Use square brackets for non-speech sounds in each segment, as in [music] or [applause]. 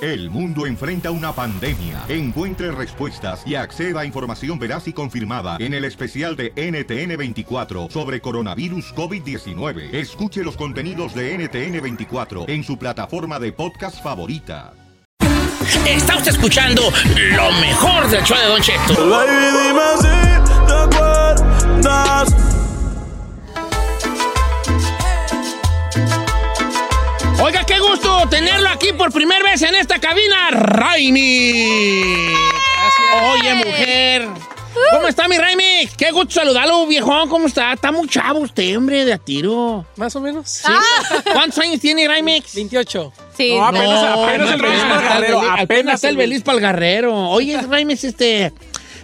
El mundo enfrenta una pandemia. Encuentre respuestas y acceda a información veraz y confirmada en el especial de NTN24 sobre coronavirus COVID-19. Escuche los contenidos de NTN24 en su plataforma de podcast favorita. Está usted escuchando lo mejor del show de Don Cheto. Oiga, qué gusto tenerlo aquí por primera vez en esta cabina, Raimi. Oye, mujer. ¿Cómo está mi Raimi? Qué gusto saludarlo, viejón. ¿Cómo está? Está muy chavo usted, hombre, de a tiro. Más o menos. ¿Sí? ¿Cuántos años tiene Raimi? 28. Sí, No, apenas- No, apenas el no, Belis apenas Palgarrero, está el Belis- apenas está el el Belis Palgarrero. Oye, Raimes, este.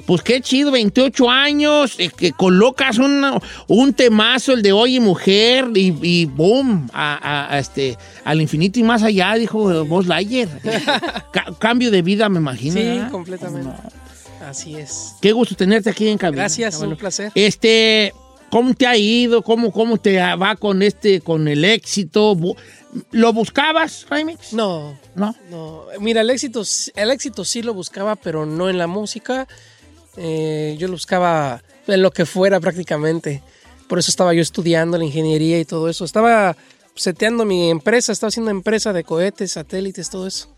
Pues qué chido, 28 años, eh, que colocas una- un temazo, el de Oye Mujer, y, y boom, a, a- a este, al infinito y más allá, dijo eh, [laughs] Buzz Lightyear. Ca- cambio de vida, me imagino. Sí, ¿verdad? completamente. Así es. Qué gusto tenerte aquí en cabina. Gracias, Chabelo. un placer. Este, ¿cómo te ha ido? ¿Cómo, cómo te va con este, con el éxito? Bu- ¿Lo buscabas, Raimes? No, ¿No? no. Mira, el éxito, s- el éxito sí lo buscaba, pero no en la música. Eh, yo lo buscaba en lo que fuera prácticamente. Por eso estaba yo estudiando la ingeniería y todo eso. Estaba seteando mi empresa, estaba haciendo empresa de cohetes, satélites, todo eso.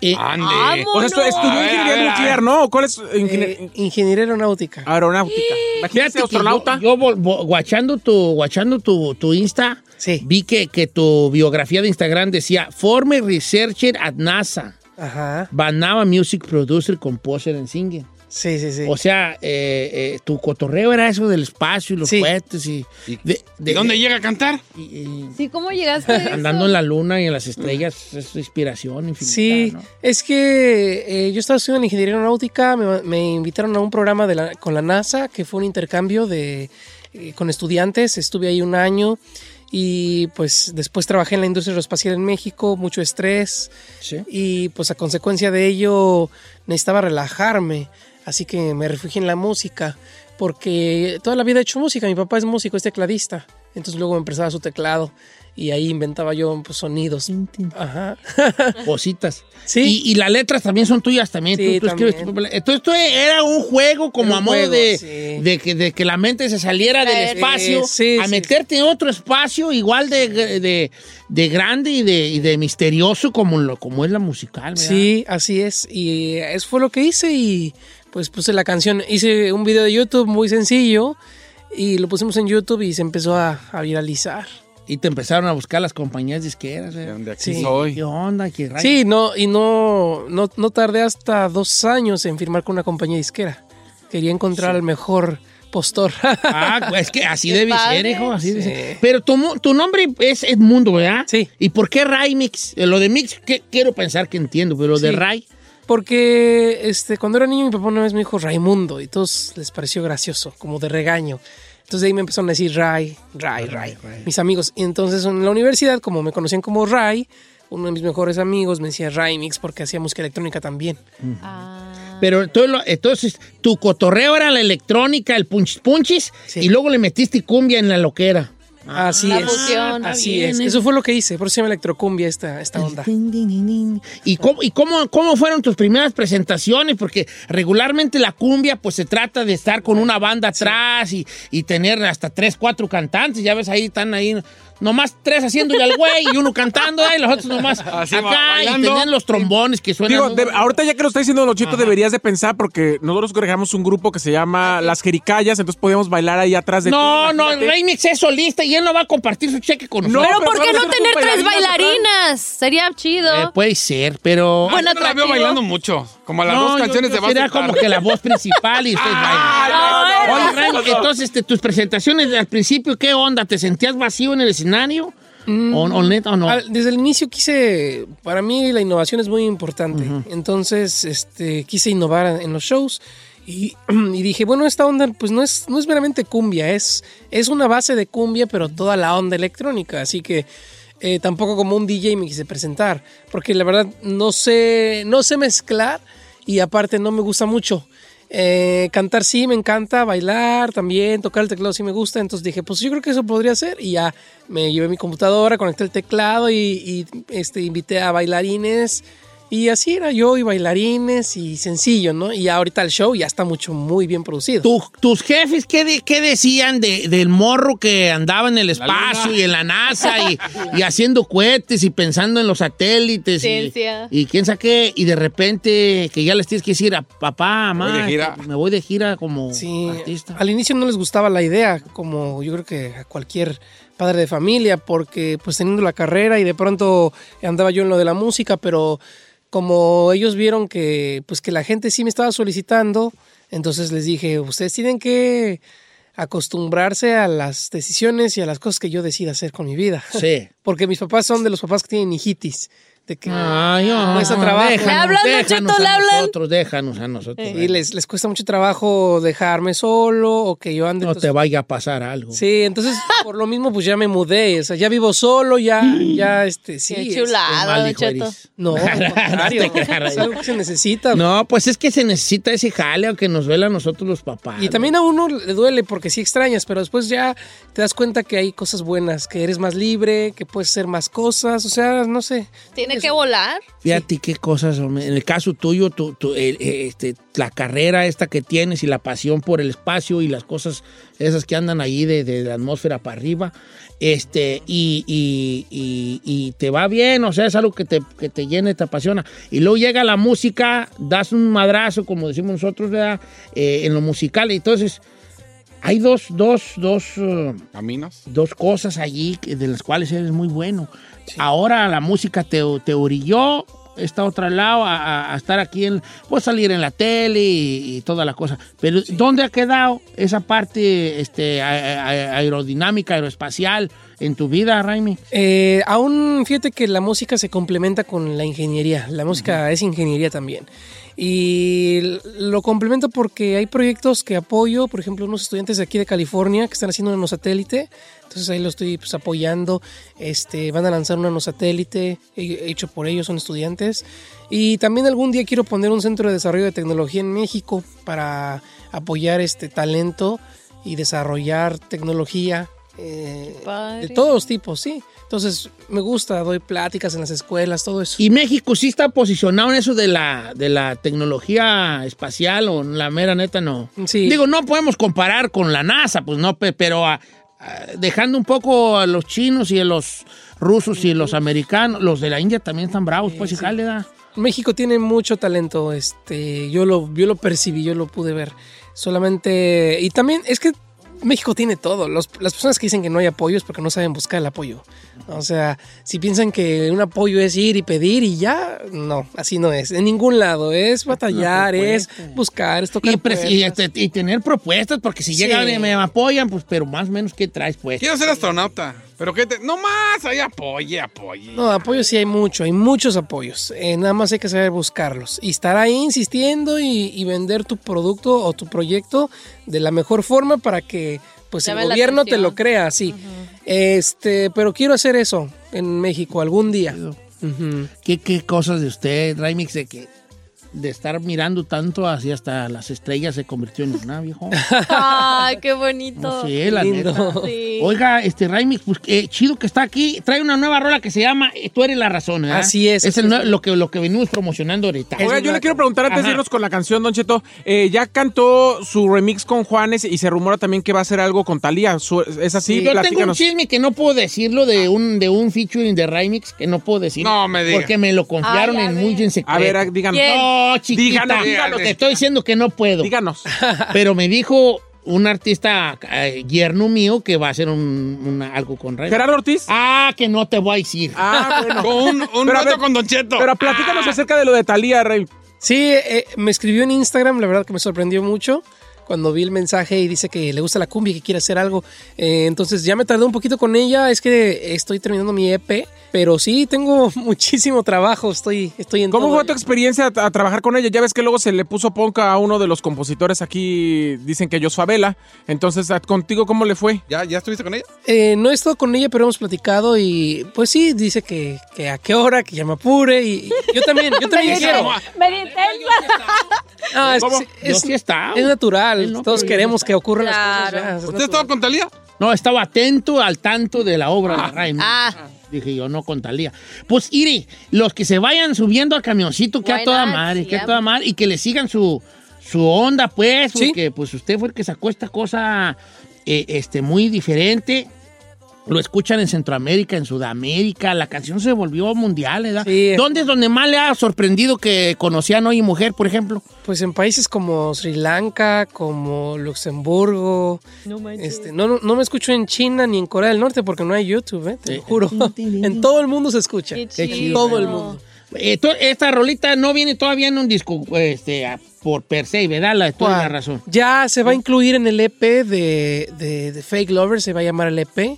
Eh, Vámonos. O sea, estu- estudió ingeniería nuclear, ¿no? ¿Cuál es? ingenier- Eh, ingeniería aeronáutica. Aeronáutica. Imagínate Fíjate que astronauta. Yo, yo vol- vo- guachando tu, guachando tu, tu Insta, Sí. vi que, que tu biografía de Instagram decía Former Researcher at NASA, Ajá. Banaba Music Producer, Composer and Singer. Sí, sí, sí. O sea, eh, eh, tu cotorreo era eso del espacio y los Sí. cohetes y... de- de- ¿De dónde llega a cantar? y- y- Sí, ¿cómo llegaste a eso? [laughs] andando en la luna y en las estrellas es tu inspiración infinita, Sí, ¿no? es que eh, yo estaba estudiando en ingeniería aeronáutica, me, me invitaron a un programa de la- con la NASA, que fue un intercambio de, eh, con estudiantes, estuve ahí un año y pues después trabajé en la industria aeroespacial en México, mucho estrés Sí. y pues a consecuencia de ello necesitaba relajarme, así que me refugié en la música, porque toda la vida he hecho música, mi papá es músico, es tecladista, entonces luego empezaba su teclado y ahí inventaba yo pues, sonidos. Ajá. Cositas. [laughs] Sí. Y, y las letras también son tuyas también. Sí, tú, tú escribes también. tu propia- Entonces esto era un juego como Era a un modo juego, de, sí. de que, de que la mente se saliera del Claro. espacio Sí, sí, a sí. meterte en otro espacio igual de, de- de grande y de, y de misterioso como, lo, como es la musical. ¿verdad? Sí, así es. Y eso fue lo que hice y pues puse la canción. Hice un video de YouTube muy sencillo y lo pusimos en YouTube y se empezó a, a viralizar. Y te empezaron a buscar las compañías disqueras. ¿verdad? De aquí Sí. soy. ¿Qué onda? ¿Qué rayos? Sí, no, y no, no, no tardé hasta dos años en firmar con una compañía disquera. Quería encontrar al mejor postor. Ah, es [laughs] que así debe padre. ser, hijo, así debe Sí. ser. Pero tu, mu- tu nombre es Edmundo, ¿verdad? Sí. ¿Y por qué Ray Mix? Eh, Lo de Mix, que, quiero pensar que entiendo, pero lo de Sí. Ray, Porque este, cuando era niño mi papá una vez me dijo Raimundo y todos les pareció gracioso, como de regaño. Entonces de ahí me empezaron a decir Ray, Ray, Ray, mis amigos. Y entonces en la universidad, como me conocían como Ray, uno de mis mejores amigos me decía Ray Mix porque hacía música electrónica también. Ah. pero entonces, lo- entonces tu cotorreo era la electrónica, el punchis punchis, Sí. Ah, y luego le metiste cumbia en la loquera. Así La es. fusión. Así Está bien, es. ¿eh? Eso fue lo que hice. Por eso se llama electrocumbia esta, esta onda. ¿Y, cómo, y cómo, cómo fueron tus primeras presentaciones? Porque regularmente la cumbia pues se trata de estar con una banda atrás y, y tener hasta tres, cuatro cantantes. Ya ves, ahí están ahí nomás tres haciéndole al güey y uno cantando, y los otros nomás Así, acá y bailando. tenían los trombones que suenan. Digo, ¿no? de- ahorita ya que lo está diciendo Lochito, deberías de pensar porque nosotros creamos un grupo que se llama Las Jericayas, entonces podíamos bailar ahí atrás de Ah, no, ti, no, imagínate. Remix es solista y él no va a compartir su cheque con No, nosotros. Pero pero ¿por qué vamos a no hacer con tener tres bailarinas, ¿no? bailarinas? Sería Eh, chido. puede ser, pero... Bueno, Ah, Yo no la veo atractivo. bailando mucho. Como a las dos canciones yo, de Ah, yo sería como que la voz principal y ustedes bailan. Ay, Oye, Ray, entonces, este, tus presentaciones al principio, ¿qué onda? ¿Te sentías vacío en el escenario? Mm. ¿O, o neta o no? Mm. Al- Desde el inicio quise, para mí la innovación es muy importante. Entonces, este, quise innovar en los shows y, [clears throat] y dije, bueno, esta onda pues no es, no es meramente cumbia, es, es una base de cumbia, pero toda la onda electrónica. Así que eh, tampoco como un DJ me quise presentar, porque la verdad no sé, no sé mezclar y aparte no me gusta mucho. Eh, cantar sí me encanta, bailar también, tocar el teclado sí me gusta, entonces dije, pues yo creo que eso podría ser y ya me llevé mi computadora, conecté el teclado y, y, este, invité a bailarines y así era yo y bailarines y sencillo, ¿no? Y ya ahorita el show ya está mucho, muy bien producido. Tu- ¿Tus jefes qué, de- qué decían de- del morro que andaba en el espacio y en la NASA y, y haciendo cohetes y pensando en los satélites y, Ciencia. y quién sabe qué? Y de repente que ya les tienes que decir a papá, voy de mamá, gira. me voy de gira como Sí, artista. al inicio no les gustaba la idea, como yo creo que a cualquier padre de familia, porque pues teniendo la carrera y de pronto andaba yo en lo de la música, pero como ellos vieron que pues que la gente sí me estaba solicitando, entonces les dije, ustedes tienen que acostumbrarse a las decisiones y a las cosas que yo decida hacer con mi vida. Sí. [laughs] Porque mis papás son de los papás que tienen hijitis, de que Ay, ay, Cuesta trabajo. déjanos, ¿Le hablan, déjanos Don Cheto? ¿Le a hablan? nosotros, déjanos a nosotros. y les, les cuesta mucho trabajo dejarme solo o que yo ande no entonces- te vaya a pasar algo. Sí, entonces por lo mismo pues ya me mudé, o sea, ya vivo solo, ya, ya, este, sí. Qué este, Qué chulada, mal, Don hijo Cheto. eres. [laughs] no, al contrario, No te creas. es algo que se necesita. No, pues es que se necesita ese jale aunque nos duela a nosotros los papás. Y también a uno le duele porque sí extrañas, pero después ya te das cuenta que hay cosas buenas, que eres más libre, que puedes hacer más cosas, o sea, no sé. Tiene que volar. Fíjate qué cosas, hombre. en el caso tuyo, tu- tu- el- eh, este, la carrera esta que tienes y la pasión por el espacio y las cosas esas que andan ahí de, de la atmósfera para arriba, este, y, y- y- y te va bien, o sea, es algo que te, que te llena y te apasiona. Y luego llega la música, das un madrazo, como decimos nosotros, ¿verdad? Eh, en lo musical, y entonces hay dos, dos, dos... eh, Caminos. dos cosas allí que- de las cuales eres muy bueno. Ahora la música te, te orilló, está otra lado, a, a- a estar aquí, en, pues salir en la tele y, y toda la cosa. Pero ¿dónde ha quedado esa parte este, a- a- aerodinámica, aeroespacial en tu vida, Raimi? Eh, aún fíjate que la música se complementa con la ingeniería. La música es ingeniería también. Y l- lo complementa porque hay proyectos que apoyo, por ejemplo, unos estudiantes de aquí de California que están haciendo un nanosatélite. Entonces ahí lo estoy pues, apoyando. Este, van a lanzar un nanosatélite he- hecho por ellos, son estudiantes. Y también algún día quiero poner un centro de desarrollo de tecnología en México para apoyar este talento y desarrollar tecnología. eh, de Padre. todos los tipos, sí. Entonces, me gusta, doy pláticas en las escuelas, todo eso. ¿Y México sí está posicionado en eso de la, de la tecnología espacial o la mera neta no? Sí. Digo, no podemos comparar con la NASA, pues no, pe- pero ah, ah, dejando un poco a los chinos y a los rusos y a los americanos, los de la India también están bravos, pues y jale, da. México tiene mucho talento, este, yo lo, yo lo percibí, yo lo pude ver. Solamente, y también es que México tiene todo. Los- las personas que dicen que no hay apoyo es porque no saben buscar el apoyo. O sea, si piensan que un apoyo es ir y pedir y ya, no, así no es. En ningún lado es batallar, es buscar, es tocar. Y, pref- y, puertas. este, y tener propuestas, porque si Pues, Sí. llegan y me apoyan, pues pero más o menos qué traes, pues. Quiero ser astronauta. Pero que te. No más, ahí apoye, apoye. No, apoyo sí hay mucho, hay muchos apoyos. Eh, nada más hay que saber buscarlos y estar ahí insistiendo y, y vender tu producto o tu proyecto de la mejor forma para que pues Llame el la gobierno te atención. lo crea, sí. Este, pero quiero hacer eso en México algún día. Ujú. ¿Qué, qué cosas de usted, Raimix, de que de estar mirando tanto hacia hasta las estrellas se convirtió en [laughs] una, viejo. Ay, qué bonito. No sé, la Lindo. [laughs] neta. Sí. Oiga, este Raimix, pues qué chido que está aquí. Trae una nueva rola que se llama eh, Tú eres la razón, ¿verdad? Así es. Es el nue- lo, que, lo que venimos promocionando ahorita. Oiga, yo le quiero preguntar antes Ajá. de irnos con la canción, Don Cheto. eh, ya cantó su remix con Juanes y se rumora también que va a hacer algo con Talía. ¿Es así? yo tengo un Platícanos. chisme que no puedo decirlo de un, de un featuring de Raimix que no puedo decir. No me diga. Porque me lo confiaron Ay, a en ver. muy en secreto. A ver, ah, díganos. ¿Quién? No, chiquita. Díganos, díganos, Te estoy diciendo que no puedo. Díganos. [laughs] Pero me dijo un artista eh, yerno mío que va a hacer un, una- algo con Raimix. Gerardo Ortiz. Ah, que no te voy a decir. Ah, [laughs] bueno. Con un, un Pero a rato ver, con Don Cheto. Pero platícanos acerca de lo de Talía, Rey. Sí, eh, me escribió en Instagram, la verdad que me sorprendió mucho cuando vi el mensaje y dice que le gusta la cumbia y que quiere hacer algo. Eh, entonces ya me tardé un poquito con ella, es que estoy terminando mi EP, pero sí, tengo [laughs] muchísimo trabajo, estoy, estoy en ¿Cómo todo fue ello. tu experiencia a, a trabajar con ella? Ya ves que luego se le puso ponca a uno de los compositores aquí, dicen que yo Abela. Entonces, ¿a- ¿contigo cómo le fue? ¿Ya, ¿Ya estuviste con ella? Eh, no he estado con ella, pero hemos platicado y pues sí, dice que, que a qué hora, que ya me apure y yo también, [laughs] yo también quiero. No, es, ¿Cómo? es- Yo Ah, sí he estado. es natural, Él no, todos pero yo queremos he que ocurran las Claro. cosas. ya, es ¿Usted natural. estaba con Talía? No, estaba atento al tanto de la obra de Raimix. Ah, Dije yo, no con Talía. Pues Iri, los que se vayan subiendo al camioncito, que a Why toda not? madre, que a Yeah. toda madre, y que le sigan su, su onda, pues, Sí. porque pues usted fue el que sacó esta cosa eh, este, muy diferente. Lo escuchan en Centroamérica, en Sudamérica, la canción se volvió mundial, ¿verdad? Sí. ¿Dónde es donde más le ha sorprendido que conocían hoy mujer, por ejemplo? Pues en países como Sri Lanka, como Luxemburgo. No, este, no, no, no me escucho en China ni en Corea del Norte porque no hay YouTube, ¿eh? te Sí. lo juro. [laughs] en todo el mundo se escucha. Qué En chido. todo el mundo. Eh, to- esta rolita no viene todavía en un disco, este, a- por per se, ¿verdad? La, toda la razón. Ya se va a incluir en el EP de, de- de Fake Lover, se va a llamar el EP. Eh,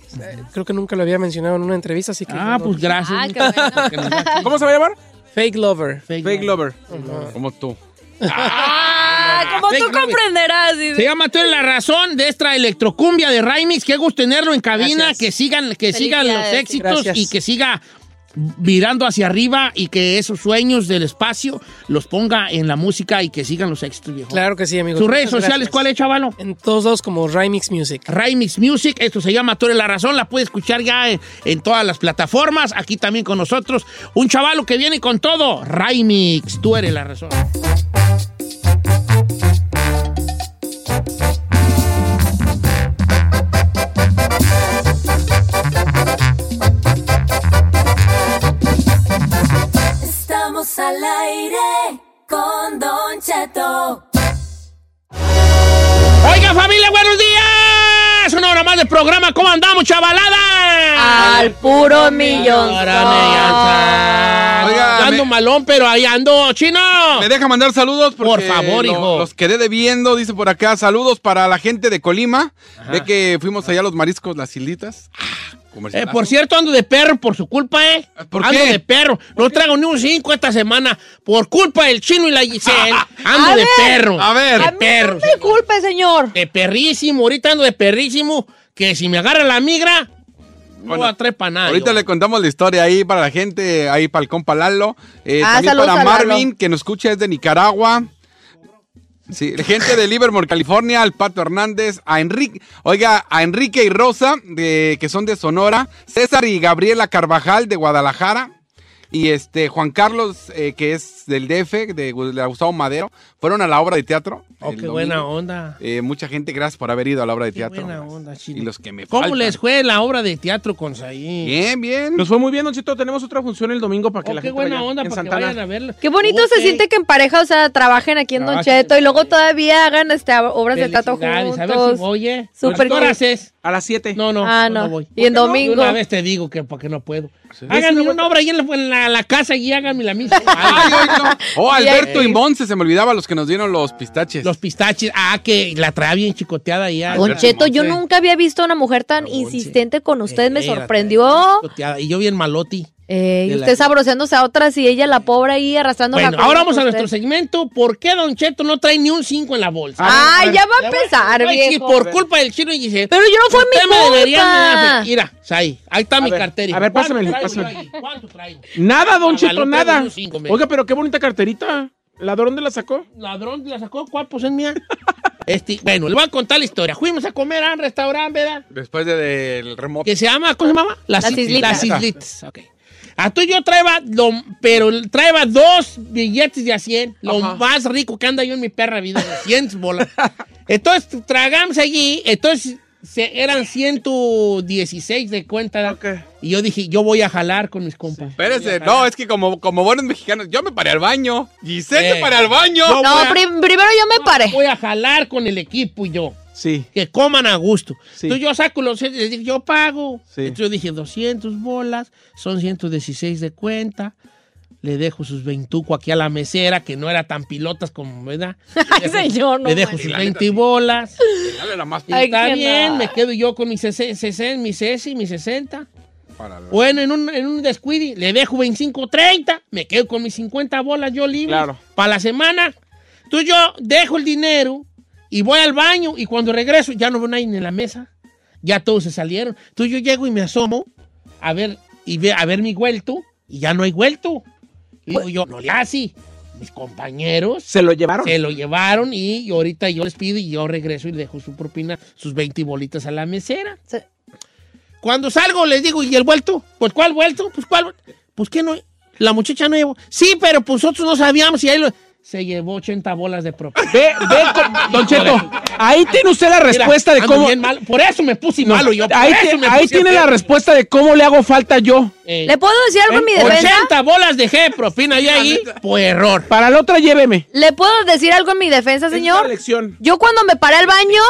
Creo que nunca lo había mencionado en una entrevista, así que... Ah, no. pues gracias. Ah, qué bueno. Porque nos da [laughs] aquí ¿Cómo se va a llamar? Fake Lover. fake Fake love. Lover. Como tú. Ah, como Fake tú love. comprenderás. dice. Se llama Tú eres la razón de esta electrocumbia de Raimix. Qué gusto tenerlo en cabina. Gracias. Que sigan, que sigan los Felicidades. éxitos Gracias. y que siga virando hacia arriba y que esos sueños del espacio los ponga en la música y que sigan los éxitos, viejo. Claro que sí, amigos. Sus redes Muchas sociales, gracias. ¿cuál es, chavalo? En todos lados como Rymix Music. Raimix Music, esto se llama Tú eres la razón, la puede escuchar ya en, en todas las plataformas, aquí también con nosotros, un chavalo que viene con todo, Raimix, tú eres la razón. Estamos al aire con Don Cheto. Oiga familia, buenos días, una hora más del programa, ¿cómo andamos chavalada? Al puro millón. Ahora me alza. Ah, Oiga, Ando me- malón, pero ahí ando, chino. Me deja mandar saludos Por porque favor, lo- hijo. Los quedé debiendo, dice por acá. Saludos para la gente de Colima. Ve que fuimos allá a los mariscos, las hilditas. Ah, Eh, comercialazo. por cierto, ando de perro por su culpa, ¿eh? ¿Por ando qué? de perro. [laughs] No traigo ni un cinco esta semana por culpa del chino y [laughs] la Giselle. Ando A de ver. perro. A ver. De A mí perro. No me culpe, señor. De perrísimo. Ahorita ando de perrísimo. Que si me agarra la migra, no Bueno, va a traer para nada. Ahorita yo. le contamos la historia ahí para la gente, ahí para el compa Lalo. Eh, Ah, también saludos para a Lalo. Marvin, que nos escucha desde Nicaragua. Sí, gente de Livermore, California, al Pato Hernández, a Enrique, oiga, a Enrique y Rosa, de, que son de Sonora, César y Gabriela Carvajal de Guadalajara, y este Juan Carlos, eh, que es del DF, de, Gu- de Gustavo Madero, fueron a la obra de teatro. Oh, el qué domingo. buena onda. Eh, mucha gente, gracias por haber ido a la obra de Qué teatro. buena onda, chino. Y los que me ¿Cómo faltan. les fue la obra de teatro con Saí? Bien, bien. Nos fue muy bien, Don Cheto. Tenemos otra función el domingo para que Oh, la qué gente buena vaya onda en para que Santana. vayan a verla. Qué bonito se Ok. siente que en pareja, o sea, trabajen aquí en Don Trabajen, Cheto y luego todavía hagan este, obras de teatro Felicidades. A ver si juntos. voy, ¿eh? Súper ¿Qué horas es? A las 7. No, no. Ah, yo no. voy. Y en ¿Por qué no? domingo. Yo Una vez te digo que porque no puedo. Háganme una obra ahí en la, en la- la casa y háganme la [laughs] misma. Ay, ay, no. [laughs] Oh, Y Alberto ahí- y Monse, se me olvidaba los que nos dieron los pistaches. Los pistaches. Ah, que la trae bien chicoteada y ya. Don Alberto Cheto, yo Monte. nunca había visto a una mujer tan insistente con usted, me sorprendió. Y yo bien maloti. Eh, de y la- usted sabroseándose a otras y ella la pobre ahí arrastrando la bueno, cola ahora con vamos a nuestro usted. segmento. ¿Por qué Don Cheto no trae ni un 5 en la bolsa? Ah, ya va a Ya voy- empezar, Ay, sí, viejo. por culpa del chino y Giselle. Pero yo no fue mi Usted me debería de dar- culpa. Mira, ahí, ahí está mi ver, cartera. a ver, ¿Cuánto pásamelo, traigo yo pásamelo. ahí? ¿Cuánto traigo? Nada, Don Guadalupe Cheto, nada. menos cinco, me- Oiga, pero qué bonita carterita. ¿Ladrón de la sacó? Ladrón, la sacó, ¿cuál? Pues es mía. [laughs] Este, bueno, le voy a contar la historia. Fuimos a comer a un restaurante, ¿verdad? Después de- del remoto. Que se llama, ¿cómo se llama? Las is- Islitas. Las islitas, ok. A tú y yo traeba, lo- pero traeba dos billetes de a 100, lo más rico que anda yo en mi perra vida, de 100 bolas. Entonces, tragamos allí, entonces se, eran 116 de cuenta. Ok. Y yo dije, yo voy a jalar con mis compas. Espérese, no, es que como, como buenos mexicanos, yo me paré al baño. Giselle Eh. se paré al baño. No, No, voy a- prim- primero yo me paré. Voy a jalar con el equipo y yo. Sí. que coman a gusto. Sí. Entonces yo saco los 100 y les digo, yo pago. Sí. Entonces yo dije, 200 bolas, son 116 de cuenta. Le dejo sus 20 aquí a la mesera, que no era tan pilotas [laughs] como, ¿verdad? Ay, señor, no Le dejo manches. sus 20 bolas. Dale la más Y Ay, está qué bien, nada. me quedo yo con mis 60, mis 60, mis 60. para la- Bueno, en un, en un descuidi, le dejo 25, 30, me quedo con mis 50 bolas yo libre Claro. para la semana. Tú yo dejo el dinero y voy al baño y cuando regreso ya no veo nadie en la mesa. Ya todos se salieron. Tú yo llego y me asomo a ver y ve, a ver mi vuelto y ya no hay vuelto. Y Pues digo yo, no le así. Mis compañeros ¿Se lo llevaron? se lo llevaron y, y ahorita yo les pido y yo regreso y dejo su propina, sus 20 bolitas a la mesera. Sí. Cuando salgo les digo, ¿y el vuelto? Pues ¿cuál vuelto? Pues ¿cuál? vuelto? Pues que no, la muchacha no llevó. Sí, pero pues nosotros no sabíamos y ahí lo... Se llevó 80 bolas de propina. Ve, [laughs] ve, con- Don Cheto, ahí tiene usted la Mira, respuesta de ando cómo... bien mal. Por eso me puse No, malo yo. por ahí eso ti- me ahí puse tiene la peor. respuesta de cómo le hago falta yo. Eh, ¿Le puedo decir algo en mi defensa? 80 bolas dejé de propina yo ahí por error. Para la otra, lléveme. ¿Le puedo decir algo en mi defensa, Esta señor? lección. Yo cuando me paré al baño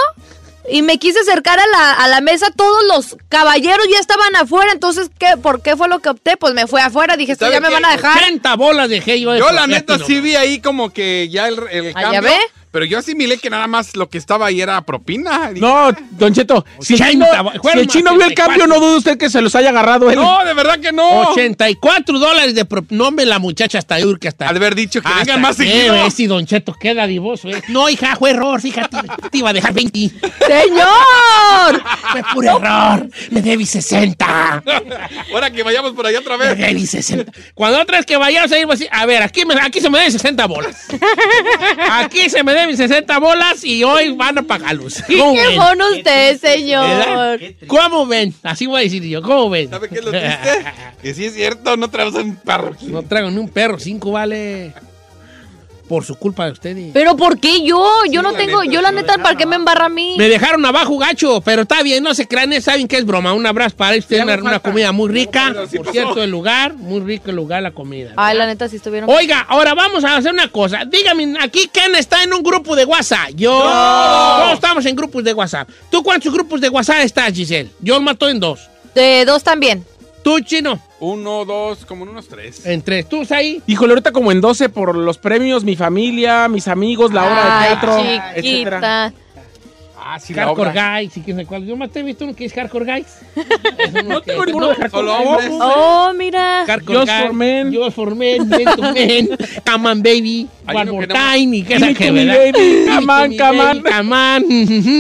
y me quise acercar a la, a la mesa, todos los caballeros ya estaban afuera. Entonces, ¿qué, ¿por qué fue lo que opté? Pues me fui afuera. Dije, esto ¿Sabe ya me qué? van a dejar. 80 bolas dejé yo de Yo la propina, neta no. sí vi ahí como que ya el, el Ah, ¿ya cambio. ve? Pero yo asimilé que nada más lo que estaba ahí era propina. Dije, No, Don Cheto, si el 80, chino, fue si el más chino vio el 84. cambio, no dude usted que se los haya agarrado él. no, de verdad que no. 84 dólares de prop... No me la muchacha hasta Urca hasta. Al haber dicho que Hasta vengan más que seguido. ve si Don Cheto queda divoso, ¿eh? No, hija, fue error, fíjate. Te iba a dejar 20. ¡Señor! Fue puro error. Me debí 60. Ahora que vayamos por allá otra Me vez. debí 60. Cuando otra vez que vayamos a ir, voy a decir, a ver, aquí, me- aquí se me deben 60 [laughs] bolas. Aquí se me deben 60 bolas y hoy van a pagarlos. ¿Cómo ¡Qué ven? bueno usted, ¿Verdad? señor! ¿Cómo ven? Así voy a decir yo, ¿cómo ven? ¿Sabe qué es lo [laughs] triste? que sí es cierto, no traemos un parroquín. No traigo ni un perro, cinco vale. Por su culpa de ustedes. Pero ¿por qué yo? Yo Sí, no la tengo, neta, yo la sí, neta, ¿para qué me embarra a mí? Me dejaron abajo, gacho, pero está bien, no se crean, eh, saben que es broma. Un abrazo para ellos, tienen una, una comida muy rica. sí Por pasó. cierto, el lugar, muy rico el lugar, la comida. Ay, la neta, sí estuvieron. Oiga, ahora vamos a hacer una cosa. Dígame, aquí quién está en un grupo de WhatsApp. Yo. Todos estamos en grupos de WhatsApp. ¿Tú cuántos grupos de WhatsApp estás, Giselle? Yo me estoy en dos. De dos también. Tú, chino, Uno, dos, como en unos tres. en tres. Tú, pues, ahí. Híjole, ahorita como en 12 por los premios, mi familia, mis amigos, la obra de Ay, teatro, etcétera. chiquita. Ah, sí, la Hardcore obra. Guys, y quién sabe cuál. Yo más te he visto uno que es [laughs] Hardcore Guys. no tengo ninguno de Hardcore Solo Guys. hombres. Oh, mira. Hardcore Just for Men. Just for Men, Men to Men, Come on Baby, Hay One uno More que nada más- Time, y qué Give sé me qué, to me, ¿verdad? baby. Come on, Give me to come me, on. baby, Come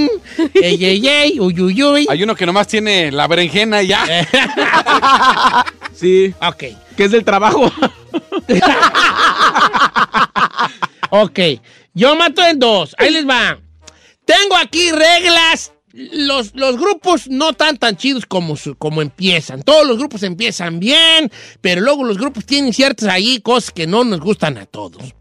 on, [laughs] Ey, ey, ey, uy, uy, uy. Hay uno que nomás tiene la berenjena y [laughs] ya. Sí, Eh. Ok, que es del trabajo. [laughs] ok. Yo mato en dos, ahí les va. Tengo aquí reglas. Los, los grupos no tan tan chidos como, su- como empiezan. Todos los grupos empiezan bien, pero luego los grupos tienen ciertas ahí cosas que no nos gustan a todos.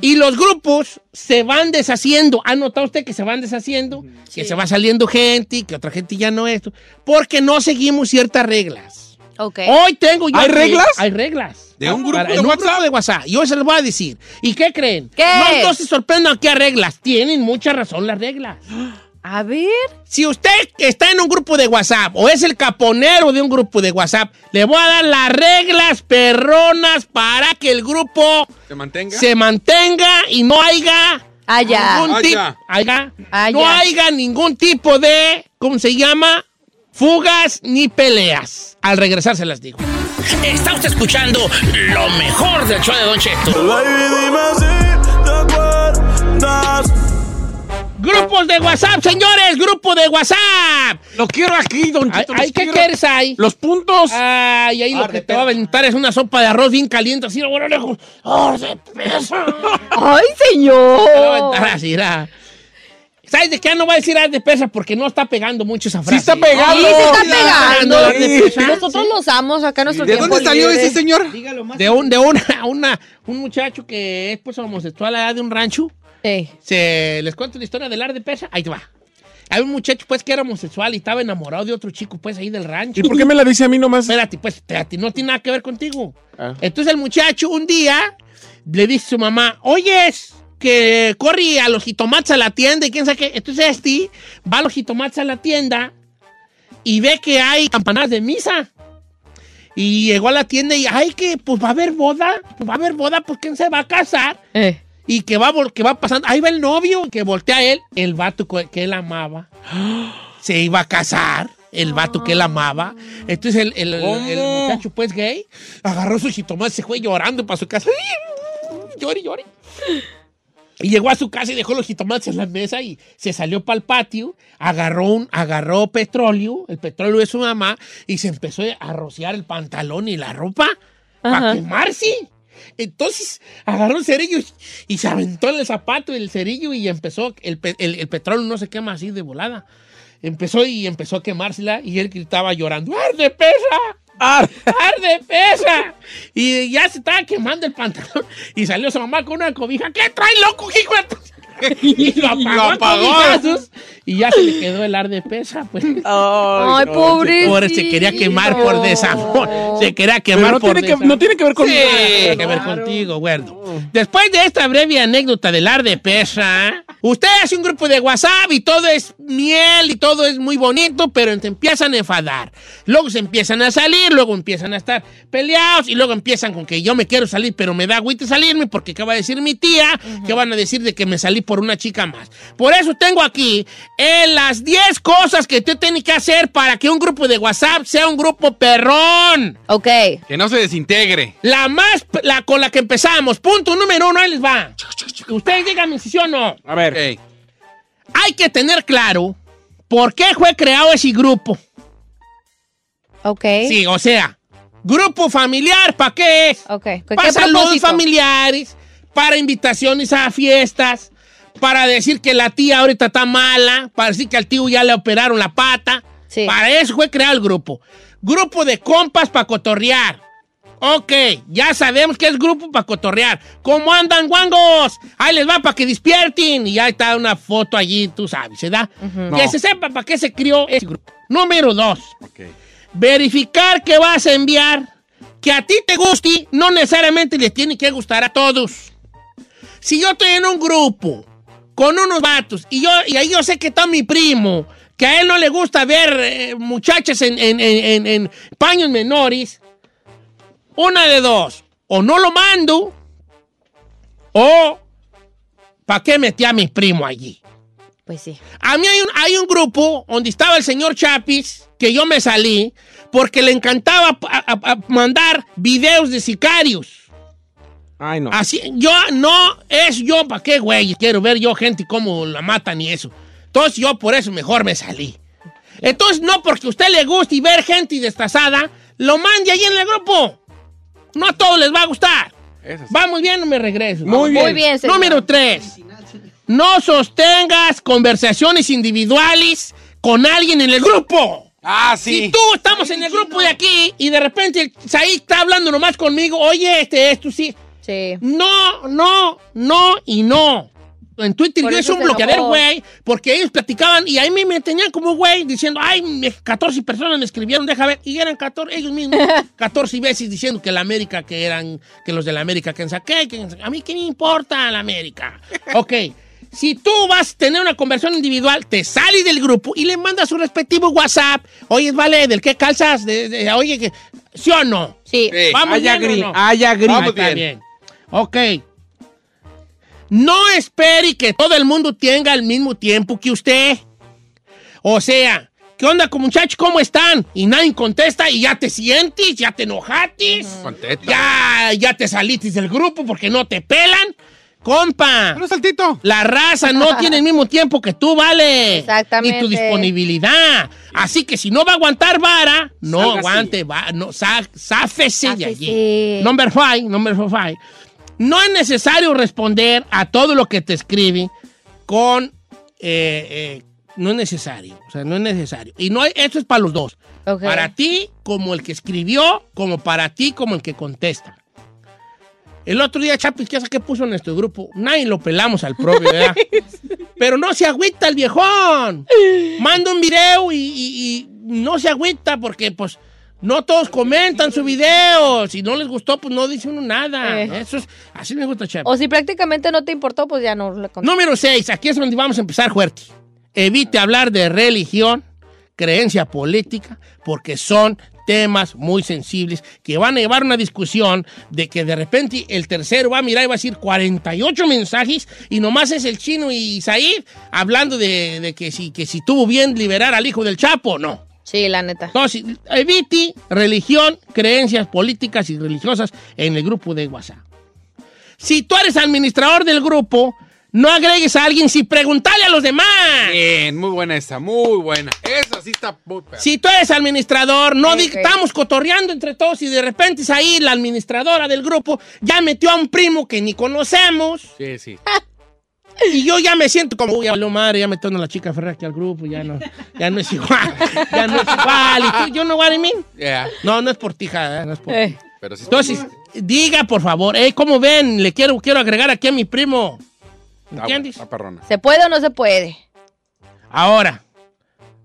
Y los grupos se van deshaciendo. ¿Ha notado usted que se van deshaciendo? Que se va saliendo gente y que otra gente ya no esto. Porque no seguimos ciertas reglas. Ok. Hoy tengo yo. ¿Hay que- reglas? Hay reglas. Ah, ¿De un grupo de en un WhatsApp? grupo de WhatsApp. Y hoy se les voy a decir. ¿Y qué creen? ¿Qué? No, no se sorprendan que hay reglas. Tienen mucha razón las reglas. A ver. Si usted está en un grupo de WhatsApp o es el caponero de un grupo de WhatsApp, le voy a dar las reglas perronas para que el grupo ¿Se mantenga? se mantenga y no haya Allá. Ah, ningún tipo, Haya. haya- Haya. no haya ningún tipo de, ¿cómo se llama? Fugas ni peleas. Al regresar se las digo. Está usted escuchando lo mejor del show de Don Cheto. Grupos de WhatsApp, señores, grupo de WhatsApp. Lo quiero aquí, don Ay, Cheto. ay, los ¿Qué quiero. quieres ahí? Los puntos. Ay, ahí lo que te va a aventar es una sopa de arroz bien caliente, así, bueno, lejos. ¡Oh, se pesa! ¡Ay, Te va a aventar señor! así, mira. ¿Sabes de qué? No va a decir haz de pesa porque no está pegando mucho esa frase. está pegando. Sí, se está Sí, pegando. haz de pesa. Nosotros los amos acá en nuestro ¿De tiempo dónde salió libre. ese señor? De un, de [laughs] una, una, un muchacho que es pues homosexual allá de un rancho. Sí. Se, les cuento la historia del ar de pesa. Ahí te va. Hay un muchacho pues que era homosexual y estaba enamorado de otro chico pues ahí del rancho. ¿Y por qué me la dice a mí nomás? Espérate, pues espérate, no tiene nada que ver contigo. Ah. Entonces el muchacho un día le dice a su mamá, oyes, que corre a los jitomates a la tienda y quién sabe qué. Entonces este va a los jitomates a la tienda y ve que hay campanadas de misa. Y llegó a la tienda y, ay, que pues va a haber boda, pues va a haber boda, pues quién se va a casar. Eh. Y que va, vol- que va pasando, ahí va el novio, que voltea a él, el vato co- que él amaba. Se iba a casar, el vato que él amaba. Entonces el, el- el- el ¿Cómo? muchacho, pues gay, agarró su jitomate, se fue llorando para su casa. Llore, llore. Y llegó a su casa y dejó los jitomates en la mesa y se salió para el patio, agarró, un, agarró petróleo, el petróleo de su mamá, y se empezó a rociar el pantalón y la ropa para Ajá. quemarse. Entonces agarró el cerillo y, y se aventó en el zapato el cerillo y empezó, el, pe- el- el petróleo no se quema así de volada. Empezó y empezó a quemársela y él gritaba llorando, ¡arde pesa! ¡Arde pesa! Y ya se estaba quemando el pantalón y salió su mamá con una cobija. ¿Qué trae loco, hijo? de [laughs] tu-?" Y lo apagó, a apagó. cobijazos, y ya se le quedó el arde pesa, pues. Ay, pobrecito. Pobre, se quería quemar por desamor. Se quería Pero quemar no por tiene, que, desamor. no tiene que ver con Sí, tiene que ver contigo, güerdo. Después de esta breve anécdota del ar de pesa, usted hace un grupo de WhatsApp y todo es miel y todo es muy bonito, pero te empiezan a enfadar. Luego se empiezan a salir, luego empiezan a estar peleados y luego empiezan con que yo me quiero salir, pero me da agüite salirme porque ¿qué va a decir mi tía? ¿Qué van a decir de que me salí por una chica más? Por eso tengo aquí eh, las 10 cosas que usted tiene que hacer para que un grupo de WhatsApp sea un grupo perrón. Ok. Que no se desintegre. La más, la con la que empezamos. Punto número uno, ahí les va. Ustedes díganme si sí o no. A ver. Ey, Hay que tener claro por qué fue creado ese grupo. Ok. Sí, o sea, grupo familiar, ¿para qué es? Ok. ¿Qué Para saludos propósito? familiares, para invitaciones a fiestas, para decir que la tía ahorita está mala, para decir que al tío ya le operaron la pata. Sí. Para eso fue creado el grupo. Grupo de compas para cotorrear. Ok, ya sabemos que es grupo para cotorrear. ¿Cómo andan, guangos? Ahí les va para que despierten. Y ya está una foto allí, tú sabes, ¿verdad? Que No. se sepa para qué se crió ese grupo. Número dos. Verificar que vas a enviar que a ti te guste, no necesariamente les tiene que gustar a todos. Si yo estoy en un grupo con unos vatos y yo y ahí yo sé que está mi primo, que a él no le gusta ver eh, muchachas en, en- en- en- en paños menores, una de dos, o no lo mando, o ¿para qué metí a mi primo allí? Pues sí. A mí hay un, hay un grupo donde estaba el señor Chapis, que yo me salí, porque le encantaba a- a- a mandar videos de sicarios. Ay, no. Así, yo no, es yo, ¿para qué, güey? Quiero ver yo gente cómo la matan y eso. Entonces yo por eso mejor me salí. Entonces no porque a usted le guste y ver gente destazada, lo mande ahí en el grupo. No a todos les va a gustar. eso sí. Vamos bien o me regreso. Muy bien. Muy bien, señor. Número 3. No sostengas conversaciones individuales con alguien en el grupo. Ah, Si sí. tú estamos en el grupo de aquí y de repente Saí está hablando nomás conmigo, oye, este, esto sí. Sí. No, no, no y no. En Twitter Por yo eso hice un se bloqueadero, enojó. güey, porque ellos platicaban y ahí me, me tenían como güey diciendo, ay, me- 14 personas me escribieron, deja ver, y eran 14, ellos [laughs] mismos, 14 veces diciendo que la América, que eran, que los de la América, que en saqué, que en saqué. a mí qué me importa la [laughs] América. ok, si tú vas a tener una conversión individual, te sales del grupo y le mandas su respectivo WhatsApp, oye, vale, ¿del qué calzas? De- de- oye, que, ¿sí o no? Sí. Sí. Vamos Haya bien o gris. no? Haya gris. Vamos Está bien. bien. Ok. No espere que todo el mundo tenga el mismo tiempo que usted. O sea, ¿qué onda con muchachos? ¿Cómo están? Y nadie contesta y ya te sientes, ya te enojates, Contesta. ya, ya te saliste del grupo porque no te pelan. Compa, ¡No saltito! la raza no tiene el mismo tiempo que tú, vale. Exactamente. Ni tu disponibilidad. Así que si no va a aguantar vara, no Sálgase. aguante, va, no, sa- sáfese de allí. Sáfese. Number five, number five. No es necesario responder a todo lo que te escribe con... eh, eh, no es necesario, o sea, no es necesario. Y no, esto es para los dos. Ok. Para ti como el que escribió, como para ti como el que contesta. El otro día, Chapis, ¿qué que puso en nuestro grupo? Nadie lo pelamos al [laughs] propio, ¿verdad? Pero no se agüita el viejón. Manda un video y, y- y no se agüita porque, pues, no todos comentan su video. Si no les gustó, pues no dice uno nada. Eh. Eso es, así me gusta, Chapis. O si prácticamente no te importó, pues ya no le conté. Número 6, aquí es donde vamos a empezar fuerte. Evite hablar de religión, creencia política, porque son temas muy sensibles que van a llevar una discusión de que de repente el tercero va a mirar y va a decir 48 mensajes y nomás es el chino y Said hablando de, de que, si, que si tuvo bien liberar al hijo del Chapo, no. Sí, la neta. Entonces, evite religión, creencias políticas y religiosas en el grupo de WhatsApp. Si tú eres administrador del grupo, no agregues a alguien sin preguntarle a los demás. Bien, muy buena esa, muy buena. Esa sí está muy perra. Si tú eres administrador, no Ok. digas, estamos cotorreando entre todos y de repente es ahí la administradora del grupo ya metió a un primo que ni conocemos. Sí, sí. Ah, Y yo ya me siento como, uy, ya valió madre, ya metiendo a la chica Ferrer aquí al grupo, ya no, ya no es igual, ya no es igual. Y tú, yo no, what I mean. Yeah. No, no es por ti, ja, no es por ti. Eh, Pero sí está Entonces, diga por favor, hey, ¿cómo ven? Le quiero, quiero agregar aquí a mi primo. muy- está ¿Entiendes? buena, está perrona. ¿Se puede o no se puede? Ahora,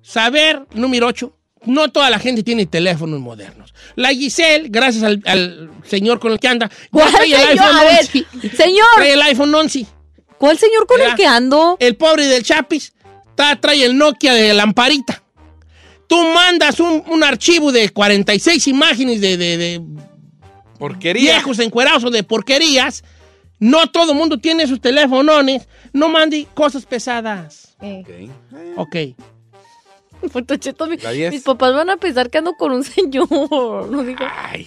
saber número 8. No toda la gente tiene teléfonos modernos. La Giselle, gracias al, al señor con el que anda, ya ¿Cuál trae el señor? iPhone A ver, 11. Trae señor. el iPhone 11. ¿Cuál señor con Ya. el que ando? El pobre del Chapis ta- trae el Nokia de lamparita. Tú mandas un, un archivo de 46 imágenes de- de- de Porquería. viejos encuerados o de porquerías. No todo el mundo tiene sus telefonones. No mande cosas pesadas. Eh, Ok. Ok. [laughs] Puto cheto, mi- La diez. mis papás van a pensar que ando con un [laughs] señor. No digo.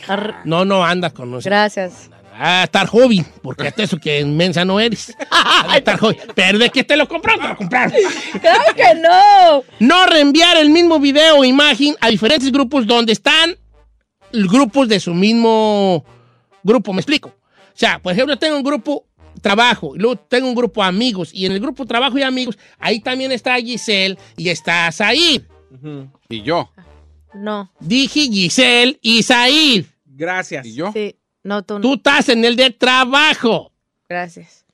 Arr- No, no andas con nosotros. Gracias. Ah, estar joven, porque hasta eso que inmensa [laughs] no eres. Ah, estar joven. Pero de que te lo compraron, te lo compraron. ¡Claro que no! No reenviar el mismo video o imagen a diferentes grupos donde están grupos de su mismo grupo. ¿Me explico? O sea, por ejemplo, tengo un grupo trabajo y luego tengo un grupo amigos. Y en el grupo trabajo y amigos, ahí también está Giselle y está Said. Y yo. No, Dije Giselle y Said. Gracias. Y yo. sí. No, tú no. Tú estás en el de trabajo Gracias.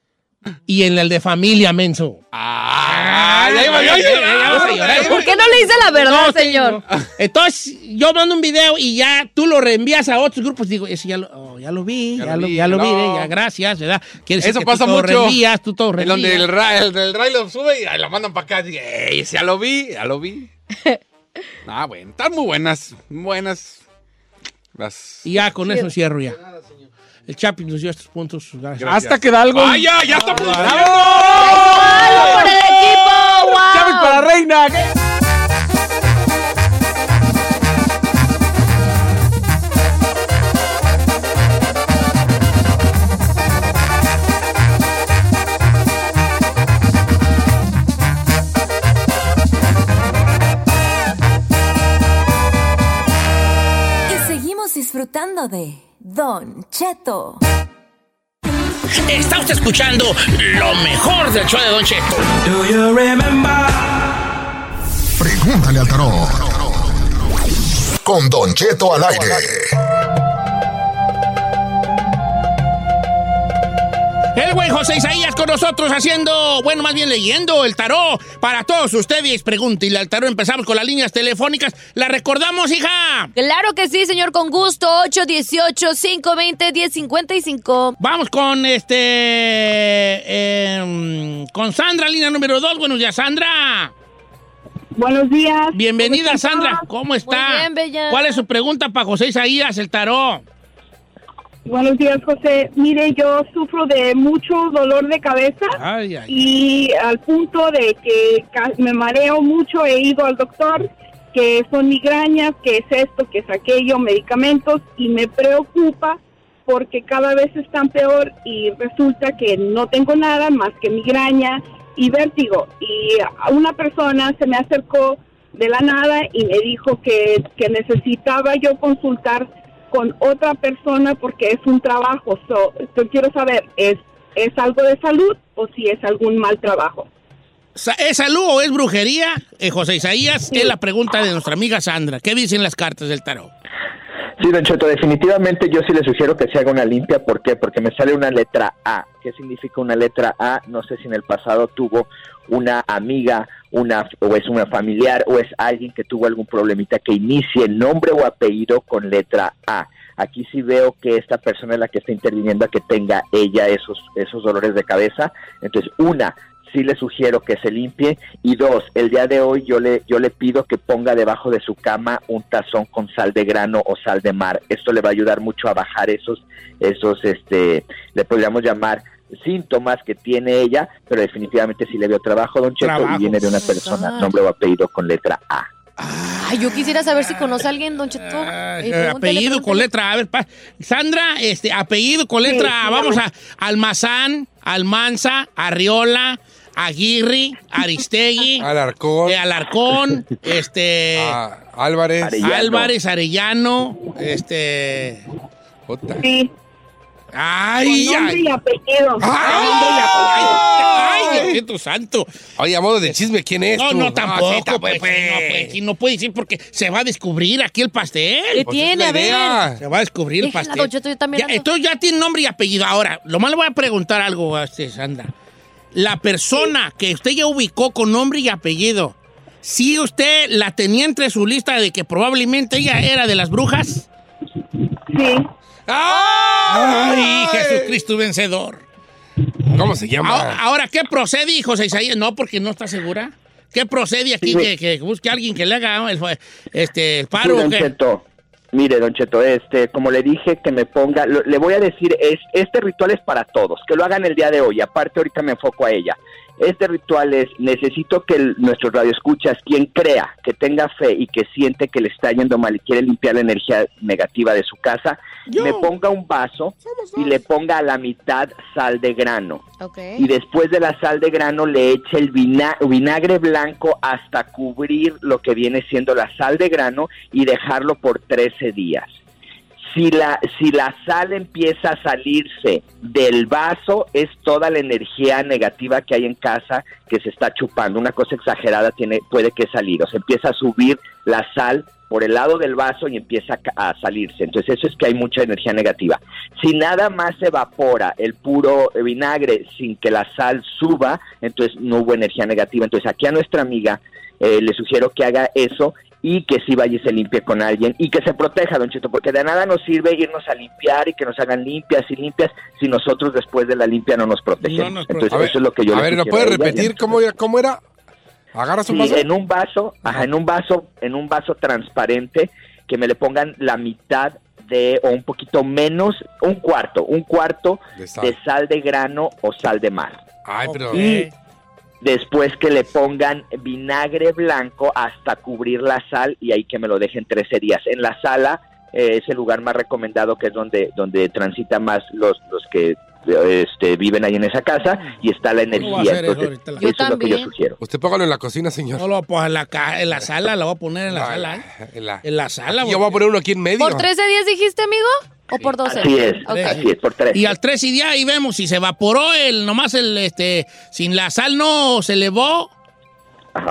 y en el de familia, menso. Ah, ya iba, ya Ay, iba. ay, ay, vamos a llorar. ¿Por qué no le dice la verdad, No, sí, señor? no. Entonces, yo mando un video y ya tú lo reenvías a otros grupos. Digo, ese ya lo, oh, ya lo vi, ya, lo, ya lo vi, no. eh, ya gracias, ¿verdad? Quiere decir Eso que pasa tú todo mucho. reenvías, tú todo En reenvías. donde el, ra- el, el Ray lo sube y ay, lo mandan para acá. Dije, "Ey, ese ya lo vi, ya lo [laughs] vi. ah, bueno. Están muy buenas. muy Buenas. Las. Y ya con eso cierro ya. El Chapi nos dio estos puntos. Gracias. Ah, Hasta que da algo. ¡Ay, Ah, ya! ¡Ya está produciendo! ¡Halo por el equipo! ¡Wow! Chávez para reina. Y seguimos disfrutando de Don Cheto. Está usted escuchando lo mejor del show de Don Cheto. Pregúntale al tarot. Con Don Cheto al aire. El buen José Isaías con nosotros haciendo, bueno, más bien leyendo el tarot para todos ustedes. Pregunta y al tarot empezamos con las líneas telefónicas. ¿La recordamos, hija? Claro que sí, señor, con gusto. 818-520-1055. Vamos con este. em, con Sandra, línea número 2. Buenos días, Sandra. Buenos días. Bienvenida, Sandra. ¿Cómo está? Muy bien, bella. ¿Cuál es su pregunta para José Isaías, el tarot? Buenos días, José. Mire, yo sufro de mucho dolor de cabeza Ay, ay. y al punto de que ca- me mareo mucho. He ido al doctor, que son migrañas, que es esto, que es aquello, medicamentos, y me preocupa porque cada vez están peor y resulta que no tengo nada más que migraña y vértigo. Y a una persona se me acercó de la nada y me dijo que, que necesitaba yo consultar con otra persona porque es un trabajo. So, so quiero saber, ¿es, ¿es algo de salud o si es algún mal trabajo? Sa- ¿Es salud o es brujería? Eh, José Isaías, es la pregunta de nuestra amiga Sandra. ¿Qué dicen las cartas del tarot? Sí, Don Cheto, definitivamente yo sí le sugiero que se haga una limpia. ¿Por qué? Porque me sale una letra A. ¿Qué significa una letra A? No sé si en el pasado tuvo una amiga, una o es una familiar o es alguien que tuvo algún problemita que inicie nombre o apellido con letra A. Aquí sí veo que esta persona es la que está interviniendo a que tenga ella esos esos dolores de cabeza. Entonces, una sí le sugiero que se limpie y dos, el día de hoy yo le yo le pido que ponga debajo de su cama un tazón con sal de grano o sal de mar. Esto le va a ayudar mucho a bajar esos esos este le podríamos llamar síntomas que tiene ella, pero definitivamente sí le veo trabajo, don Cheto, y Trabajo. viene de una persona, nombre o apellido con letra A. Ay, yo quisiera saber si conoce a alguien, Don Cheto. Eh, pregúntele, Eh, apellido con pregúntele. letra A. A ver, pa- Sandra, este, apellido con letra A. Vamos a Almazán, Almanza, Arriola, Aguirre, Aristegui, [laughs] Alarcón. eh, Alarcón, este, [laughs] Ah, Álvarez. Álvarez, Arellano, este... Sí. Ay, Con nombre ay, y apellido. ay, Dios mío santo. Oye, a modo de chisme, ¿quién es? No, tú? no, tampoco. sí, tampoco, pues, pues. No, pues, aquí no puede decir porque se va a descubrir aquí el pastel. ¿Qué Pues, tiene? es la A ver. idea. Se va a descubrir el Déjala, pastel. Don Cheto, yo también Ya, ando- entonces ya tiene nombre y apellido. Ahora, lo más le voy a preguntar algo a este, Sandra. La persona que usted ya ubicó con nombre y apellido, si usted la tenía entre su lista de que probablemente ella era de las brujas. Sí. ¡Ay, Jesucristo vencedor! ¿Cómo se llama? Ahora, ahora, ¿qué procede, José Isaías? No, porque no está segura. ¿Qué procede aquí? Sí. Que, que busque a alguien que le haga el, este, el paro. Sí, ¿o don qué? Cheto. Mire, don Cheto, este, como le dije, que me ponga, lo- le voy a decir, es, este ritual es para todos, que lo hagan el día de hoy, aparte ahorita me enfoco a ella. Este ritual es, necesito que el- nuestros radioescuchas, quien crea, que tenga fe y que siente que le está yendo mal y quiere limpiar la energía negativa de su casa, me ponga un vaso y le ponga a la mitad sal de grano y después de la sal de grano le eche el vina- vinagre blanco hasta cubrir lo que viene siendo la sal de grano y dejarlo por 13 días. Si la, si la sal empieza a salirse del vaso, es toda la energía negativa que hay en casa que se está chupando. Una cosa exagerada tiene, puede que salir. O sea, empieza a subir la sal por el lado del vaso y empieza a ca- a salirse. Entonces eso es que hay mucha energía negativa. Si nada más se evapora el puro vinagre sin que la sal suba, entonces no hubo energía negativa. Entonces aquí a nuestra amiga eh, le sugiero que haga eso y que sí vaya y se limpie con alguien y que se proteja, don Cheto, porque de nada nos sirve irnos a limpiar y que nos hagan limpias y limpias si nosotros después de la limpia no nos protegemos. entonces A ver, eso es lo que yo A le ver, ¿lo sugiero puedes a ella y repetir cómo era? ¿Cómo era? ¿Agarras un Sí, vaso? en un vaso, ajá, en un vaso, en un vaso transparente que me le pongan la mitad de o un poquito menos, un cuarto, un cuarto De de sal. sal de, grano o sal de mar. Ay, pero... Y después que le pongan vinagre blanco hasta cubrir la sal y ahí que me lo dejen 13 días. En la sala eh, es el lugar más recomendado que es donde donde transita más los los que eh, este, viven ahí en esa casa y está la va a energía. hacer eso Entonces, ahorita la- eso es lo que yo Yo sugiero. Usted póngalo en la cocina, señor. No lo voy a poner en la, ca- en la sala, la voy a poner en la Ah, sala. ¿eh? En la, En la sala. Yo voy a poner uno aquí en medio. ¿Por 13 días dijiste, amigo? ¿O por 12? Así es, Ok. así es, por tres. Y al 3 y día ahí vemos si se evaporó el, nomás el, este, sin la sal no se elevó.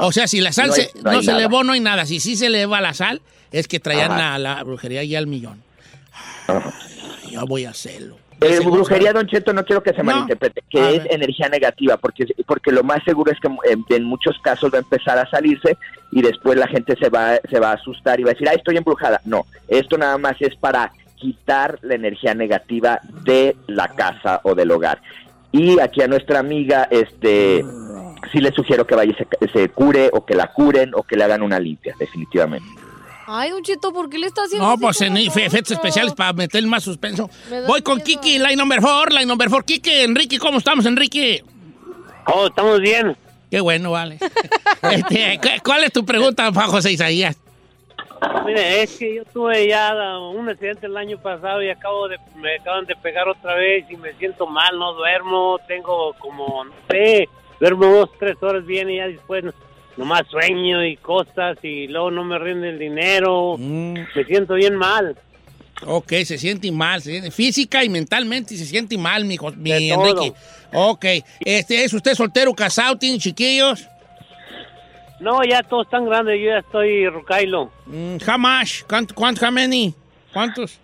O sea, si la sal No hay- se- no, no hay se nada. elevó, no hay nada. Si sí se eleva la sal, es que traían Ajá. la, la brujería ya al millón. Ay, yo voy a hacerlo. Eh, brujería, Don Cheto, no quiero que se No. malinterprete, que A es ver. energía negativa, porque, porque lo más seguro es que eh, en muchos casos va a empezar a salirse y después la gente se va, se va a asustar y va a decir, ah, estoy embrujada. No, esto nada más es para quitar la energía negativa de la casa o del hogar. Y aquí a nuestra amiga, este, sí le sugiero que vaya y se, se cure o que la curen o que le hagan una limpia, definitivamente. Ay, Don Cheto, ¿por qué le está haciendo No, así pues con en nosotros? efectos especiales para meter más suspenso. Me da Voy con miedo. Kiki, line number 4, line number 4. Kiki, Enrique, ¿cómo estamos, Enrique? Oh, estamos bien. [laughs] Qué bueno, vale. Este, ¿cu- ¿Cuál es tu pregunta, Juan José Isaías? Mire, es que yo tuve ya un accidente el año pasado y acabo de, me acaban de pegar otra vez y me siento mal, no duermo, tengo como, no sé, duermo dos, tres horas bien y ya después no- nomás sueño y cosas y luego no me rinde el dinero, Mm. me siento bien mal. Ok, se siente mal, se siente física y mentalmente se siente mal, mi, jo- mi De todo. Enrique. Ok, este, ¿es usted soltero, casado, tiene chiquillos? No, ya todos están grandes, yo ya estoy rucailo. jamás Mm, ¿Cuánto, cuánto, how many? ¿Cuántos?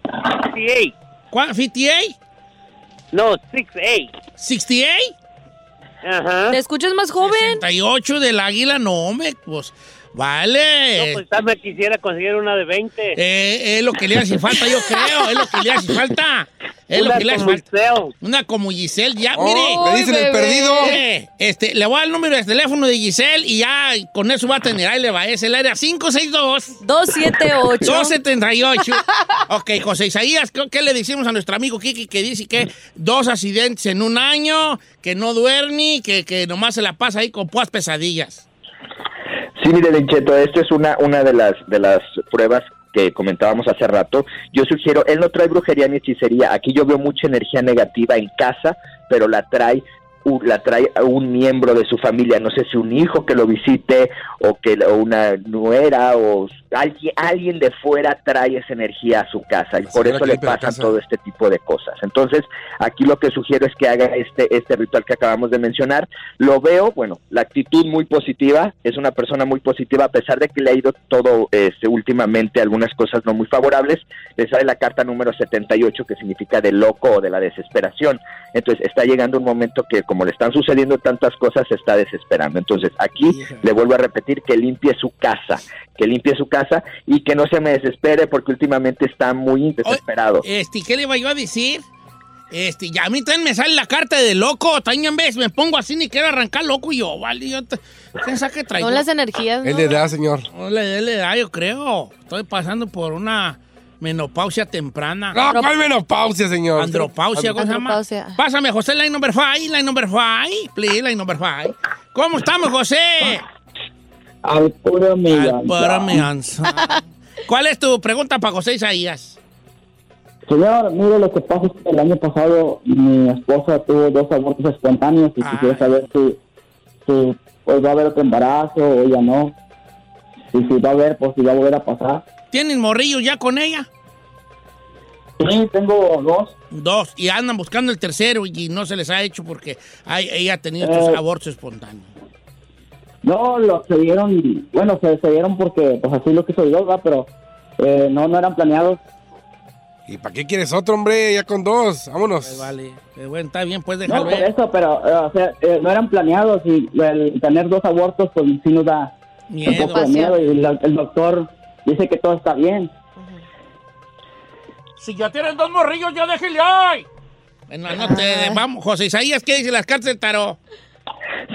58. ¿58? No, 68. ¿68? Ajá. ¿Te escuchas más joven? 38 del águila, no, hombre, pues, vale. No, pues tal vez quisiera conseguir una de 20. Eh, es lo que le hace falta, yo creo, es lo que le hace falta. Es lo Una que le hace como falta. Una como Giselle, ya, Oh, Ah, mire. le dicen el bebé. perdido. Eh, este, le voy a dar el número de teléfono de Giselle y ya con eso va a tener, ahí le va, es el área 562. 278. 278. ok, José Isaías, ¿qué, qué le decimos a nuestro amigo Kiki que dice que dos accidentes en un año, que no duerme, que, que nomás se la pasa ahí con puas pesadillas? Sí, mire, Don Cheto, esto es una, una de, las, de las pruebas que comentábamos hace rato. Yo sugiero, él no trae brujería ni hechicería. Aquí yo veo mucha energía negativa en casa, pero la trae u- la trae a un miembro de su familia, no sé si un hijo que lo visite o que o una nuera o alguien, alguien de fuera trae esa energía a su casa y por señora eso que le limpia la pasa casa. todo este tipo de cosas. Entonces, aquí lo que sugiero es que haga este, este ritual que acabamos de mencionar. Lo veo, bueno, la actitud muy positiva, es una persona muy positiva, a pesar de que le ha ido todo este, últimamente algunas cosas no muy favorables, le sale la carta número 78 que significa de loco o de la desesperación. Entonces, está llegando un momento que como le están sucediendo tantas cosas, se está desesperando. Entonces, aquí le vuelvo a repetir que limpie su casa, que limpie su casa y que no se me desespere porque últimamente está muy desesperado. Este, ¿qué le iba yo a decir? Este, ya a mí también me sale la carta de loco. También ves, me pongo así ni quiero arrancar loco y yo, vale, yo te- piensa que traigo. Son las energías. Él ¿no? le da, señor. No le él le da, yo creo. Estoy pasando por una menopausia temprana. No, ¿cuál menopausia, señor? Andropausia, ¿cómo se llama? Andropausia. Pásame, José, line number five, line number five, please, line number five. ¿Cómo estamos, [laughs] José? Al puro millón. Espérame, ansa. ¿Cuál es tu pregunta para José Isaías? Señor, mire, lo que pasa es que el año pasado mi esposa tuvo dos abortos espontáneos y quisiera saber si, si pues, va a haber otro embarazo o ya no. Y si va a haber, pues si va a volver a pasar. ¿Tienen morrillos ya con ella? Sí, tengo dos. Dos, y andan buscando el tercero y no se les ha hecho porque hay- ella ha tenido Eh. estos abortos espontáneos. No, lo se dieron, bueno, se, se dieron porque pues así lo quiso Dios, ¿verdad? Pero eh, no, no eran planeados. ¿Y para qué quieres otro, hombre? Ya con dos. Vámonos. Vale, Eh, bueno, está bien, pues No, déjalo por ver. eso, pero eh, o sea, eh, no eran planeados y el tener dos abortos pues sí nos da Miedo. un poco de miedo y la- el doctor dice que todo está bien. Si ya tienen dos morrillos, ya déjele ahí. Bueno, no te vamos, José Isaías, ¿qué dice las cartas del tarot?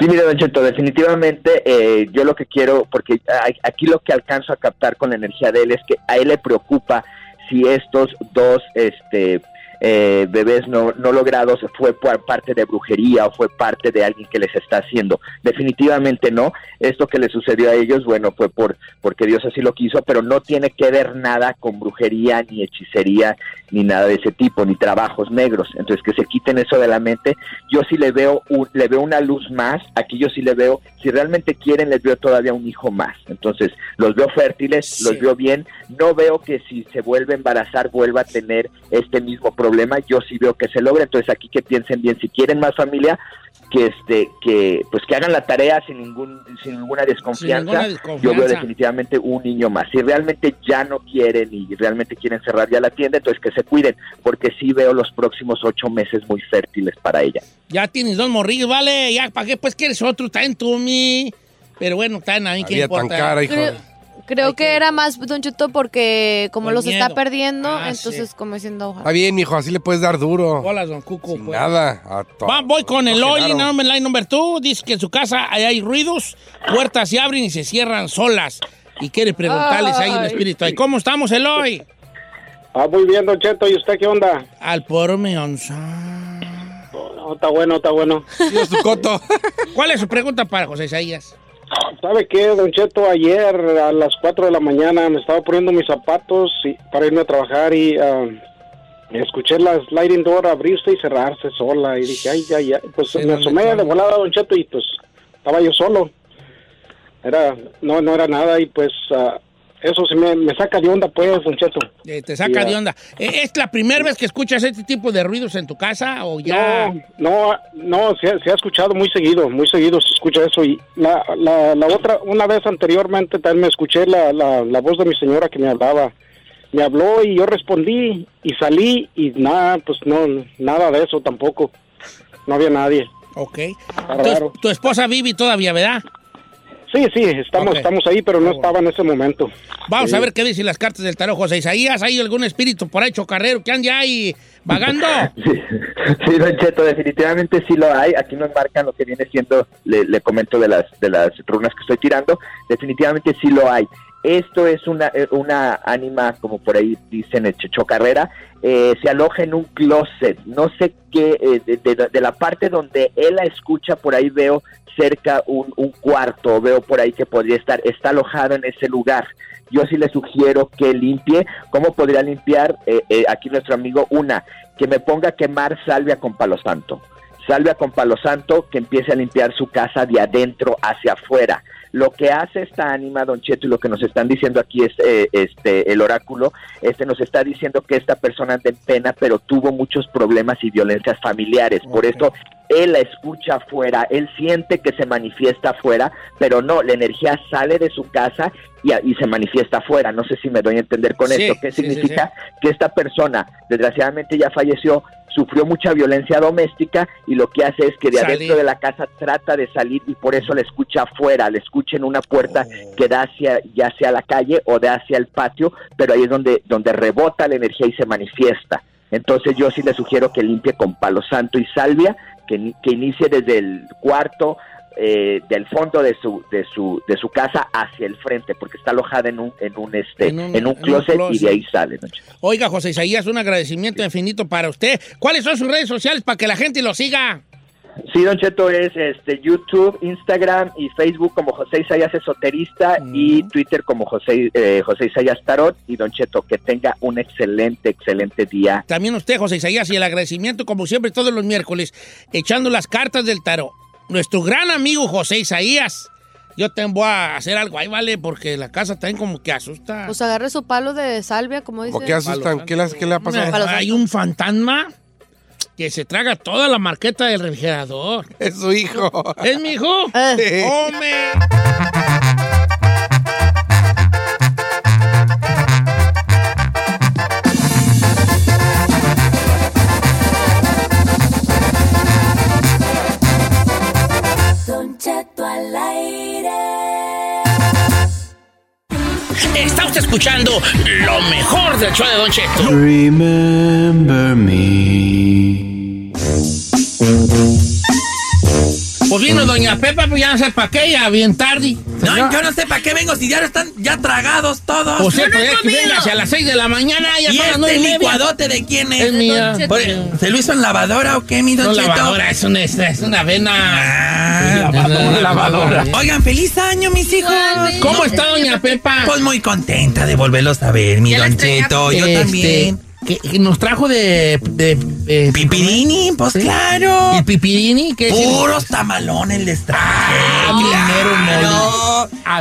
Sí, mire, Don Cheto, definitivamente eh, yo lo que quiero, porque a- aquí lo que alcanzo a captar con la energía de él es que a él le preocupa si estos dos este, eh, bebés no, no logrados fue por parte de brujería o fue parte de alguien que les está haciendo. Definitivamente no. Esto que le sucedió a ellos, bueno, fue por porque Dios así lo quiso, pero no tiene que ver nada con brujería, ni hechicería, ni nada de ese tipo, ni trabajos negros. Entonces, que se quiten eso de la mente. Yo sí le veo, un- le veo una luz más. Aquí yo sí le veo, si realmente quieren, les veo todavía un hijo más. Entonces, los veo fértiles, los veo bien. No veo que si se vuelve a embarazar, vuelva a tener este mismo problema. Yo sí veo que se logra. Entonces, aquí que piensen bien, si quieren más familia, que este que pues que hagan la tarea sin ningún sin ninguna desconfianza. desconfianza. Yo veo definitivamente un niño más. Si realmente ya no quieren y realmente quieren cerrar ya la tienda, entonces que se cuiden, porque sí veo los próximos ocho meses muy fértiles para ella. Ya tienes dos morrillos, vale, ya, ¿para qué? Pues quieres otro, está en tu mi. Pero bueno, está en ahí, ¿qué Había tan importa? cara, hijo. Creo- Creo que era más Don Cheto porque como Por los miedo. está perdiendo, Ah, entonces como diciendo Está bien, mijo, así le puedes dar duro. Hola, don Cuco. pues. Sin nada. A to- Va, voy con el No, Oli, Genaro. number line number two. Dice que en su casa ahí hay ruidos, puertas se abren y se cierran solas. Y quiere preguntarles si hay un Ay. espíritu ahí. ¿Cómo estamos, Eloy? Ah, muy bien, Don Cheto. ¿Y usted qué onda? Al poro me onza. No, está bueno, está bueno. [laughs] ¿Cuál es su pregunta para José Isaías? ¿Sabe qué, Don Cheto? Ayer a las 4 de la mañana me estaba poniendo mis zapatos y- para irme a trabajar y ah, escuché la sliding door abrirse y cerrarse sola. Y dije, ay, ya, ya. Pues me asomé de volada, Don Cheto, y pues estaba yo solo. Era, no, no era nada y pues ah, eso se me, me saca de onda, pues, Don Cheto. Eh, te saca Sí, de ah. onda. Eh, ¿Es la primera vez que escuchas este tipo de ruidos en tu casa o ya? No, no, no, se, ha- se ha escuchado muy seguido, muy seguido se escucha eso. Y la, la, la otra, una vez anteriormente también me escuché la, la, la voz de mi señora que me hablaba. Me habló y yo respondí y salí y nada, pues no, nada de eso tampoco. No había nadie. Ok. raro. Tu, tu esposa vive todavía, ¿verdad? Sí, sí, estamos, Ok. estamos ahí, pero no estaba en ese momento. Vamos Sí. a ver qué dicen las cartas del tarot, José Isaías. ¿Hay algún espíritu por ahí chocarrero que ande ahí vagando? Sí, Don Cheto, definitivamente sí lo hay. Aquí nos marcan lo que viene siendo, le, le comento de las, de las runas que estoy tirando. Definitivamente sí lo hay. Esto es una, eh, una ánima, como por ahí dicen el Checho Carrera, eh, se aloja en un closet. No sé qué, eh, de, de- de la parte donde él la escucha, por ahí veo cerca un, un cuarto, veo por ahí que podría estar, está alojado en ese lugar. Yo sí le sugiero que limpie. ¿Cómo podría limpiar? Eh, eh, aquí nuestro amigo, una, que me ponga a quemar salvia con palo santo. Salvia con palo santo, que empiece a limpiar su casa de adentro hacia afuera. Lo que hace esta ánima, Don Cheto, y lo que nos están diciendo aquí es eh, este el oráculo, este nos está diciendo que esta persona anda en pena, pero tuvo muchos problemas y violencias familiares. Por eso él la escucha afuera, él siente que se manifiesta afuera, pero no, la energía sale de su casa y, a- y se manifiesta afuera. No sé si me doy a entender con Sí, esto. ¿Qué sí, sí, significa? sí. que esta persona, desgraciadamente ya falleció, sufrió mucha violencia doméstica y lo que hace es que de Salir. adentro de la casa trata de salir y por eso la escucha afuera, la escucha en una puerta que da hacia ya sea la calle o da hacia el patio, pero ahí es donde donde rebota la energía y se manifiesta. Entonces yo sí le sugiero que limpie con palo santo y salvia, que, ni- que inicie desde el cuarto eh, del fondo de su de su de su casa hacia el frente, porque está alojada en un en un este en un, closet, y closet. de ahí sale. ¿no? Oiga, José Isaías, un agradecimiento infinito para usted. ¿Cuáles son sus redes sociales para que la gente lo siga? Sí, Don Cheto, es este, YouTube, Instagram y Facebook como José Isayas Esoterista y Twitter como José, eh, José Isayas Tarot. Y Don Cheto, que tenga un excelente, excelente día. También usted, José Isaías, y el agradecimiento, como siempre, todos los miércoles, echando las cartas del tarot. Nuestro gran amigo José Isaías. Yo te voy a hacer algo ahí, ¿vale? Porque la casa también como que asusta. Pues agarre su palo de salvia, como dice. ¿O qué asustan? ¿Qué le- qué le ha pasado? Palo santo. Hay un fantasma que se traga toda la marqueta [laughs] del refrigerador. Es su hijo. ¿Es mi hijo? Ah. Oh, Sí. [laughs] Eh. ¡Hombre! Don Cheto al aire. Está usted escuchando lo mejor del show de Don Cheto. Remember me. Pues vino Doña Pepa, pues ya no sé para qué, ya bien tarde. No, yo no sé para qué vengo si ya están ya tragados todos. Pues cierto, ya que venga hacia las 6 de la mañana, ya ¿Y son las este nueve y media. licuadote de quién es? Es mía. Don Cheto. Oye, ¿Se lo hizo en lavadora o qué, mi don No, Cheto? Ah. lavadora, es una, es una avena. Lavadora, Oigan, feliz año, mis hijos. ¿Cómo está doña Pepa? Pues muy contenta de volverlos a ver, mi Ya las don traía- Cheto. Yo Este, también. Que, que nos trajo de. de, de- Pipirini, pues claro. ¿Y pipirini? ¿Qué es? Puros tamalones les traje. Ah, claro.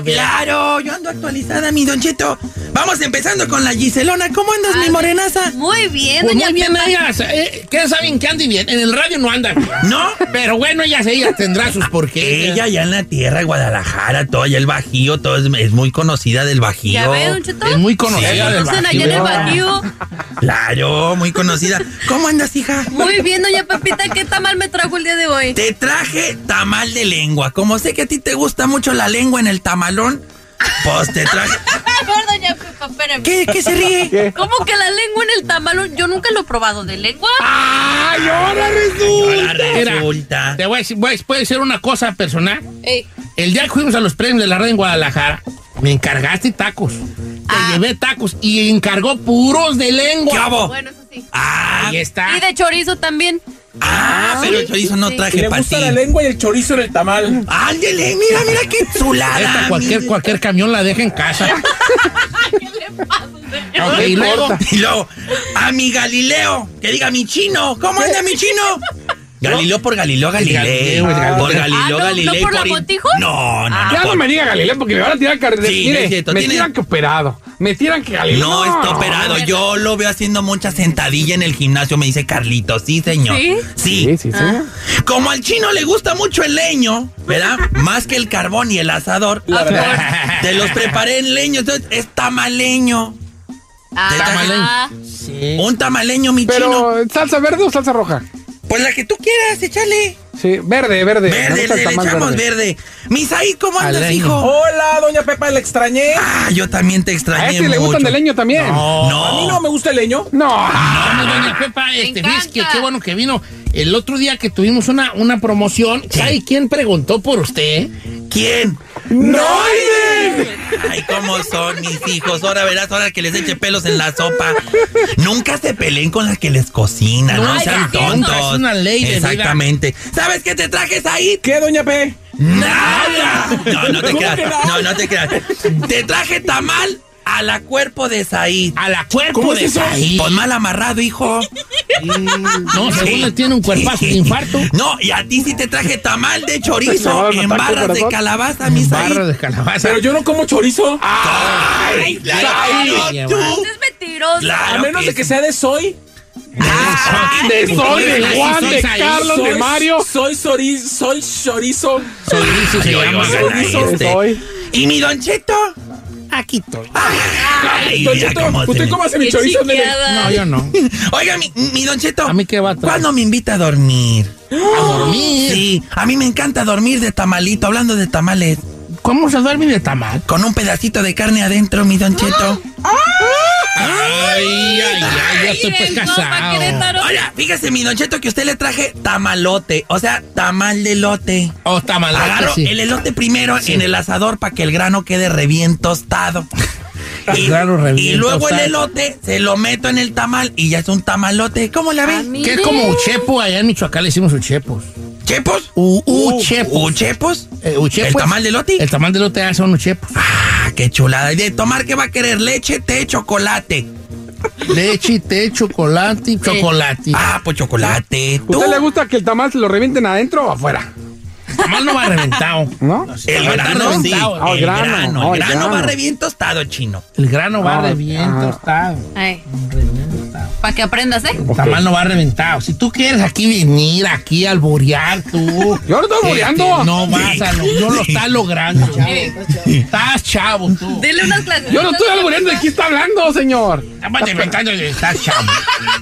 Claro, yo ando actualizada, mi Don Cheto. Vamos empezando con la Giselona. ¿Cómo andas, mi morenaza? Muy bien, Pues doña muy bien, Pepa. ellas. eh, ¿Qué saben que andan bien? En el radio no andan. ¿No? Pero bueno, ellas, ellas tendrán sus porqués. Ella ya en la tierra, de Guadalajara, todo allá el Bajío, todo es, es muy conocida del Bajío. Ya ve, Don Cheto. Es muy conocida Sí, del conocen allá Bajío. en el Bajío. Claro, muy conocida. ¿Cómo andas, hija? Muy bien, doña Pepita, ¿qué tamal me trajo el día de hoy? Te [laughs] traje tamal de lengua. Como sé que a ti te gusta mucho la lengua en el tamalón, pues te traje. A ver, doña Pepa, espérame. ¿Qué? ¿Qué se ríe? ¿Qué? ¿Cómo que la lengua en el tamal? Yo nunca lo he probado de lengua. ¡Ay, ahora resulta! Mira, te voy a decir, voy a- puede ser una cosa personal. Ey. El día que fuimos a los premios de la red en Guadalajara, me encargaste tacos. Te Ah. llevé tacos y encargó puros de lengua. Bueno, eso sí. Ahí está. Y de chorizo también. Ah, pero el chorizo no traje Le para gusta ti. la lengua y el chorizo en el tamal. Ándele, mira, mira qué chulada. Esta cualquier, cualquier camión la deja en casa. [laughs] Ok, ¿Qué y luego, importa? y luego, a mi Galileo, que diga mi chino, ¿cómo anda mi chino? Galileo por Galileo Galilei. Galileo, el Galileo. Eh, Por Ah, Galileo ¿no- no Galilei. por la in- Montijo? No, no, no. Ya no por- me diga Galileo porque me van a tirar car- de- Sí, mire, es cierto, me tiene- tiran que operado. Me tiran que Galileo. No, está operado. Yo lo veo haciendo mucha sentadilla en el gimnasio, me dice Carlito. Sí, señor. ¿Sí? Sí. Sí, sí, sí. Ah. Como al chino le gusta mucho el leño, ¿verdad? Más que el carbón y el asador. Ah, La verdad. [laughs] Te los preparé en leño, entonces es tamaleño. Ah. Tamaleño. Un tamaleño, mi chino. Pero, ¿salsa verde o salsa roja? Pues la que tú quieras, échale. Sí, verde, verde. Me Verde, gusta el le, le tamal echamos verde. Misaí, ¿cómo andas, Aleño. hijo? Hola, doña Pepa, la extrañé. Ah, yo también te extrañé ¿A este le mucho. gustan de leño también? No. No. A mí no me gusta el leño. No. No, doña Pepa, este, fíjese que qué bueno que vino. El otro día que tuvimos una, una promoción, ¿sabe quién preguntó por usted? ¿Quién? ¡Noiden! Ay, cómo son mis hijos. Ahora verás, ahora que les eche pelos en la sopa. Nunca se peleen con las que les cocinan. No, No, sean es cierto, tontos. es una ley de vida. Exactamente. ¿Sabes qué te trajes ahí? ¿Qué, doña P? ¡Nada! No, no te ¿Cómo creas. que nada? No, no te creas. Te traje tamal a la cuerpo de Said. A la cuerpo ¿Cómo de es eso? Said. Pues mal amarrado, hijo. No, según le tiene un cuerpazo de infarto. No, y a ti sí te traje tamal de chorizo No, no en tanto, barras de corazón. calabaza, mis Barra de calabaza. Pero yo no como chorizo. ¡Ay! ¡Claro, Ay, tú! llevar. Es mentiroso. Claro a menos que Ah, de que sea de soy. de sí, soy, sí, de sí, Juan, soy de Said. Carlos, de Soy- Mario. Soy chorizo. Soy chorizo. Chorizo se Ay, llama. oigan, ahí Chorizo. este. ¿Y mi Don Cheto? Aquí estoy. Ah. Ay, Don mira Cheto, cómo se usted me- cómase mi chorizo. nene. No, yo no. [laughs] Oiga, mi, mi Don Cheto. A mí qué va a traer? ¿Cuándo me invita a dormir? A dormir. Sí, a mí me encanta dormir de tamalito, hablando de tamales. ¿Cómo se duerme de tamal? Con un pedacito de carne adentro, mi Don Cheto. Ay, ay, ay, ya estoy pues casado. Oiga, fíjese, mi Don Cheto, que usted le traje tamalote, o sea, tamal de elote. O tamal. Agarro el elote primero en el asador para que el grano quede re bien [laughs] tostado. El grano re y bien luego el tostado. elote se lo meto en el tamal y ya es un tamalote. ¿Cómo la ves? Que es como uchepo, allá en Michoacán le hicimos uchepos. ¿Chepos? U- uchepos. ¿Uchepos? Eh, uchepos. ¿El tamal de elote? El tamal de lote hace son uchepos. Ah, qué chulada. ¿Y de tomar qué va a querer? ¿Leche, té, chocolate? Leche, té, chocolate, y chocolate. Ah, pues chocolate. ¿Tú? ¿Usted le gusta que el tamal se lo revienten adentro o afuera? Tamal no [laughs] va reventado. ¿no? El Está grano, sí. reventado, Ah, el grano, grano, ah, el el grano va grano. re bien tostado, chino. El grano va Ah, re bien ah. tostado. Para que aprendas, ¿eh? El tamal no va reventado. Si tú quieres aquí venir, aquí alborear tú. [laughs] Yo no estoy este, alboreando. No vas a lo- no lo estás logrando, chavo. Estás chavo tú. Dele unas clases. Yo no estoy albureando, ¿de qué está hablando, señor? Estamos inventando que estás chavo.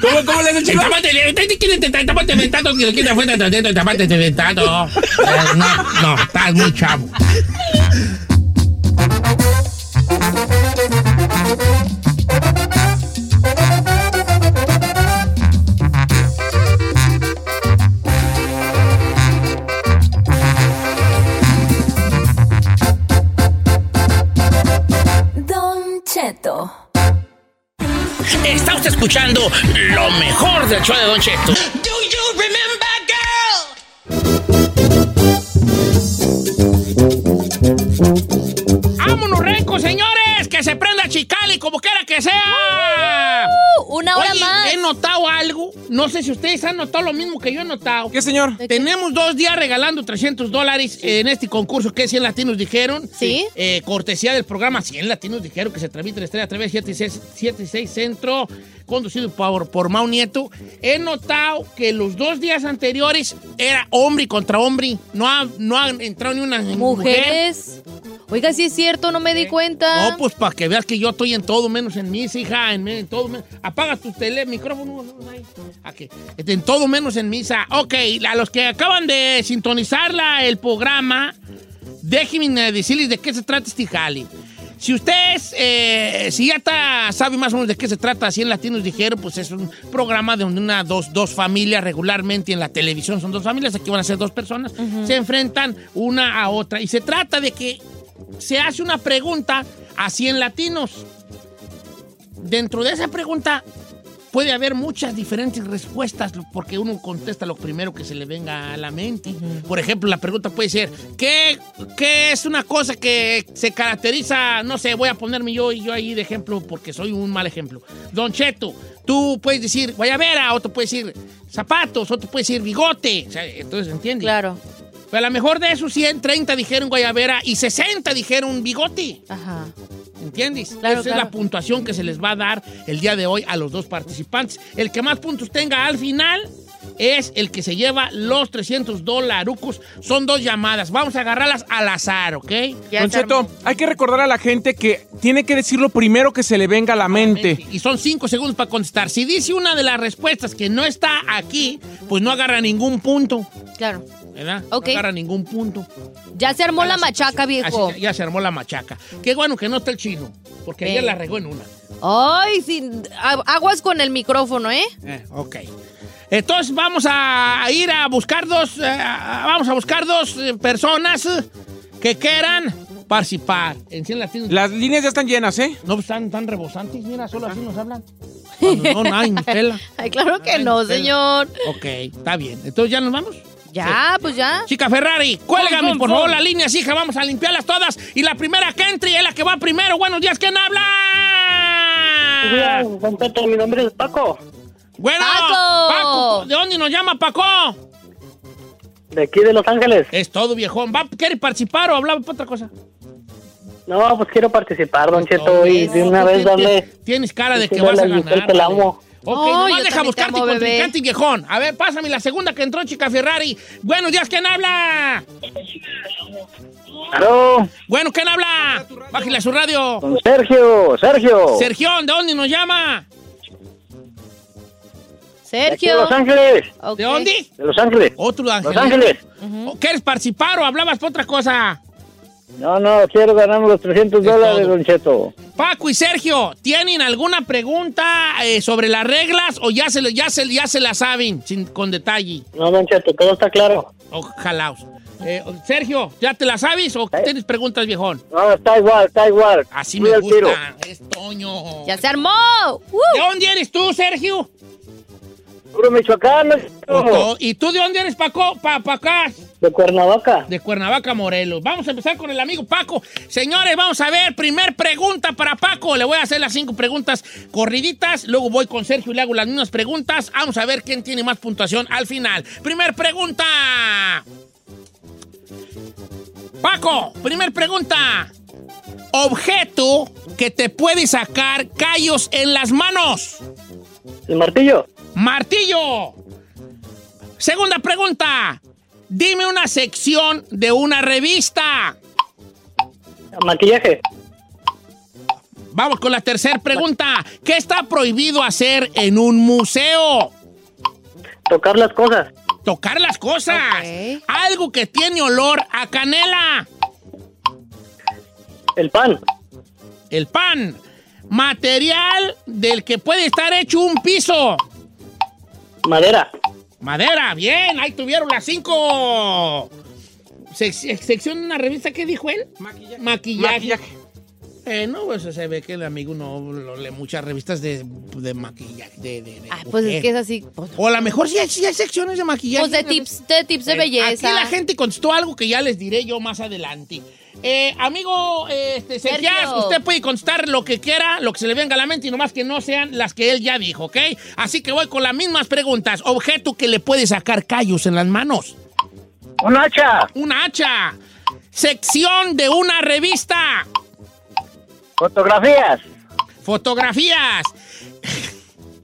¿Cómo, cómo le hace el chico? Estamos te- usted quiere te- estamos inventando que lo quiere afuera, te- te- estamos inventando. Eh, No, no, estás muy chavo. Don Cheto. Está usted escuchando lo mejor del show de Don Cheto. Do you remember, girl? ¡Vámonos, eh. Renco, señores! ¡Que se prenda Chicali como quiera que sea! Uh, Una hora Oye, más. He notado algo. No sé si ustedes han notado lo mismo que yo he notado. ¿Qué, señor? Tenemos dos días regalando 300 dólares en este concurso que 100 latinos dijeron. Sí. Eh, cortesía del programa 100 latinos dijeron que se transmite en estrella a través de 76 Centro, conducido por, por Mau Nieto. He notado que los dos días anteriores era hombre contra hombre. No ha, no ha entrado ni una mujer. Mujeres. Oiga, sí es cierto, no me di cuenta. No, pues para que veas que yo estoy en todo menos en mis, hija, en, en todo menos. Apaga tu tele, micrófono. no, no, ahí. Aquí. Este, En todo menos en misa. Ok, a los que acaban de sintonizar la- el programa, déjenme decirles de qué se trata este jale. Si ustedes, eh, si ya está, sabe más o menos de qué se trata, 100 latinos dijeron, pues es un programa donde una, dos, dos familias regularmente en la televisión, son dos familias, aquí van a ser dos personas, se enfrentan una a otra. Y se trata de que se hace una pregunta a 100 latinos. Dentro de esa pregunta puede haber muchas diferentes respuestas lo- porque uno contesta lo primero que se le venga a la mente. Por ejemplo, la pregunta puede ser, ¿qué, qué es una cosa que se caracteriza? No sé, voy a ponerme yo y yo ahí de ejemplo porque soy un mal ejemplo. Don Cheto, tú puedes decir guayabera, otro puede decir zapatos, otro puede decir bigote. O sea, entonces, ¿entiendes? Claro. Pero a lo mejor de esos 100, 30 dijeron guayabera y 60 dijeron bigote. Ajá. ¿Entiendes? Claro, Esa es claro. la puntuación que se les va a dar el día de hoy a los dos participantes. El que más puntos tenga al final es el que se lleva los 300 dolarucos. Son dos llamadas. Vamos a agarrarlas al azar, ¿ok? Don Cheto, hay que recordar a la gente que tiene que decir lo primero que se le venga a la mente. Y son cinco segundos para contestar. Si dice una de las respuestas que no está aquí, pues no agarra ningún punto, Claro. ¿verdad? Ok. No agarra ningún punto. Ya se armó la pues, machaca, Así viejo. que ya se armó la machaca. Qué bueno que no está el chino, porque Sí. ayer la regó en una. Ay, sí, a- aguas con el micrófono, ¿eh? Eh, ok. Entonces vamos a ir a buscar dos, eh, a- vamos a buscar dos eh, personas eh, que quieran participar. Enciende las tiendas. Las líneas ya están llenas, ¿eh? No, pues, están tan rebosantes, mira, solo así nos hablan. Cuando no, [laughs] nadie nos pela. [laughs] Ay, claro que no, señor. Ok, está bien. Entonces ya nos vamos. Ya, pues ya. Chica Ferrari, cuélgame Fon, por fon, favor fon. las líneas, hija, vamos a limpiarlas todas. Y la primera que entre es la que va primero. Buenos días, ¿quién habla? Don Peto, mi nombre es Paco. Bueno, ¡Paco! ¿de dónde nos llama Paco? De aquí de Los Ángeles. Es todo, viejón. ¿Va, ¿Quiere participar o hablaba para otra cosa? No, pues quiero participar, Don Cheto, y de una No, vez tú tienes- darle... Tienes cara de Sí, que vas a dale, ganar. mujer, te la amo. Ok, Ay, nomás yo deja también buscar te tu amo, bebé. contrincante, viejón. A ver, pásame la segunda que entró, chica Ferrari. Buenos días, ¿quién habla? Bueno, ¿quién habla? Bájale a su radio. Sergio, Sergio. Sergio, ¿de dónde nos llama? De aquí de Los Ángeles. ¿De dónde? De Los Ángeles. Otro Los Ángeles. Oh, ¿Quieres participar o hablabas para otra cosa? No, no, quiero ganarme los 300 dólares, Don Cheto. Paco y Sergio, ¿tienen alguna pregunta eh, sobre las reglas o ya se, lo- ya se, ya se la saben sin, con detalle? No, Don Cheto, todo está claro. Ojalá. Eh, Sergio, ¿ya te la sabes o tienes preguntas, viejón? No, está igual, está igual. Así me gusta. Tiro. Ya se armó. ¿De dónde eres tú, Sergio? Puro Michoacán. Don Cheto. Oh, ¿Y tú de dónde eres, Paco? Pa, pa acá. De Cuernavaca. De Cuernavaca, Morelos. Vamos a empezar con el amigo Paco. Señores, vamos a ver. Primer pregunta para Paco. Le voy a hacer las cinco preguntas corriditas. Luego voy con Sergio y le hago las mismas preguntas. Vamos a ver quién tiene más puntuación al final. Primer pregunta. Paco, primer pregunta. Objeto que te puede sacar callos en las manos. El martillo. Martillo. Segunda pregunta. Dime una sección de una revista. Maquillaje. Vamos con la tercera pregunta. ¿Qué está prohibido hacer en un museo? Tocar las cosas. Tocar las cosas. Algo que tiene olor a canela. El pan. El pan. Material del que puede estar hecho un piso. Madera. Madera, bien, ahí tuvieron las cinco. Sec- sección de una revista, ¿qué dijo él? Maquillaje. Maquillaje. Eh, no, pues se ve que el amigo no lo lee muchas revistas de, de maquillaje. De, de- de Pues es mujer. que es así. O a lo mejor sí hay, sí hay secciones de maquillaje. Pues de tips, de tips de Bueno, belleza. Aquí la gente contestó algo que ya les diré yo más adelante. Eh, amigo, eh, este, Sergio. Sergio, usted puede contestar lo que quiera, lo que se le venga a la mente y nomás que no sean las que él ya dijo, ¿ok? Así que voy con las mismas preguntas. Objeto que le puede sacar callos en las manos. Un hacha. Una hacha. Sección de una revista. Fotografías. Fotografías.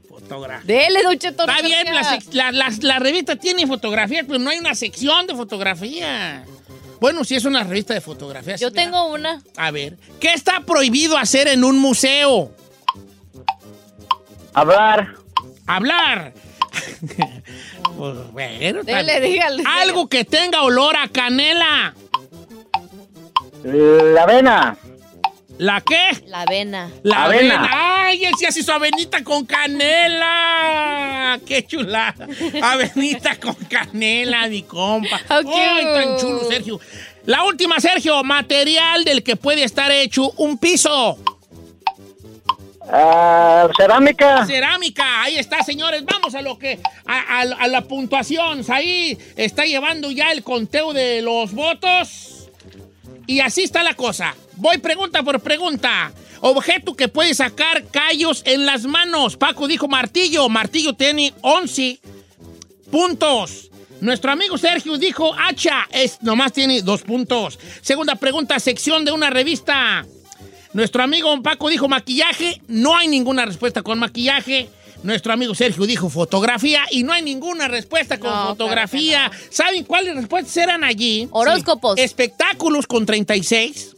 Fotografía. Dele, don Cheto. Está no bien, sea. la, sec- la- la- la revista tiene fotografías, pero no hay una sección de fotografía. Bueno, si es una revista de fotografías. Yo tengo una. A ver, ¿qué está prohibido hacer en un museo? Hablar. Hablar. Pues, bueno, está Dele, bien. dígale. Algo que tenga olor a canela. La avena. ¿La qué? La avena. La avena. Avena. ¡Ay, él sí hace su avenita con canela! ¡Qué chulada! Avenita con canela, [laughs] mi compa. ¡Ay, tan chulo, Sergio! La última, Sergio. Material del que puede estar hecho un piso. Ah, cerámica. Cerámica, ahí está, señores. Vamos a lo que. A, a- a la puntuación. Ahí está llevando ya el conteo de los votos. Y así está la cosa. Voy pregunta por pregunta. Objeto que puede sacar callos en las manos. Paco dijo martillo. Martillo tiene 11 puntos. Nuestro amigo Sergio dijo hacha. Es, nomás tiene dos puntos. Segunda pregunta, sección de una revista. Nuestro amigo Paco dijo maquillaje, no hay ninguna respuesta con maquillaje. Nuestro amigo Sergio dijo fotografía y no hay ninguna respuesta con fotografía. ¿Saben cuáles respuestas eran allí? Horóscopos. Espectáculos con 36,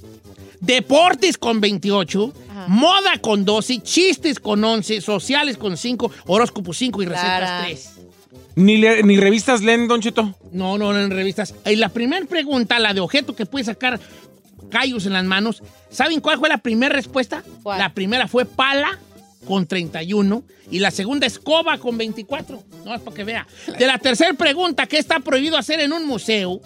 deportes con 28, moda con 12, chistes con 11, sociales con 5, horóscopos 5 y recetas Clara. 3. Ni, le- ni revistas leen, Don Cheto. No, no, no, en revistas. Y la primera pregunta, la de objeto que puede sacar callos en las manos, ¿saben cuál fue la primera respuesta? La primera fue pala con 31 y la segunda escoba con 24. No, es para que vea. De la tercera pregunta, ¿qué está prohibido hacer en un museo?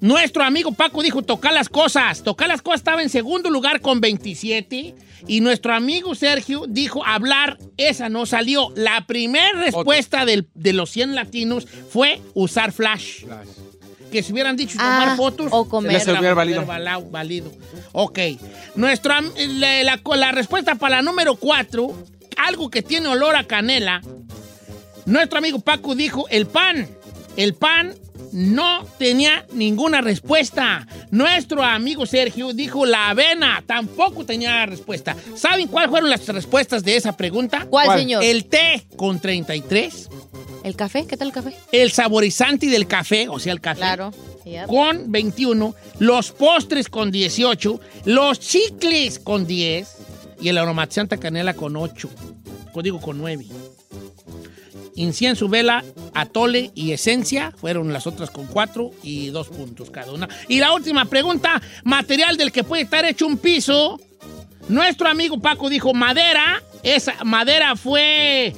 Nuestro amigo Paco dijo tocar las cosas. Tocar las cosas estaba en segundo lugar con 27. Y nuestro amigo Sergio dijo hablar. Esa no salió. La primera respuesta del- de los 100 latinos fue usar flash. Que si hubieran dicho tomar fotos, o Ah, comer. Ya se hubiera valido. valido. Ok. Nuestra, la, la- la respuesta para la número 4, algo que tiene olor a canela. Nuestro amigo Paco dijo el pan. El pan no tenía ninguna respuesta. Nuestro amigo Sergio dijo la avena. Tampoco tenía respuesta. ¿Saben cuáles fueron las respuestas de esa pregunta? ¿Cuál, ¿Cuál? señor? El té con 33. ¿El café? ¿Qué tal el café? El saborizante del café, o sea, el café. Claro. [laughs] Yep. Con 21. Los postres con 18. Los chicles con 10. Y el aromatizante canela con 8. Código con 9. Incienso, vela, atole y esencia fueron las otras con 4 y 2 puntos cada una. Y la última pregunta, material del que puede estar hecho un piso. Nuestro amigo Paco dijo madera. Esa madera fue.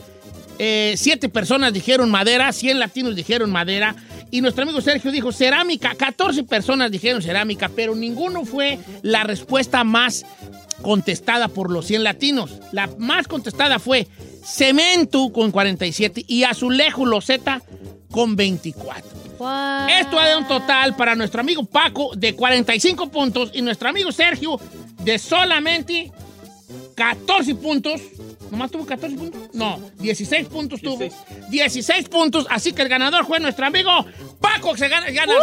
eh, siete personas dijeron madera, 100 latinos dijeron madera. Y nuestro amigo Sergio dijo cerámica. 14 personas dijeron cerámica, pero ninguno fue la respuesta más contestada por los 100 latinos. La más contestada fue cemento con 47 y azulejo loseta con 24. Esto ha dado un total para nuestro amigo Paco de 45 puntos y nuestro amigo Sergio de solamente 14 puntos. ¿Nomás tuvo 14 puntos? No, 16 puntos tuvo. 16 puntos, así que el ganador fue nuestro amigo Paco, que se gana, gana los 300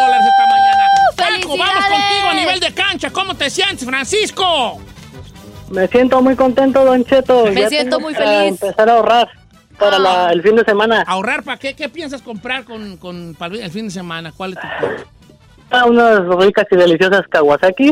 dólares esta mañana. Paco, vamos ¡Felicidades! contigo a nivel de cancha. ¿Cómo te sientes, Francisco? Me siento muy contento, Don Cheto. Me Ya siento tengo muy para feliz. Ah. empezar a ahorrar para la- el fin de semana. ¿Ahorrar para qué? ¿Qué piensas comprar con, con- para el fin de semana? ¿Cuál es tu plan? Ah, unas ricas y deliciosas Kawasaki.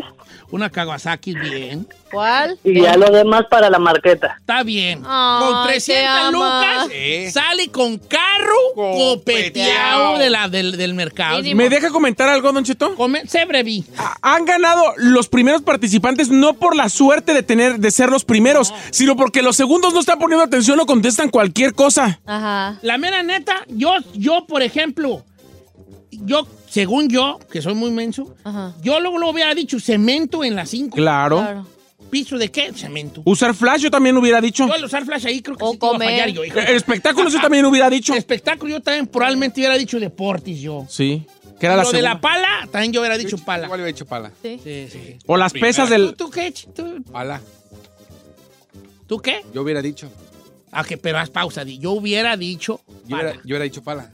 Una Kawasaki bien. ¿Cuál? Y ya lo demás para la marqueta. Está bien. Ay, con te 300 ama. lucas Sí. sale con carro copeteado de la, del, del mercado. ¿Me deja comentar algo, Don Cheto? Sé brevi. Han ganado los primeros participantes no por la suerte de tener de ser los primeros, sino porque los segundos no están poniendo atención o contestan cualquier cosa. Ajá. La mera neta, yo, yo, por ejemplo, yo, según yo, que soy muy menso, yo luego lo hubiera dicho cemento en las 5. Claro. Claro. ¿Piso de qué? Cemento. Usar flash yo también hubiera dicho. Yo al usar flash ahí creo que sí te iba a fallar yo, hijo. Eh, Espectáculos yo también hubiera dicho. Espectáculo yo también probablemente hubiera dicho deportes yo. Sí. Que era la lo de segunda. la pala, también yo hubiera dicho pala. Igual hubiera dicho pala. Sí. sí, sí. O las pesas del- ¿Tú, tú qué? ch- tú- Ala, tú qué? yo hubiera dicho. Ah, que, pero haz pausa. di. Yo hubiera dicho Yo hubiera, yo hubiera dicho pala.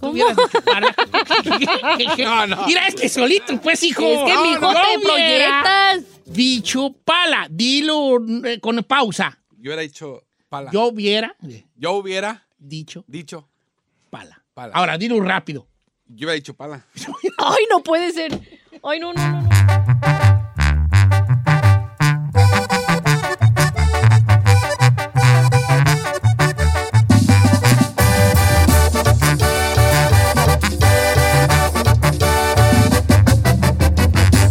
Tú hubieras dicho para. [laughs] No, no. Mira, es que solito, pues, hijo. Es que, mijo, No, no, te hubiera proyectas. Dicho pala. Dilo eh, con pausa. Yo hubiera dicho pala. Yo hubiera Yo hubiera dicho dicho pala. pala. Ahora, dilo rápido. Yo hubiera dicho pala. Ay, no puede ser. Ay, no, no, no. no.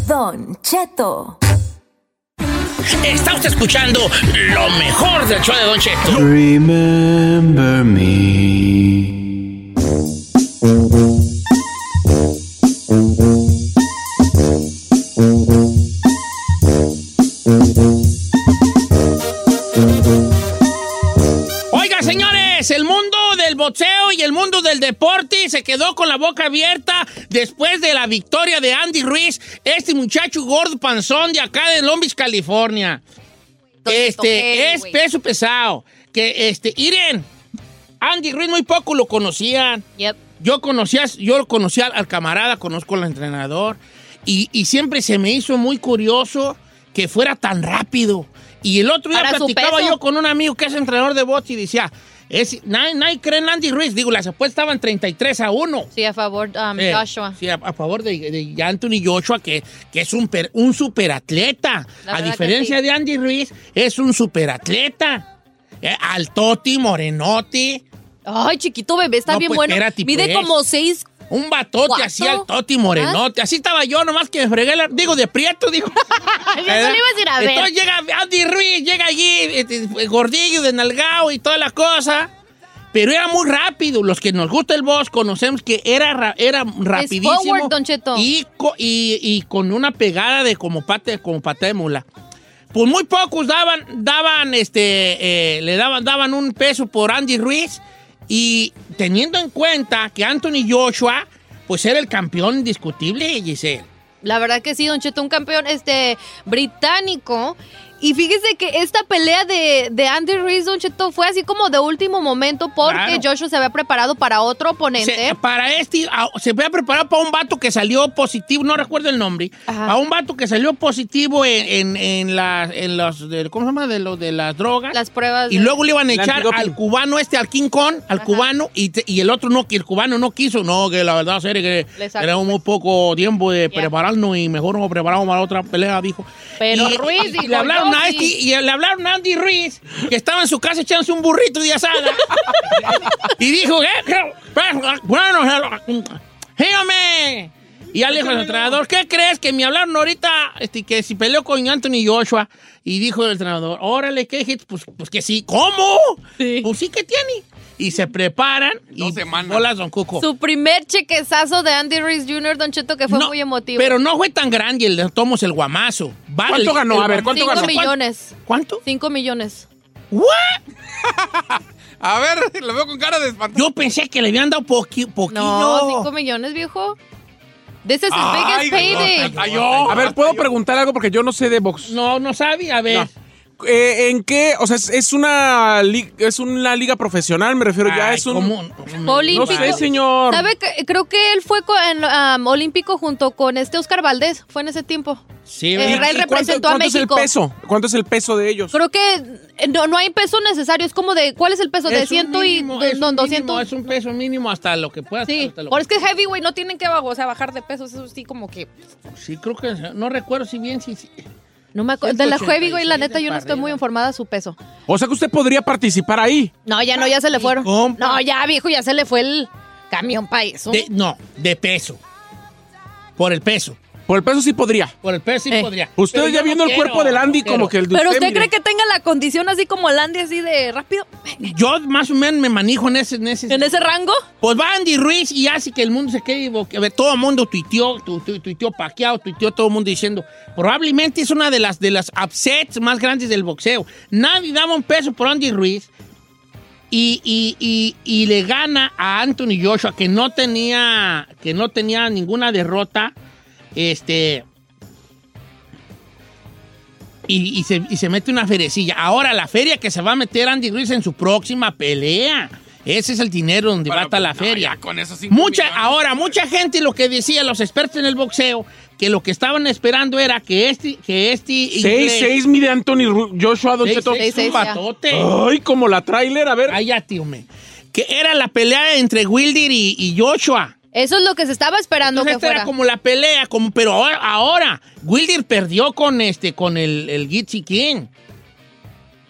Don Cheto. Está usted escuchando lo mejor del show de Don Cheto. Remember me. se quedó con la boca abierta después de la victoria de Andy Ruiz, este muchacho gordo panzón de acá de Long Beach, California. Este, es peso pesado. Que este, Iren, Andy Ruiz muy poco lo conocían. Yo conocía, yo conocía al camarada, conozco al entrenador. Y, y siempre se me hizo muy curioso que fuera tan rápido. Y el otro día Para su platicaba peso. yo con un amigo que es entrenador de bots y decía, es, nadie, nadie cree en Andy Ruiz. Digo, las apuestas estaban 33 a 1. Sí, a favor, um, Sí, Joshua. Eh, Sí, a, a favor de, de Anthony Joshua, que, que es un, per- un superatleta. La a verdad que diferencia sí. de Andy Ruiz, es un superatleta. Eh, Altoti, Morenotti. Ay, chiquito bebé, está No, bien pues, bueno. espérate, Mide pues. como seis. Un batote ¿Cuatro? ¿Ah? así, Altoti, Morenotti. Así estaba yo, nomás que me fregué, la- digo, de prieto, digo. Ay, [laughs] eso lo iba a decir, a ver. Entonces llega Andy Ruiz, llega allí, este, gordillo de nalgao y toda la cosa. Pero era muy rápido. Los que nos gusta el boss conocemos que era, ra- era rapidísimo. forward, Don Cheto. Y, co- y- y con una pegada de como pata, como pata de mula. Pues muy pocos daban, daban, este, eh, le daban, daban un peso por Andy Ruiz. Y teniendo en cuenta que Anthony Joshua, pues era el campeón indiscutible, Giselle. La verdad que sí, Don Cheto, un campeón este, británico. Y fíjese que esta pelea de, de Andy Ruiz, Don Cheto, fue así como de último momento porque Claro. Joshua se había preparado para otro oponente. Se- para este, a- se había preparado para un vato que salió positivo, no recuerdo el nombre, a un vato que salió positivo en, en, en las, en los, de- ¿cómo se llama? De, lo, de las drogas. Las pruebas. y de- luego le iban a El echar antidoping. al cubano este, al King Kong, al cubano, y, te- y el otro no, que el cubano no quiso, no, que la verdad sería que Le sacó, era muy poco tiempo de prepararnos y mejor nos preparamos para otra pelea, dijo. Pero y, Ruiz y dijo, le yo hablaron a sí. este, y le hablaron a Andy Ruiz, que estaba en su casa echándose un burrito de asada. y dijo, "Eh, bueno, dígame. Y ya le dijo el entrenador, ¿qué crees? Que me hablaron ahorita este, que si peleó con Anthony Joshua. Y dijo el entrenador, órale, ¿qué hits? Pues, pues que sí. ¿Cómo? Pues sí que tiene. Y se preparan. y Hola, Don Cuco. Su primer chequezazo de Andy Ruiz Jr., Don Cheto, que fue muy emotivo. Pero no fue tan grande el de Tomos el guamazo. Vale, ¿Cuánto ganó? A ver, ¿cuánto ganó? millones. ¿Cuánto? Cinco millones. [laughs] A ver, lo veo con cara de espantado. Yo pensé que le habían dado poqui, poquillo. No, cinco millones, viejo. This is his biggest payday. A ver, ¿puedo preguntar algo? Porque yo no sé de box. Eh, No, no sabía. A ver. ¿En qué? O sea, es, es una li- es una liga profesional, me refiero. ya es un. Fue olímpico. No sé, señor. ¿Sabe? que- Creo que él fue co- en, um, olímpico junto con este Oscar Valdés. Fue en ese tiempo. Sí, ¿verdad? Eh, Israel ¿Y cuánto- representó a cuánto es el México. peso? ¿Cuánto es el peso de ellos? Creo que eh, no, no hay peso necesario. Es como de, ¿cuál es el peso? de Es un 100 mínimo, y de- es no, un 200. mínimo, es un peso mínimo hasta lo que pueda. sí, hasta lo- Ahora es que heavyweight no tienen que o sea, bajar de peso. Eso sí, como que. Sí, creo que no recuerdo si bien si, si- No me acuerdo. De la 186 heavyweight, la neta, yo no para estoy muy informada de su peso. O sea que usted podría participar ahí. No, ya no, ya se le fueron. compa. No, ya, viejo, ya se le fue el camión para eso. de- no, de peso. Por el peso. Por el peso sí podría. Por el peso sí podría. Usted Pero ya yo viendo no el quiero, cuerpo del Andy no quiero. como que el de Eh. Pero usted, mire. cree que tenga la condición así como el Andy, así de rápido. Yo más o menos me manejo en ese... ¿En ese, ¿En ese rango? Pues va Andy Ruiz y hace que el mundo se quede... boqui- a ver, Todo el mundo tuiteó, tu, tu- tuiteó paqueado, tuiteó todo el mundo diciendo... Probablemente es una de las, de las upsets más grandes del boxeo. Nadie daba un peso por Andy Ruiz. Y, y- y- y le gana a Anthony Joshua, que no tenía, que no tenía ninguna derrota. Este... Y, y se, y se mete una ferecilla. Ahora, la feria que se va a meter Andy Ruiz en su próxima pelea. Ese es el dinero donde va a estar la feria. pues, Con esos cinco Mucha, ahora, mucha gente lo que decía, los expertos en el boxeo, que lo que estaban esperando era que este, que este Seis, inglés- seis, mire Anthony Ru- Joshua Don Seis, Cheto. Oh. seis, seis, ya. Ay, como la trailer, a ver. Cállate, hombre. que era la pelea entre Wilder y, y Joshua. Eso es lo que se estaba esperando Entonces, que Pues fuera. esta era como la pelea, como, pero ahora, ahora, Wilder perdió con este, con el, el Gitsi King.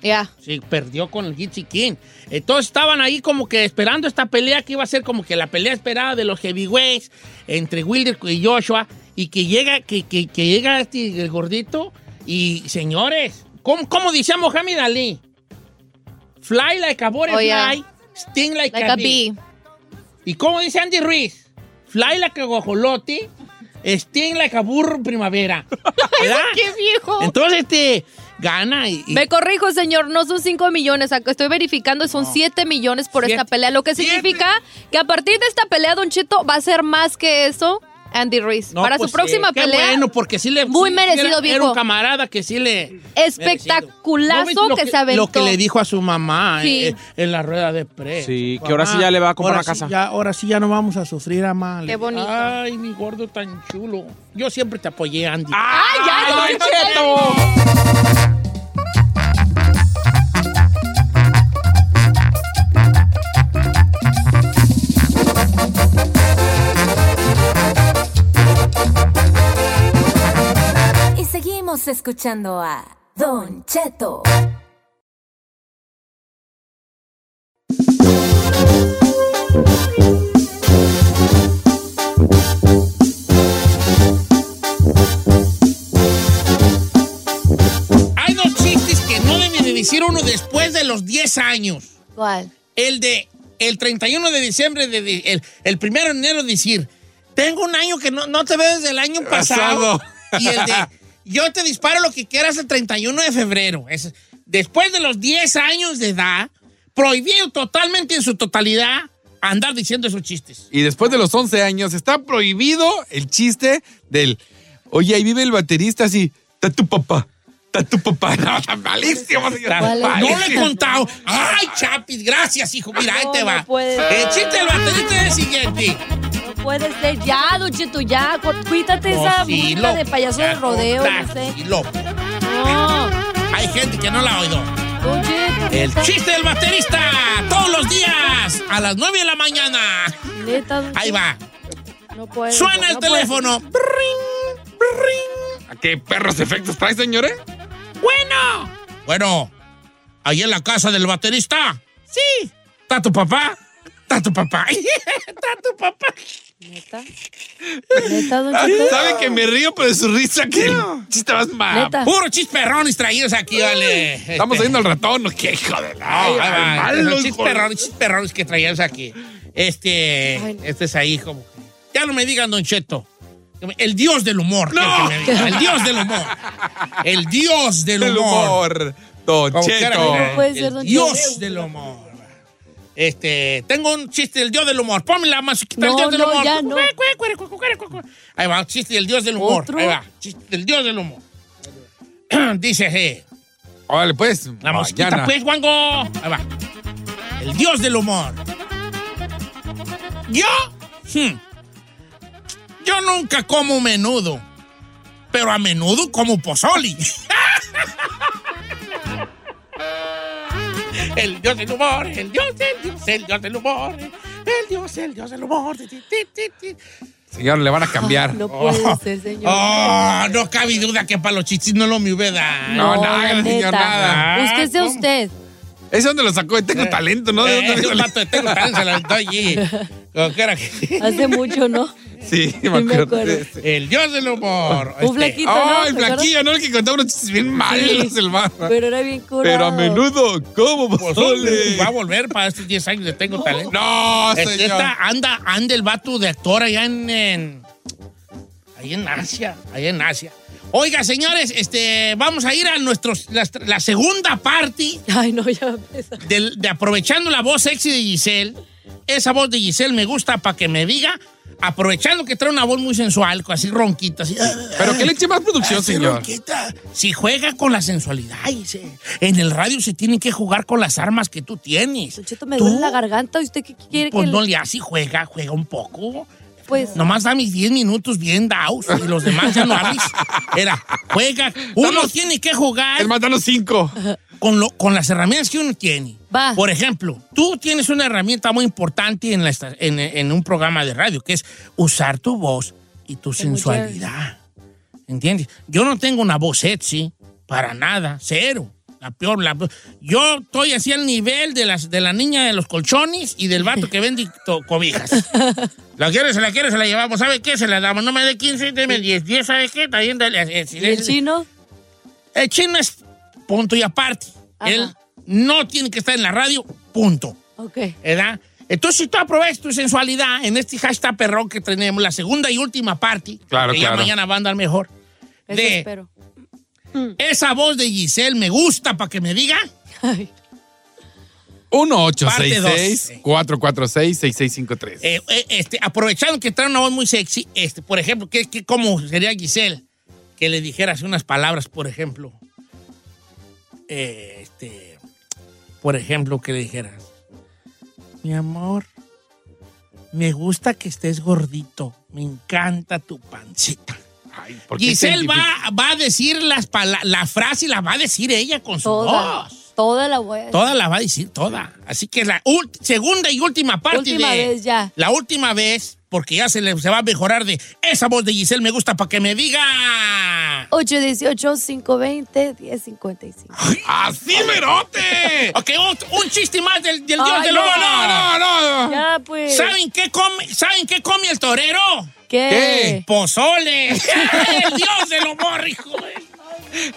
Ya. Sí, perdió con el Gitsi King. Entonces estaban ahí como que esperando esta pelea que iba a ser como que la pelea esperada de los heavyweights entre Wilder y Joshua. Y que llega, que, que- que llega este el gordito. Y señores, ¿cómo, cómo decía Mohamed Ali? Fly like a butterfly, Oh, yeah. sting like, Like a, a bee. ¿Y cómo dice Andy Ruiz? Fly like a guajolote, sting like a burro en primavera. ¿Verdad? [laughs] ¿Qué viejo? Entonces, este, gana y... y- Me corrijo, señor, no son 5 millones, ac- estoy verificando, son 7 millones por esta pelea, lo que significa que a partir de esta pelea, Don Cheto va a ser más que eso Andy Ruiz. No, Para pues, su próxima eh, qué pelea, bueno, porque sí le... Muy sí, merecido, era- Era viejo. un camarada que sí le... espectaculazo ¿No ves lo que, se aventó. Lo que le dijo a su mamá Sí. eh, en, la rueda de prensa. Sí, que ahora sí ya le va a comprar Ahora una sí casa. ya- ahora sí ya no vamos a sufrir, ama. Ah. Qué bonito. Ay, mi gordo tan chulo. Yo siempre te apoyé, Andy. ¡Ay, ya, Don ya, Cheto! Y seguimos escuchando a Don Cheto. Hay dos chistes que no deben de decir uno después de los 10 años. ¿Cuál? El de el 31 de diciembre, de, de- el, el primero de enero decir, tengo un año que no, no te veo desde el año [laughs] pasado. Pasado. Y el de, yo te disparo lo que quieras el 31 de febrero. Es- después de los 10 años de edad, prohibido totalmente en su totalidad andar diciendo esos chistes. Y después de los 11 años está prohibido el chiste del, oye, ahí vive el baterista así, está tu papá, está tu papá. [laughs] No, está malísimo, señor. No le he Malísimo. contado. ¡Ay, Chapis! Gracias, hijo. Mira, ahí No, te no va. puede el ser. chiste del baterista es el siguiente. Puede ser, ya, Don Cheto, ya, cu- quítate No, esa sí, música lo- de payaso de ya, rodeo, no contar, sé. sí, lo- No, Hay gente que no la ha oído. Don Cheto, El neta, chiste del baterista, todos los días, a las 9 de la mañana. neta, Don Ahí Cheto, va. no puede, Suena el no puede. teléfono. ¿A ¿Qué perros efectos trae, señores? Bueno. Bueno, ahí en la casa del baterista. Sí. [laughs] ¿Está tu papá? ¿Está tu papá? [laughs] ¿Neta? ¿Neta, Don Ah, Cheto? Saben que me río, pero de su risa que el chiste más mal. Neta. Puro chisperrón distraídos aquí, vale. Estamos Este- oyendo al ratón, ¿o ¿qué hijo de la? Ay, Ay, ay, malos, los por- chisperrones, chisperrones que traíamos aquí. Este, este es ahí como. que- Ya no me digan, Don Cheto. El dios del humor. quiero que me digan. El dios del humor. El dios del Del humor. humor, Don Como quiera Cheto. que- el dios del humor. Este, tengo un chiste del dios del humor. Ponme la musiquita del No, dios del no, humor. ya no. Ahí va, chiste del dios del humor. ¿Otro? Ahí va, chiste del dios del humor. [clears throat] Dice, eh, Órale, pues. la mosquita, mañana. pues, Juango. Ahí va. El dios del humor. Yo. hmm, Yo nunca como menudo. Pero a menudo como pozoli. [laughs] El dios del humor, el dios, el dios, el dios del humor. El dios, el dios del humor. Ti, ti, ti, ti. Señor, le van a cambiar. No [laughs] puede ser, señor. Oh, no cabe duda que para los chistes no lo Ah, me hubiera. No, No, nada, la señor, neta. Ah, nada. Búsquese usted. ¿Es donde lo sacó? de Tengo talento, ¿no? ¿De Eh, dónde es digo? un vato de Tengo Talento, se la aventó [laughs] allí. Como quiera que- Hace mucho, ¿no? Sí, me me acuerdo. acuerdo. El dios del humor. Este, Un flaquito, Ah, ¿no? el ¿Se acuerda? flaquillo, ¿no? El que contaba unos chistes bien malos, el vato. Pero era bien curado. Pero a menudo, ¿cómo pozole? Va a volver para estos 10 años de Tengo Talento. No, Este, señor. esta anda, anda el vato de actor allá en, en- allá en Asia, allá en Asia. Oiga, señores, este, vamos a ir a nuestros, la, la segunda parte Ay, no, ya empieza. del- de aprovechando la voz sexy de Giselle. Esa voz de Giselle me gusta para que me diga, aprovechando que trae una voz muy sensual, así ronquita, así. Pero que le eche más producción, Así señor. ronquita. Si juega con la sensualidad, Giselle. en el radio se tiene que jugar con las armas que tú tienes. Cheto, Pues me ¿Tú? duele la garganta. ¿Y usted qué quiere Pues que no le- le hace, juega, juega un poco. Pues, Nomás da mis 10 minutos bien daos y los demás ya no hables. Era, juega. Uno tiene que jugar El más, danos cinco. con, lo, con las herramientas que uno tiene. Va. Por ejemplo, tú tienes una herramienta muy importante en, la esta- en, en un programa de radio, que es usar tu voz y tu sensualidad. ¿Entiendes? Yo no tengo una voz sexy, para nada, cero. La peor, la peor. Yo estoy así al nivel de, las, de la niña de los colchones y del vato que vende to- [laughs] cobijas. La quiere, se la quiere, se la llevamos. ¿Sabe qué? Se la damos. No me dé 15, deme 10. 10, ¿sabe qué? También dale, eh, ¿y el silencio. chino? El chino es punto y aparte. Ajá. Él no tiene que estar en la radio, punto. Ok. ¿Verdad? Entonces, si tú aprovechas tu sensualidad en este hashtag perrón que tenemos, la segunda y última parte, Claro, que ya claro. mañana va a andar mejor, Eso de espero. Mm. Esa voz de Giselle me gusta para que me diga. 1-866-446-6653. Eh, eh, este, aprovechando que trae una voz muy sexy, este, por ejemplo, ¿qué, qué, ¿cómo sería Giselle que le dijeras unas palabras, por ejemplo? Eh, este, por ejemplo, que le dijeras, mi amor, me gusta que estés gordito, me encanta tu pancita. ¿por qué te Giselle va, identificas? va a decir las pala- la frase y la va a decir ella con su Toda. voz. Toda la voy a decir. Toda la va a decir, toda. Así que la ult- segunda y última parte Última de- vez ya. La última vez, porque ya se, le, se va a mejorar de esa voz de Giselle me gusta para que me diga. 818-520-1055. ¡Así merote! [laughs] ok, un, un chiste más del, del dios Ay, del no. oro. Ya, pues. ¿Saben qué come? ¿Saben qué come el torero? ¿Qué? ¿Qué? Pozole. [laughs] el dios del humor, hijo.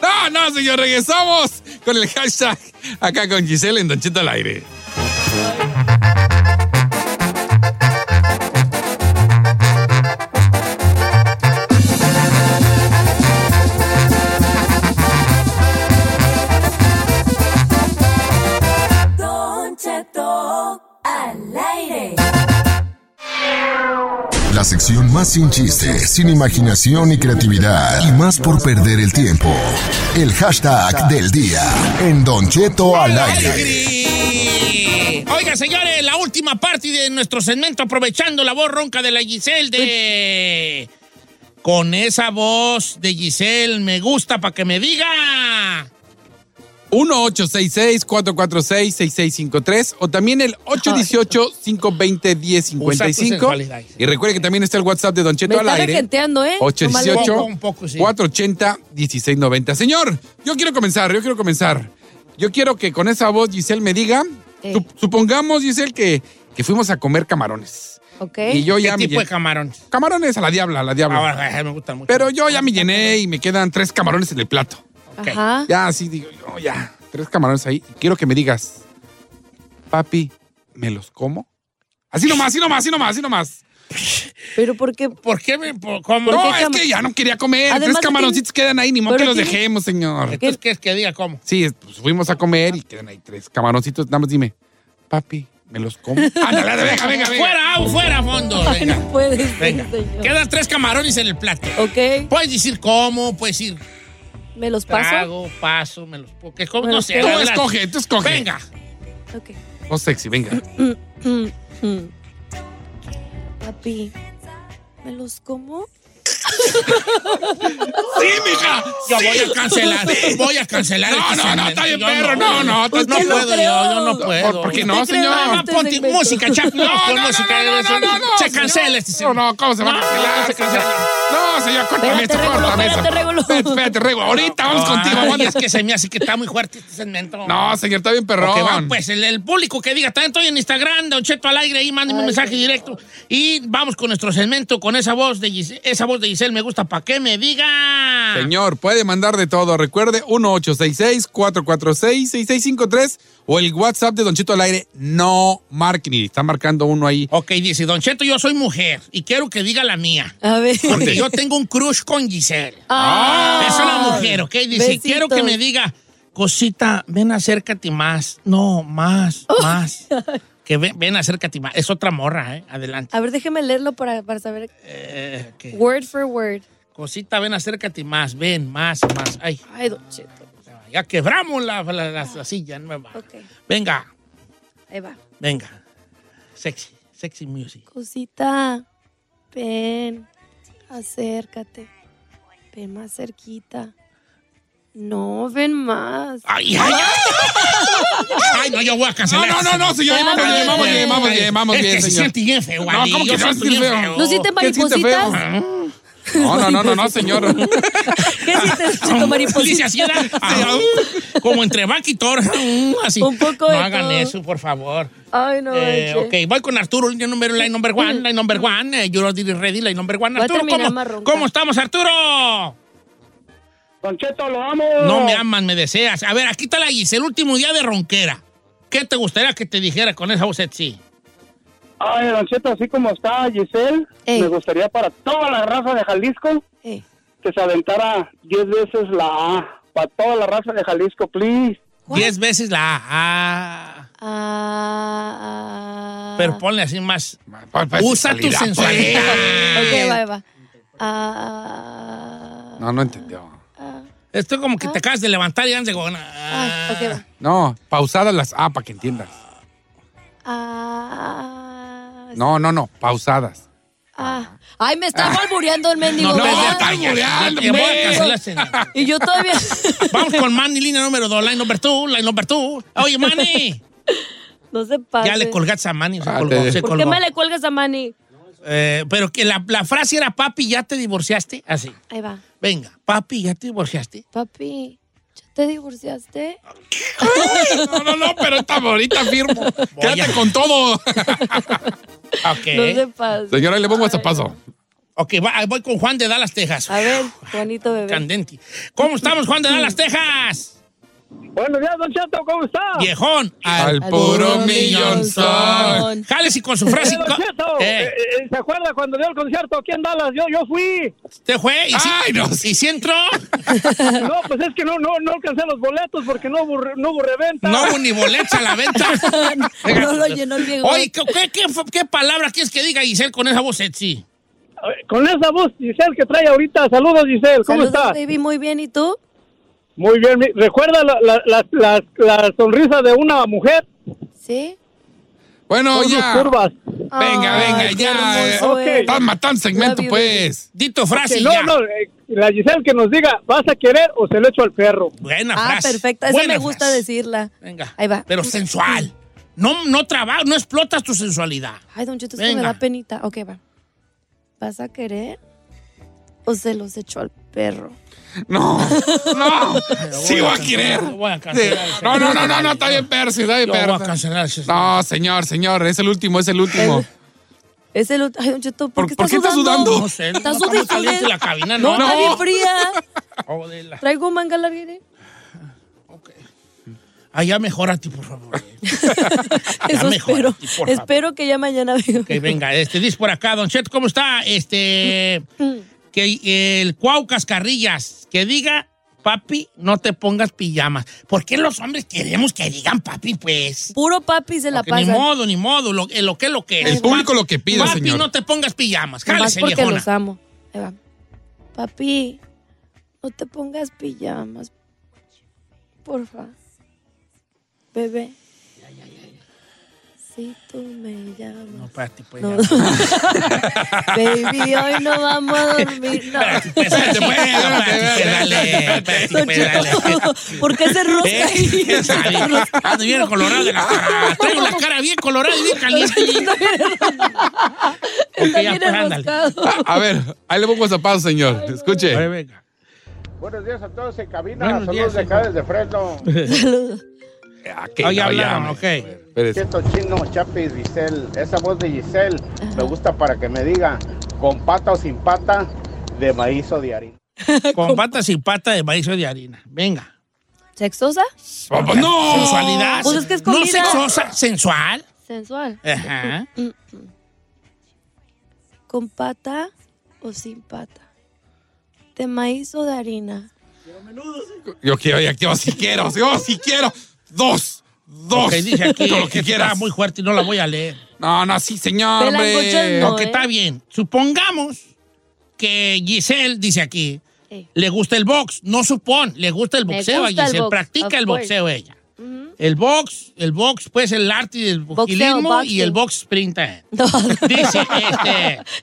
No, no, señor, regresamos con el hashtag acá con Giselle en Don Cheto al aire. Don Cheto al aire. La sección más sin chiste, sin imaginación y creatividad. Y más por perder el tiempo. El hashtag del día. En Don Cheto al aire. Oiga, señores, la última parte de nuestro segmento, aprovechando la voz ronca de la Giselle de... Con esa voz de Giselle, me gusta para que me diga. 1-866-446-6653 o también el 818-520-1055. sensualidades. Y recuerde que también está el WhatsApp de Don Cheto Me al está aire. regenteando, ¿eh? Nomás- 818 Un poco, sí. 480 1690. Señor, yo quiero comenzar, yo quiero comenzar. Yo quiero que con esa voz Giselle me diga, Eh. sup- supongamos Giselle que, que fuimos a comer camarones. Ok. Y yo ya ¿Qué me tipo de lle- camarones? Camarones a la diabla, a la diabla. Ahora, eh, me gustan mucho. Pero yo ya me llené y me quedan tres camarones en el plato. Ajá. Ya así digo, yo, ya, tres camarones ahí. Quiero que me digas, papi, ¿me los como? Así nomás, así nomás, así nomás, así nomás. Pero ¿por qué? ¿Por qué me.? por- cómo? No, ¿Por qué es cam- que ya no quería comer. Además, tres camaroncitos quedan ahí, ni modo que pero los tiene- dejemos, señor. Entonces, ¿qué es que diga cómo? Sí, pues, fuimos a comer y quedan ahí tres camaroncitos. Nada más dime, papi, ¿me los [laughs] como? Ándale, venga, venga, venga. Fuera, au, fuera, a fondo. Ay, Venga. no puede ser, Venga. señor. Quedan tres camarones en el plato. Ok. Puedes decir cómo, puedes decir ¿Me los paso? trago, paso, me los. Porque, ¿cómo? Bueno, No sé. tú adelante. escoge, tú escoge. Venga. Ok. No sexy, venga. Mm, mm. Papi, ¿me los como? ¡Sí, mija! Yo voy a [laughs] cancelar, voy a cancelar. No, no, este no, segmento. está bien, Yo perro, no, no, Pues está- no puedo, yo, yo no puedo. ¿Por qué no, señor? Ah, ponte música, chap. No, No, con no, no, música. no, no, eso- no, no, se señor. cancela este No, no, ¿cómo se va a cancelar? No, se cancela. No, señor, córtame eso, Espérate, Regulo, córtame eso. espérate, Regulo. Espérate, espérate, Regulo. Ahorita vamos Ay, contigo, vamos. Es que se me hace que está muy fuerte este segmento. No, señor, está bien perrón. Ok, va, pues el, el público que diga, también estoy en Instagram, Don Cheto al aire, ahí mándenme un mensaje directo. Y vamos con nuestro segmento, con esa voz de Giselle, esa voz de Giselle me gusta, ¿para qué me diga? Señor, puede mandar de todo. Recuerde, 1-866-446-6653 o el WhatsApp de Don Chito al aire. No marquen y está marcando uno ahí. Ok, dice, Don Cheto, yo soy mujer y quiero que diga la mía. A ver. Porque yo tengo un crush con Giselle. Ah. es una mujer, ¿ok? Dice, Besitos. quiero que me diga, cosita, ven acércate más. No, más, [laughs] más. Que ven, ven acércate más. Es otra morra, ¿eh? Adelante. A ver, déjeme leerlo para, para saber. Eh, ok. Word for word. Cosita, ven acércate más, ven, más, más. Ay, Ay, don Cheto. ya quebramos la, la- la- la silla nueva. Ok, Venga, ahí va. venga. Sexy, sexy music. Cosita, ven, acércate. Ven más cerquita. No, ven más. Ay, ay, ay. [laughs] Ay, no, yo voy a cancelar. No, no, no, no, señor, ahí vamos bien, vamos bien, vamos bien, vamos Es que bien, se señor. siente bien feo, No, Andy, ¿cómo yo que se va a siento sentir bien feo? feo. ¿No sienten ¿Qué siente feo? maripositas? No, no, no, no, [laughs] no, señor. ¿Qué sientes, Cheto Dice mariposita? así, era, ah, [laughs] como entre Back y Thor. Mm, Así. Un poco no de hagan todo. eso, por favor. Ay, no, Eh, manches. Mm. ok, voy con Arturo, line number, line number one, line number one, eh, you're already ready, line number one. Voy a Arturo, terminar más ¿cómo, ronca. ¿cómo estamos, Arturo? Don Cheto, lo amo. No me amas, me deseas. A ver, aquí está la Gis, el último día de ronquera. ¿Qué te gustaría que te dijera con esa voz sexy? Ay, Don Cheto, así como está Giselle, me gustaría para toda la raza de Jalisco Ey. que se aventara 10 veces la A. para toda la raza de Jalisco, please. Diez veces la A. Ah. ah. Pero ponle así más. pues, Usa tu calidad, pues. sensualidad. pues. Ok, va, va. Ah, No, no entendió. Esto como que te acabas de levantar y andas de gona. ah, ok, va. No, pausadas las A para que entiendas. Ah, No, no, no, pausadas. ah. Ay, me está balbureando el mendigo. No, no, ¿verdad? no, te Eh, voy a cancelar, señor. Y yo [laughs] todavía. Vamos con Manny, línea número dos, line number two, line number two. Oye, Manny. No se pase. Ya le colgaste a Manny, se colgó, se ¿Por qué colgó. me le cuelgas a Manny? Eh, pero que la, la frase era, papi, ¿ya te divorciaste? Así. Ahí va. Venga, papi, ¿ya te divorciaste? Papi, ¿ya te divorciaste? no, no, no, pero está [laughs] bonita, firmo. Quédate con [laughs] todo. ok. No se pase. Señora, le pongo este paso. Ok, va- voy con Juan de Dallas, Texas. A ver, Juanito bebé. Candente. ¿Cómo estamos, Juan de Dallas, Texas? Buenos días, Don Cheto, ¿cómo está? Viejón. Al puro millón son. Jálese con su frase. Eh, don Cheto, Eh. eh, eh, ¿Se acuerda cuando dio el concierto aquí en Dallas? Yo, yo fui. ¿Te fue? ¿Y si, ¿Y si entró? [laughs] No, pues es que no, no, no alcancé los boletos porque no hubo, re- no hubo reventa. No hubo ni bolecha a [laughs] la venta. No lo llenó el viejo. Oye, ¿qué, qué, qué, qué palabra quieres que diga Giselle con esa voz sexy? Con esa voz, Giselle, que trae ahorita. Saludos, Giselle. ¿Cómo Saludos, estás? baby, muy bien. ¿Y tú? Muy bien. mi- ¿Recuerda la, la, la, la- la sonrisa de una mujer? Sí. Bueno, Con sus ya. curvas. Venga, venga, ya. eh, hermoso eres. Estás matando segmento, Love you, pues. Dito Ok, no, no. eh, la Giselle que nos diga, ¿vas a querer o se lo echo al perro? Buena Ah, frase. perfecta. Esa Buena me gusta frase. decirla. Venga. Ahí va. Pero sensual. No, no trabajas, no explotas tu sensualidad. Ay, don Cheto, es que me Venga. da penita. Ok, va. ¿Vas a querer o se los echo al perro? [laughs] No, sí voy a querer. voy a cancelar. Sí. No, no, no, no, no, está bien, Percy, está bien, Lo voy a Percy. cancelar. No, señor, señor, es el último, es el último. Es el otro. Ay, don Cheto, ¿por, ¿Por- qué por qué estás estás sudando? sudando? No sé, Está no, está muy sudando. caliente la cabina, No, ¿no? Oh, está bien No. fría. Traigo manga larga. ¿eh? Allá mejorate, por favor. Eso mejor, espero. por favor. Espero que ya mañana venga. Que venga, este, dice por acá, Don Chet, ¿cómo está? Este, que el Cuau Cascarrillas, que diga, papi, no te pongas pijamas. ¿Por qué los hombres queremos que digan papi, pues? Puro papi se la Que ni pasa. modo, ni modo, lo, eh, lo que es lo que es. El público lo que pide, Papi, señor. no te pongas pijamas, Nomás jálese, porque viejona. los [laughs] amo. Ahí va. Papi, no te pongas pijamas. Porfa. Bebé. Si tú me llamas. Espérate, pues, No. ya. [laughs] Baby, hoy no vamos a dormir. No. Espérate, pues, espérate, dale, espérate, pues, dale. ¿Por qué se [laughs] rosca ahí? [laughs] Ando bien colorado de la cara. Traigo la cara bien colorada y bien caliente. [laughs] Está bien pues, ándale. A, a ver, ahí le pongo zapato, señor. Escuche. Buenos días a todos en cabina. Buenos Saludos días, de acá desde [laughs] Fresno. Saludos. Ah, que Oye, no hablaron, llame. ok. Cheto Chino, Chapis, Giselle. Esa voz de Giselle me gusta para que me diga con pata o sin pata de maíz o de harina. Con patas y pata de maíz o de harina. Venga. ¿Sexosa? Pues, No. Sensualidad. Pues es que es no comida. sexosa, sensual. Sensual. Ajá. ¿Con pata o sin pata? ¿De maíz o de harina? Yo quiero, ya quiero, si quiero, yo si quiero. Dos, dos. Ok, dice aquí Con lo que está quieras. muy fuerte y no la voy a leer. No, no, sí, señor, hombre. Aunque ¿eh? está bien. Supongamos que Giselle, dice aquí, Ey. le gusta el box. No supón, le gusta el Me boxeo gusta a el Giselle. box, of Practica el course. boxeo ella. El box, el box, pues el arte del boxilismo y el box sprint. [laughs] Dice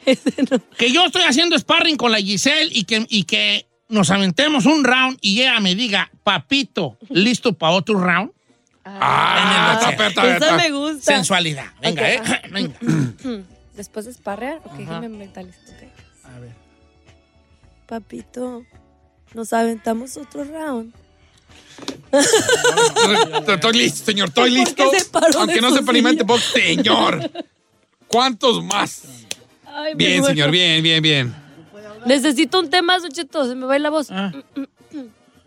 este, que yo estoy haciendo sparring con la Giselle y que, y que nos aventemos un round y ella me diga, papito, ¿listo para otro round? Ah, está, está, está, está. Esa me gusta. Sensualidad. Venga, Ok, [clears throat] eh. Venga. Después de esparrear, ok, Ajá. déjame mentalizar. ok. A ver. Papito, nos aventamos otro round. Estoy, estoy listo, señor, estoy ¿Por qué listo. se paró de Aunque no su se experimente silla? box, pues, señor. ¿Cuántos más? Ay, me Bien, muero. señor, bien, bien, bien. Necesito un tema, Sucheto, se me va a ir la voz. Ah.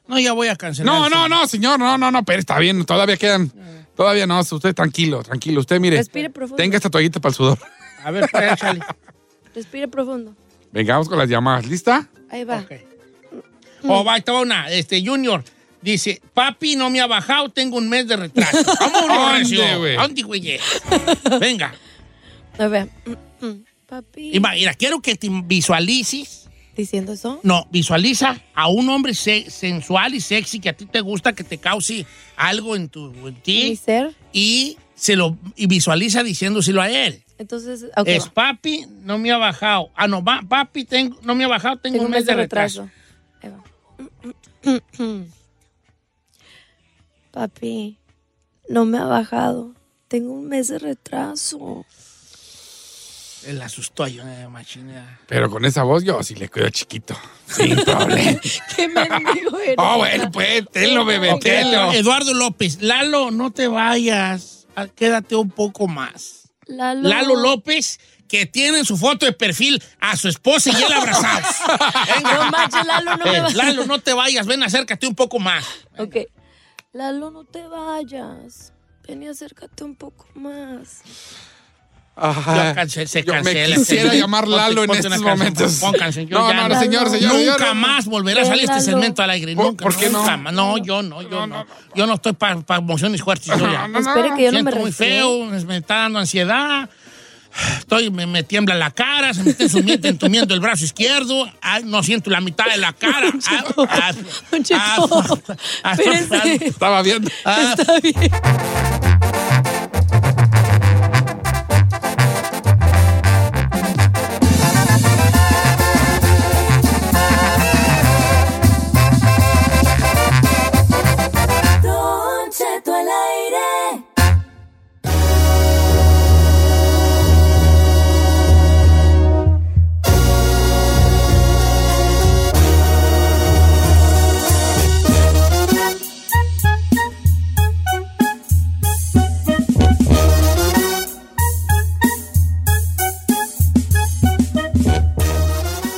No, ya voy a cancelar. No, no, no, señor, no, no, no, pero está bien, todavía quedan. Todavía no, usted tranquilo, tranquilo. Usted mire. Respire profundo. Tenga esta toallita para el sudor. A ver, pues, [laughs] échale. Respire profundo. Venga, vamos con las llamadas. ¿Lista? Ahí va. Mm. O Oh, va, ahí te va una, este, Junior. Dice, papi, no me ha bajado, tengo un mes de [laughs] retraso. Vámonos, ¿Dónde, güey? güey? ¿Dónde, güey? Venga. A ver. mm, mm, Papi. Y va, Mira, quiero que te visualices. ¿Diciendo eso? No, visualiza a un hombre se- sensual y sexy que a ti te gusta, que te cause algo en, tu, en ti. ¿Mi ser? Y, se lo, y visualiza diciéndoselo a él. Entonces, ok, es va. papi, no me ha bajado. Ah, no, va, papi, tengo, no me ha bajado, tengo, un mes, de retraso. Ahí va. Papi, no me ha bajado. Tengo un mes de retraso. Él la asustó a yo, eh, machina. Pero [laughs] con esa voz yo sí le cuido chiquito. Sin problema. [laughs] oh, bueno, pues, tenlo, bebé, Ok, tenlo. Eduardo López, Lalo, no te vayas. Ah, Quédate un poco más. Lalo. Lalo López, que tiene en su foto de perfil a su esposa y él abrazados. [laughs] No manches, Lalo, no me Eh, vas- Lalo, no te vayas. Ven, acércate un poco más. Ok. Lalo, no te vayas. Ven y acércate un poco más. Yo cance- se Yo me cancela. quisiera Este- llamar Lalo en ponte estos una canción, momentos. pon canción, yo No, ya no, no, señor, señor, Nunca yo no- más volverá a salir este Lalo. segmento al aire. ¿Por- nunca, por qué no? nunca más. No, yo no, yo no. Yo no estoy para emociones fuertes. yo ya. no, Espere no. que yo no Siento me muy resfríe. feo, me está dando ansiedad. Estoy, me, me tiembla la cara, se me está entumiendo, entumiendo el brazo izquierdo. Ay, no siento la mitad de la cara. Ah, ah, ah, ah, espérese. Estaba viendo. Está bien. Don Cheto al aire.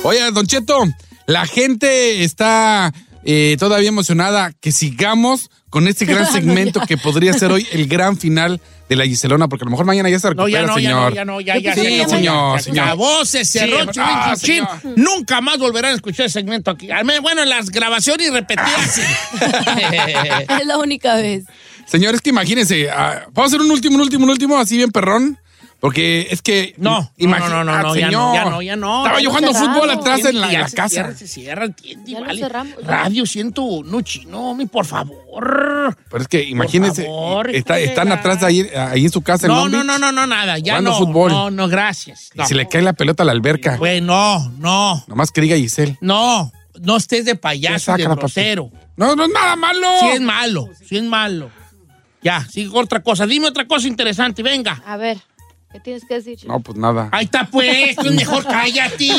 Oye, Don Cheto, la gente está eh, todavía emocionada que sigamos con este gran [laughs] No, segmento ya. que podría ser hoy el gran final de la Giselona, porque a lo mejor mañana ya se No, recupera, ya no, ya no, señor. ya no, ya, ya. Sí, se acabó, señor, ya. Se señor. acabó, se cerró, Sí, chin, ah, chin, señor. chin. Nunca más volverán a escuchar el segmento aquí. Al menos, Bueno, las grabaciones [laughs] repetidas. sí. [laughs] Es la única vez. Señor, es que imagínense, ah, vamos a hacer un último, un último, un último, así bien perrón. Porque es que. Ah, No, No, no, no, no, ya no, ya no, ya no. Estaba Ya yo lo jugando cerramos. fútbol atrás en la, Ya la se casa. Cierra, se cierra, entiende, Ya lo vale. cerramos, ya. Radio 101, chino, mi, por favor. Pero es que imagínense, favor, está- hijo de están la- atrás de ahí, ahí en su casa. en No, Long no, Beach, no, no, no, nada, ya jugando no. fútbol. No, no, gracias. Y se le cae la pelota a la alberca. Güey, no, no. Nomás que diga Giselle. No, no estés de payaso, Ya de sácala, papi. grosero. No, no es nada malo. Sí es malo, sí es malo. Ya, sigue con otra cosa. Dime otra cosa interesante, venga. A ver, ¿qué tienes que decir? No, pues nada. Ahí está, [laughs] pues. tú mejor cállate.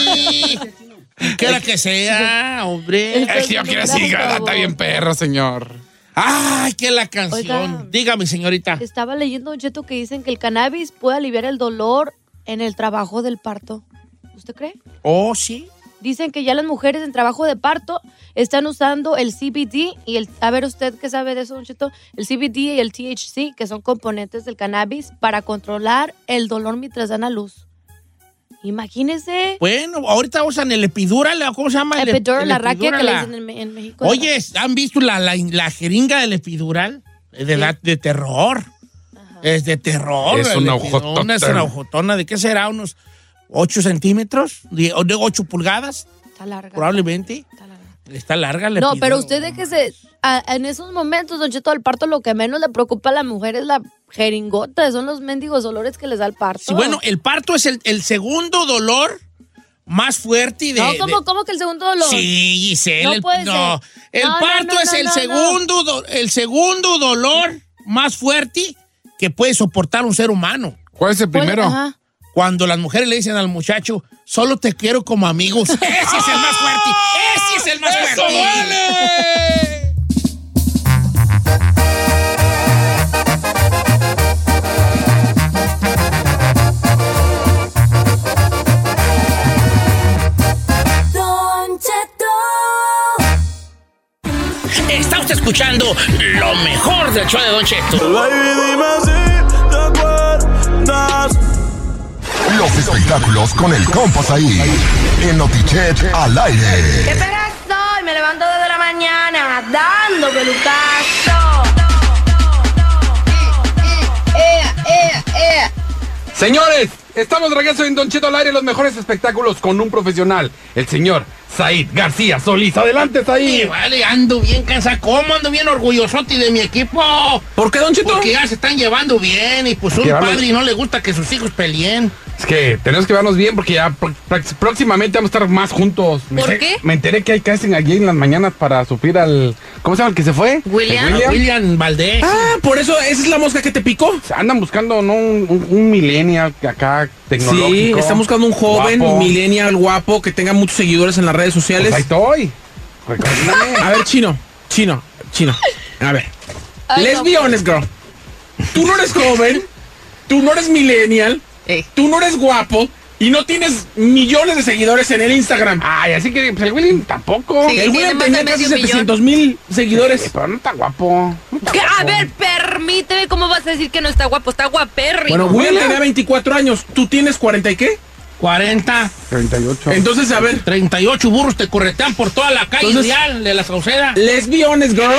Que la que sea, hombre. Es que yo quiero decir, "Ah, está bien perro, señor. Ay, que la canción. Oiga. Dígame, señorita. Estaba leyendo un cheto que dicen que el cannabis puede aliviar el dolor en el trabajo del parto. ¿Usted cree? Oh, sí. Dicen que ya las mujeres en trabajo de parto están usando el CBD y el, a ver usted qué sabe de eso, don Cheto, el CBD y el THC, que son componentes del cannabis, para controlar el dolor mientras dan a luz. Imagínese. Bueno, ahorita usan el epidural, ¿cómo se llama? El ep- Epidural, el la raquia que le epidural. dicen en, en México. Oye, ¿han visto la, la- la jeringa del epidural? Eh, De, la- de terror. Es de terror. Es el una epidural. hojotota. Es una hojotona. ¿De qué será? ¿Unos 8 centímetros? ¿De 8 pulgadas? Está larga. Probablemente. Está larga la No, pero epidural. usted déjese. a- en esos momentos, Don Cheto, al parto lo que menos le preocupa a la mujer es la jeringota, son los mendigos dolores que les da el parto. Sí, bueno, el parto es el, el segundo dolor más fuerte y de... no, de- ¿cómo, cómo que el segundo dolor? Sí, Giselle. No el, puede no. ser. El No, no, parto no, es no, el no, no. segundo do- el segundo dolor más fuerte que puede soportar un ser humano. ¿Cuál es el ¿Cuál- primero? ajá. Cuando las mujeres le dicen al muchacho, solo te quiero [laughs] como amigos. Ese es el más fuerte. Ese es el más ¡Eso fuerte. duele! Don Cheto. Está usted escuchando lo mejor del show de Don Los espectáculos con el compa Saí. En Notichet al aire. ¡Qué pedazo! me levanto desde la mañana dando pelucazo. Señores, estamos de regreso en Don Cheto al aire, los mejores espectáculos con un profesional, el señor Said García Solís. Adelante, Sí, Said. vale, ando bien cansado. ¿Cómo ando bien orgullosote de mi equipo? ¿Por qué, Don Cheto? Porque ya se están llevando bien y pues un Llevarlo- padre no le gusta que sus hijos peleen. Es que tenemos que vernos bien porque ya pr- pr- próximamente vamos a estar más juntos. Me ¿Por sé- qué? Me enteré que hay casting allí en las mañanas para suplir al... ¿Cómo se llama el que se fue? William. William Valdés. Ah, por eso esa es la mosca que te picó. Andan buscando ¿no? un, un- un millennial acá tecnológico. Sí, están buscando un joven guapo. millennial guapo que tenga muchos seguidores en las redes sociales. Pues ahí estoy. A ver, chino, chino, chino. A ver. Ay, Let's no, be honest, girl. Tú no eres joven, tú no eres millennial, tú no eres guapo y no tienes millones de seguidores en el Instagram. Ay, así que pues, el William tampoco. el William tenía casi 700 mil seguidores. pero no está guapo. ¿Qué? A ver, permíteme, ¿cómo vas a decir que no está guapo? Está guaperri. Bueno, William tenía 24 años, tú tienes 40 y qué? 40. 38. Entonces, a ver. 38 burros te corretean por toda la calle Entonces- real de la Sauceda. Let's be honest, girl.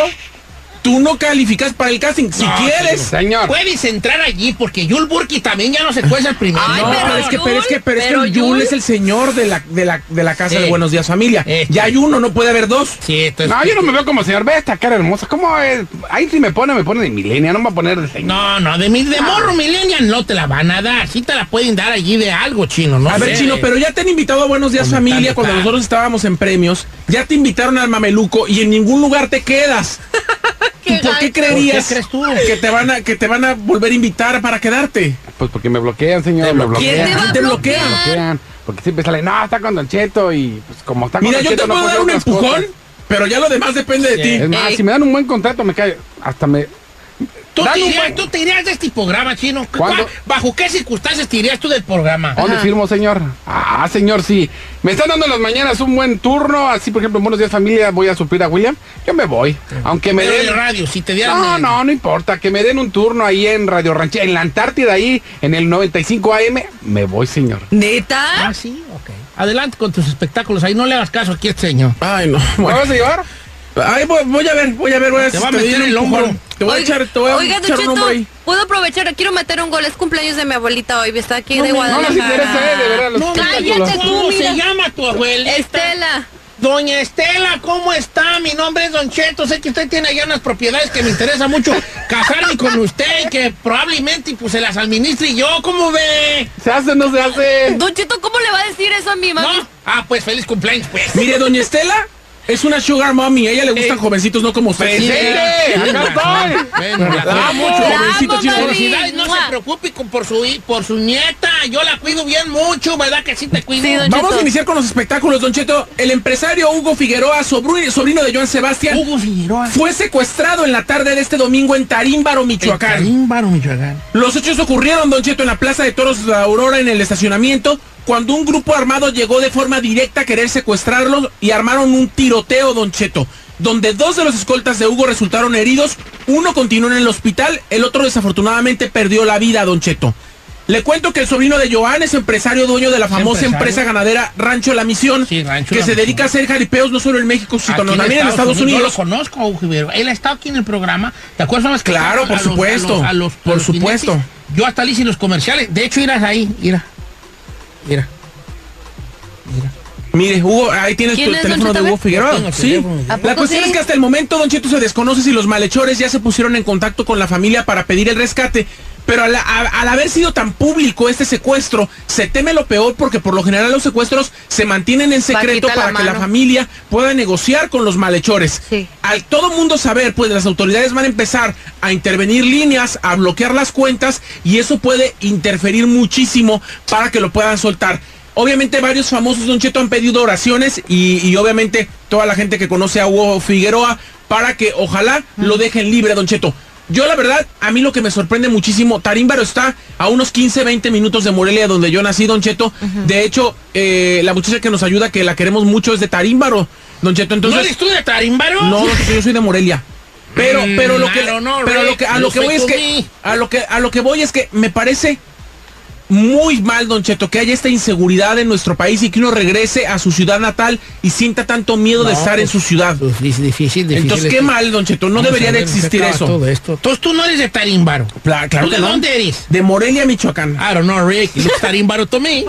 Tú no calificas para el casting. Si No, quieres, sí, Puedes entrar allí porque Yul Burki también ya no se cuece el primero. no, pero, es que, pero es que, pero es que el Yul es el señor de la, de la, de la casa Sí. Eh, de Buenos Días Familia. Ya hay uno, no puede haber dos. No, yo no me veo como señor. Ve esta cara hermosa. ¿Cómo es? Ahí si me pone, me pone de milenia. No me va a poner de señor. No, no, de, mi, Ah. de morro millennial no te la van a dar. Sí te la pueden dar allí de algo, chino. No a ver, sé. Chino, pero ya te han invitado a Buenos Días Familia cuando nosotros estábamos en premios. Ya te invitaron al mameluco y en ningún lugar te quedas. ¿Tú por [laughs] qué creerías ¿Por qué crees que te van a que te van a volver a invitar para quedarte? Pues porque me bloquean, señor. me bloquean. ¿Quién te va a Te bloquean. bloquear? Me bloquean, Porque siempre sale, no, está con Don Cheto. Y pues como está con Mira, Don yo Cheto, te no puedo dar hacer un otras empujón, cosas. pero ya lo demás depende de ti. Eh, Es más, si me dan un buen contrato, me cae. Hasta me. ¿Tú Dan te, un irías, buen- tú te irías de este programa, chino. ¿Cu- ¿Cuándo? cuál- ¿Bajo qué circunstancias te irías tú del programa? ¿Dónde Ajá. firmo, señor? Ah, señor, sí. Me están dando en las mañanas un buen turno. Así, por ejemplo, en buenos días, familia. Voy a suplir a William. Yo me voy. Aunque me Pero den. de radio, si te dieran. No, de- no, no importa. Que me den un turno ahí en Radio Ranchera, en la Antártida, ahí, en el 95 AM. Me voy, señor. ¿Neta? Ah, sí, ok. Adelante con tus espectáculos. Ahí no le hagas caso aquí este señor. Ay, no. ¿Me vas a llevar? Ay, voy, voy a ver, voy a ver, voy a Te va a doy meter un el hombro. empujón. Te voy a echar, te voy a Oiga, Don echar un hombro ahí. Cheto, puedo aprovechar, quiero meter un gol. Es cumpleaños de mi abuelita hoy, está aquí No de me- no nos Guadalajara. interesa, eh, de verdad, los espectáculos. Cállate tú, ¿Cómo mira. se llama tu abuelita? Estela. Doña Estela, ¿cómo está? Mi nombre es Don Cheto. Sé que usted tiene allá unas propiedades que me interesa mucho casarme con usted y que probablemente pues, se las administre yo. ¿Cómo ve? ¿Se hace o no se hace? Don Cheto, ¿cómo le va a decir eso a mi mamá? Ah, pues feliz cumpleaños, pues. Mire, doña Estela es una sugar mommy. A ella le gustan jovencitos, no como usted. ¡Presente! ¡Acá estoy! Bueno, la ¡Vamos! amo, Ah, Jovencito, sí, Felicidades, no se preocupe con- por su, hi- por su nieta. Yo la cuido bien mucho, ¿verdad que sí te cuido? Vamos a iniciar con los espectáculos, Don Cheto. El empresario Hugo Figueroa, sobru- sobrino de Joan Sebastián, fue secuestrado en la tarde de este domingo en Tarímbaro, Michoacán. Tarímbaro, Michoacán. Los hechos ocurrieron, Don Cheto, en la Plaza de Toros de Aurora, en el estacionamiento, cuando un grupo armado llegó de forma directa a querer secuestrarlos y armaron un tiroteo, Don Cheto, donde dos de los escoltas de Hugo resultaron heridos, uno continuó en el hospital, el otro desafortunadamente perdió la vida, Don Cheto. Le cuento que el sobrino de Joan es empresario dueño de la famosa empresario. empresa ganadera Rancho La Misión, que La se Misión. dedica a hacer jaripeos no solo en México, sino Aquí también en Estados Unidos. Yo lo conozco, Hugo Figueroa. Él ha estado aquí en el programa. ¿Te acuerdas? una vez que Claro, fuimos por supuesto. a los- Por supuesto. jinetes? Yo hasta le hice los comerciales. De hecho, irás ahí. Mira. Mira. Mire, Hugo, ahí tienes ¿Quién tu es, teléfono don de Cheto? Hugo Figueroa. Tengo el Sí. teléfono. ¿A La poco cuestión sí? es que hasta el momento, Don Cheto, se desconoce si los malhechores ya se pusieron en contacto con la familia para pedir el rescate. Pero al, a- al haber sido tan público este secuestro, se teme lo peor porque por lo general los secuestros se mantienen en secreto Bajita la para que la mano. familia pueda negociar con los malhechores. Al todo mundo saber, pues las autoridades van a empezar a intervenir líneas, a bloquear las cuentas y eso puede interferir muchísimo para que lo puedan soltar. Obviamente varios famosos Don Cheto han pedido oraciones y, y obviamente toda la gente que conoce a Hugo Figueroa para que ojalá lo dejen libre, Don Cheto. Yo la verdad, a mí lo que me sorprende muchísimo, Tarímbaro está a unos 15, 20 minutos de Morelia, donde yo nací, Don Cheto. De hecho, eh, la muchacha que nos ayuda, que la queremos mucho, es de Tarímbaro, Don Cheto. Entonces, ¿No eres tú de Tarímbaro? [laughs] No, Don Cheto, yo soy de Morelia. Pero, Mm, pero lo que, I don't know, pero Rick. lo que, a No lo que soy voy es tú que, mí. a lo que, a lo que voy es que me parece muy mal, Don Cheto, que haya esta inseguridad en nuestro país y que uno regrese a su ciudad natal y sienta tanto miedo de No, estar en pues, su ciudad. Difícil, difícil. Entonces, qué este- mal, Don Cheto, no Vamos debería a de ver, se existir acaba eso. todo esto. Entonces tú no eres de Tarimbaro. Pla- claro ¿Tú de que no. dónde eres? De Morelia, Michoacán. I don't know, Rick. You look Tarimbaro to me.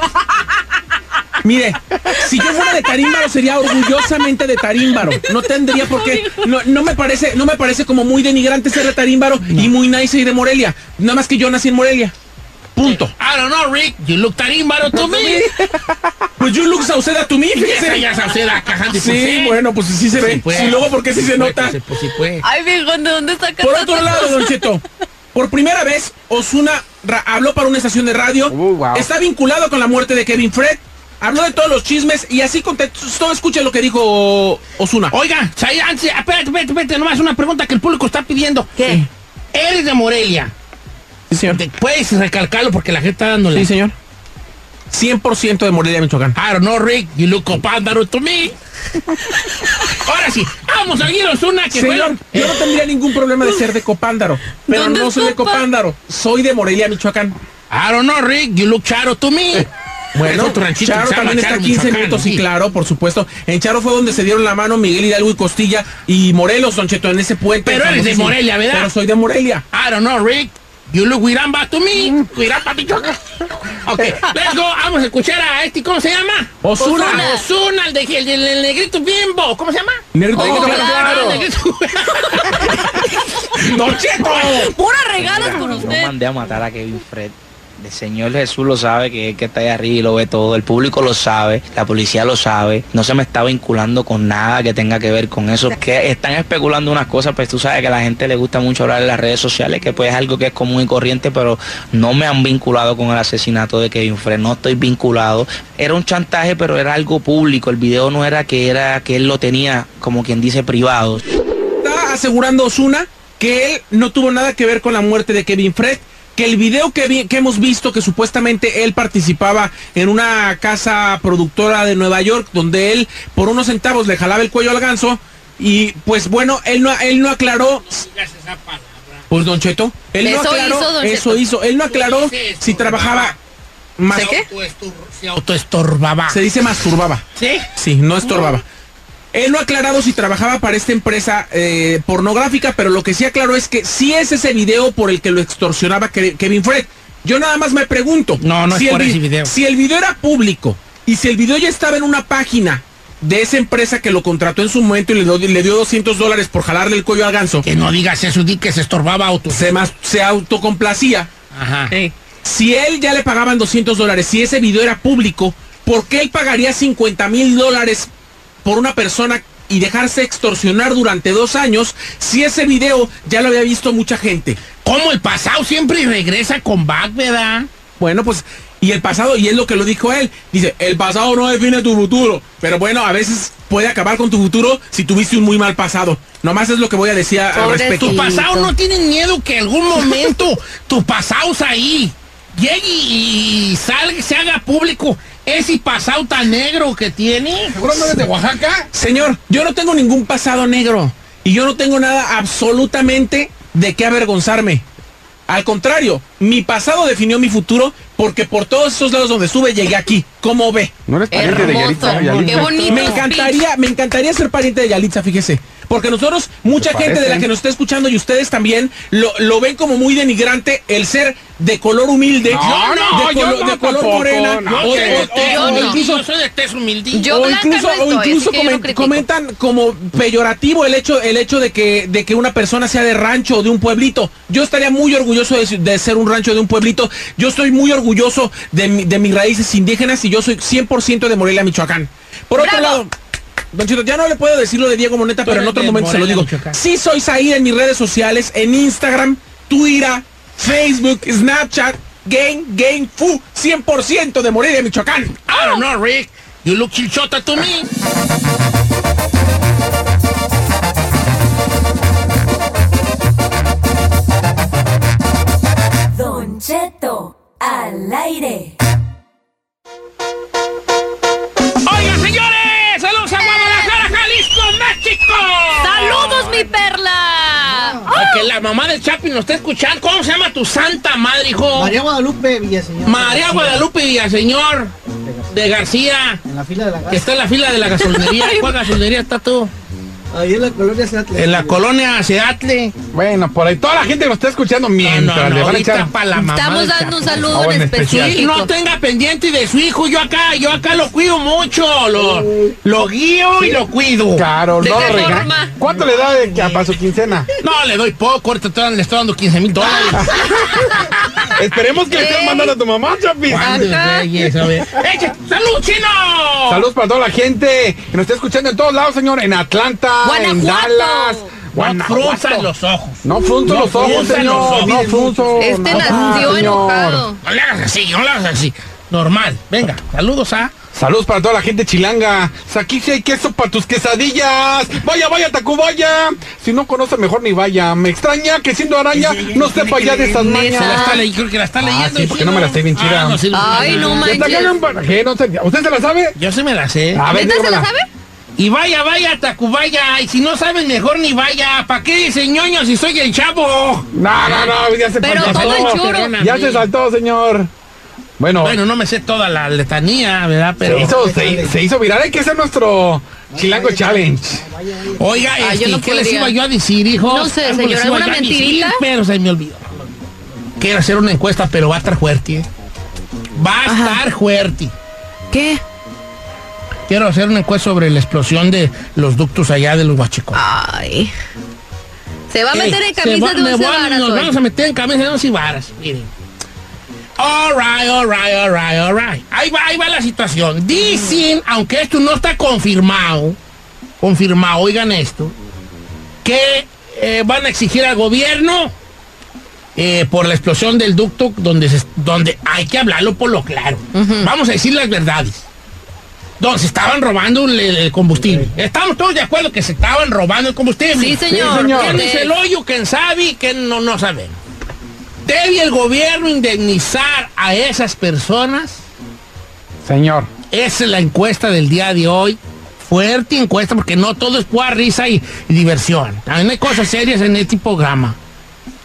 Mire, si yo fuera de Tarímbaro sería orgullosamente de Tarímbaro. No tendría por qué. No, no me parece, no me parece como muy denigrante ser de Tarímbaro y muy nice ir de Morelia. Nada más que yo nací en Morelia. Punto. I don't know, Rick. You look Tarimbaro to me. Pues you look Sauceda to me, Y esa fíjese. ya Sauceda, cajante, Sí, pues, sí. bueno, pues sí se Sí, ve. pues. y luego, ¿por qué sí Sí, se pues, nota? pues, sí, pues. Ay, viejo, ¿de dónde sacas Por otro lado, Don Cheto, por primera vez, Osuna habló para una estación de radio. Está vinculado con la muerte de Kevin Fred. Habló de todos los chismes y así contestó. Escuche lo que dijo Osuna. Oiga, Said, antes- ah, espérate, espérate, espérate, nomás una pregunta que el público está pidiendo. ¿Qué? Eres de Morelia. Sí, señor. Te- Puedes recalcarlo porque la gente está dándole. Sí, señor. 100% de Morelia, Michoacán. I don't know, Ah, Rick. You look Pándaro to me. Ahora sí, vamos a irnos una que eh, Señor, yo no tendría ningún problema de ser de Copándaro, pero ¿Dónde no es soy de Copa? Copándaro, soy de Morelia, Michoacán. Eh, I don't know, Rick. You look Charo to me. Bueno, Charo también está 15 minutos, y claro, por supuesto. En Charo fue donde se dieron la mano Miguel Hidalgo y Costilla y Morelos, Don Cheto, en ese puente. Pero eres de famosísimo. Morelia, ¿verdad? Pero soy de Morelia. I don't know, Rick. You look Wiramba to me. Wiramba, Michoacán. Ok, let's go. Vamos a escuchar a este, ¿cómo se llama? Ozuna. Osuna, el, de, el, del- el negrito bimbo. ¿Cómo se llama? Oh, Negrito bimbo, claro. claro. El negrito- Don Cheto. Puras regalas con Yo usted. mandé a matar a Kevin Fred. El Señor Jesús lo sabe, que es el que está ahí arriba y lo ve todo. El público lo sabe, la policía lo sabe. No se me está vinculando con nada que tenga que ver con eso. Que están especulando unas cosas, pues tú sabes que a la gente le gusta mucho hablar en las redes sociales, que pues es algo que es común y corriente, pero no me han vinculado con el asesinato de Kevin Fred. No estoy vinculado. Era un chantaje, pero era algo público. El video no era que era que él lo tenía, como quien dice, privado. Está asegurando Osuna que él no tuvo nada que ver con la muerte de Kevin Fred. Que el video que, vi- que hemos visto, que supuestamente él participaba en una casa productora de Nueva York, donde él por unos centavos le jalaba el cuello al ganso. Y pues bueno, él no, él no aclaró. Pues Don Cheto, él no Eso aclaró. hizo, Don eso Cheto. hizo. Él no aclaró si trabajaba más. Pues Se autoestorbaba. Se dice masturbaba. ¿Sí? Sí, no estorbaba. Él no ha aclarado si trabajaba para esta empresa eh, pornográfica, pero lo que sí aclaró es que sí es ese video por el que lo extorsionaba Ke- Kevin Fred. Yo nada más me pregunto. no es el por vi- ese video. Si el video era público y si el video ya estaba en una página de esa empresa que lo contrató en su momento y le, do- le dio 200 dólares por jalarle el cuello al ganso. Que no digas eso, di que se estorbaba auto. Se, mas- se autocomplacía. Ajá. Si él ya le pagaban 200 dólares, si ese video era público, ¿por qué él pagaría 50 mil dólares por una persona y dejarse extorsionar durante dos años si ese video ya lo había visto mucha gente? Como el pasado siempre regresa con back, ¿verdad? Bueno, pues, y el pasado, y es lo que lo dijo él, dice, el pasado no define tu futuro, pero bueno, a veces puede acabar con tu futuro si tuviste un muy mal pasado. Nomás es lo que voy a decir a- al respecto. Tu pasado no tiene miedo que algún momento tu pasado es ahí. Llegue y, y salga, se haga público ese pasado tan negro que tiene. ¿Seguro no eres de Oaxaca? Señor, yo no tengo ningún pasado negro y yo no tengo nada absolutamente de qué avergonzarme. Al contrario, mi pasado definió mi futuro porque por todos esos lados donde estuve llegué aquí. ¿Cómo ve? No eres pariente de Yarita, ¿no? Yarita. Me encantaría, me encantaría ser pariente de Yalitza, fíjese. Porque nosotros, mucha Se gente de la parecen. que nos está escuchando y ustedes también, lo, lo ven como muy denigrante el ser de color humilde, No, no, de, yo colo- no, de color tampoco, morena, no, o yo de- no, o- yo o no. incluso Yo soy de tez humildito. o incluso, o incluso comen- comentan como peyorativo el hecho, el hecho de, que, de que una persona sea de rancho o de un pueblito. Yo estaría muy orgulloso de, de ser un rancho de un pueblito. Yo estoy muy orgulloso de, mi- de mis raíces indígenas y yo soy 100% de Morelia, Michoacán. Por otro lado... Don Chito, ya no le puedo decir lo de Diego Moneta, pero en eres otro de momento se lo Morelia, digo. Michoacán. Sí soy Said en mis redes sociales, en Instagram, Twitter, Facebook, Snapchat, Game, Game Fu, 100% de Morelia, Michoacán. I don't know, Rick. You look chilchota to me. Don Cheto al aire. Oigan, señores, Eh, saludos a Guadalajara, Jalisco, México. ¡Saludos, mi perla! Porque la mamá mamá del Chapi nos está escuchando. ¿Cómo se llama tu santa madre, hijo? María Guadalupe Villaseñor. María Guadalupe Villaseñor de García. En la fila de la gas. Que está en la fila de [laughs] la gasolinería. ¿Cuál gasolinería está tú? Ahí en la colonia Seattle. En la colonia Seatle. Bueno, por ahí toda la gente que nos está escuchando mientras No, no, le van a ahorita echar. Ah, pa' la mamá Estamos del dando un Chapi. saludo en especial. Sí, no tenga pendiente de su hijo. Yo acá, yo acá lo cuido mucho. Lo, lo guío y lo cuido. Claro, De no lo qué rega- forma. ¿Cuánto le da de, a, para su quincena? No, le doy poco. Ahorita estoy- le estoy dando 15 mil dólares. [laughs] Esperemos que le Eh. estés mandando a tu mamá, Chapis. ¿Cuántos reyes? A ver. ¡Eche! ¡Salud, chino! Saludos para toda la gente que nos está escuchando en todos lados, señor. En Atlanta, en Guanajuato. Dallas. No Guanajuato. frunzan los ojos. No frunzo No los ojos, frunzan los señor. ojos. No frunzo. Este nada, nació señor. enojado. No le hagas así, no le hagas así. Normal. Venga, saludos a... Saludos para toda la gente chilanga. Aquí sí hay queso para tus quesadillas. Vaya, vaya, Tacubaya. Si no conoce, mejor ni vaya. Me extraña que siendo araña no sepa ya de esas mañas. Se la está leyendo, creo que la está leyendo. Ah, sí, porque no me la estoy bien chida. Ah, no, sí, Ay, no, no no. manches. Está cagando para- ¿Qué? No sé, ¿Usted se la sabe? Yo sí me la sé. A ver, ¿Neta se la dígamela. sabe? Y vaya, vaya, Tacubaya. Y si no saben, mejor ni vaya. ¿Para qué dice ñoño si soy el chavo? No, no, no, ya se Pero pasó. todo el churro. Ya se saltó, señor. Bueno, Bueno, no me sé toda la letanía, ¿verdad? Pero. se, hizo, se, se hizo viral. Hay que hacer nuestro Chilango Challenge. Oiga, Ah, este, yo no ¿qué les podría. iba yo a decir, hijo? No sé, Algo señor, les iba ¿alguna yo a decir, mentirita? pero se me olvidó. Quiero hacer una encuesta, pero va a estar fuerte. ¿eh? Va a estar fuerte. ¿Qué? Quiero hacer una encuesta sobre la explosión de los ductos allá de los huachicos. Ay. Se va a meter en Ey, se camisa va- de me once voy a- varas Nos hoy. vamos a meter en camisa de once varas, miren. All right, all right, all right, all right. Ahí va, ahí va la situación. Dicen, aunque esto no está confirmado, confirmado, oigan esto, que eh, van a exigir al gobierno eh, por la explosión del ducto donde, se- donde hay que hablarlo por lo claro. Vamos a decir las verdades. Donde se estaban robando el, el combustible. Estamos todos de acuerdo que se estaban robando el combustible. Sí, señor. Sí, señor. ¿Quién es el hoyo? ¿Quién sabe? y ¿Quién no, no sabe? ¿Debe el gobierno indemnizar a esas personas? Señor. Esa es la encuesta del día de hoy. Fuerte encuesta porque no todo es pura risa y, y diversión. También hay cosas serias en este programa.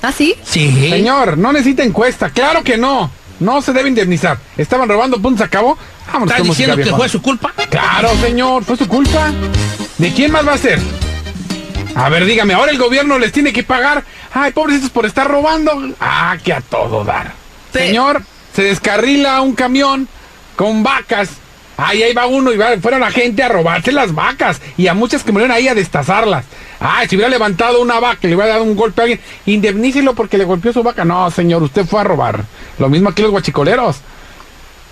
¿Ah, sí? Sí. Señor, no necesita encuesta. Claro que no. No se debe indemnizar. Estaban robando, punto, se acabó. Vámonos ¿Estás con música, diciendo que viejo. fue su culpa? Claro, señor, fue su culpa. ¿De quién más va a ser? A ver, dígame, ahora el gobierno les tiene que pagar. Ay, pobrecitos por estar robando. Ah, que a todo dar. Señor, se descarrila un camión con vacas. Ay, ahí va uno y va- fueron la gente a robarse las vacas y a muchas que murieron ahí a destazarlas. Ay, si hubiera levantado una vaca y le hubiera dado un golpe a alguien, indemnícelo porque le golpeó su vaca. No, señor, usted fue a robar. Lo mismo aquí los guachicoleros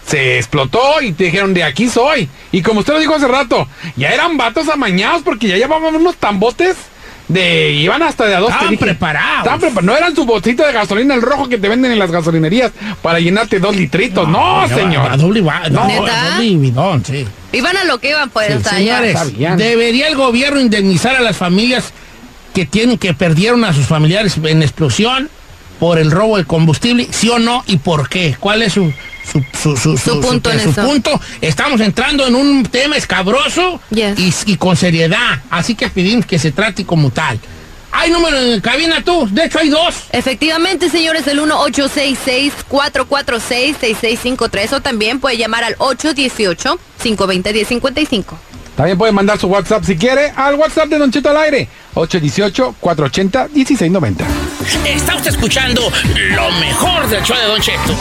se explotó y te dijeron de aquí soy. Y como usted lo dijo hace rato, ya eran vatos amañados porque ya llevaban unos tambotes de iban hasta de a dos. te Estaban dije. preparados. Estaban preparados. No eran su botita de gasolina el rojo que te venden en las gasolinerías para llenarte dos litritos. No, Ya va, señor. A doble va- no, ¿Neta? a doble bidón, sí. Iban a lo que iban, pues, o sea, ya. Señores, sabían. debería el gobierno indemnizar a las familias que tienen que perdieron a sus familiares en explosión por el robo del combustible, sí o no y por qué. ¿Cuál es su su, su- su- su- punto en su eso. punto? Estamos entrando en un tema escabroso y, y con seriedad, así que pedimos que se trate como tal. Hay número en cabina tú, de hecho hay dos. Efectivamente, señores, el 1-866-446-6653 o también puede llamar al 818-520-1055. También puede mandar su WhatsApp si quiere al WhatsApp de Don Cheto al aire. 818-480-1690. Está usted escuchando lo mejor del show de Don Cheto.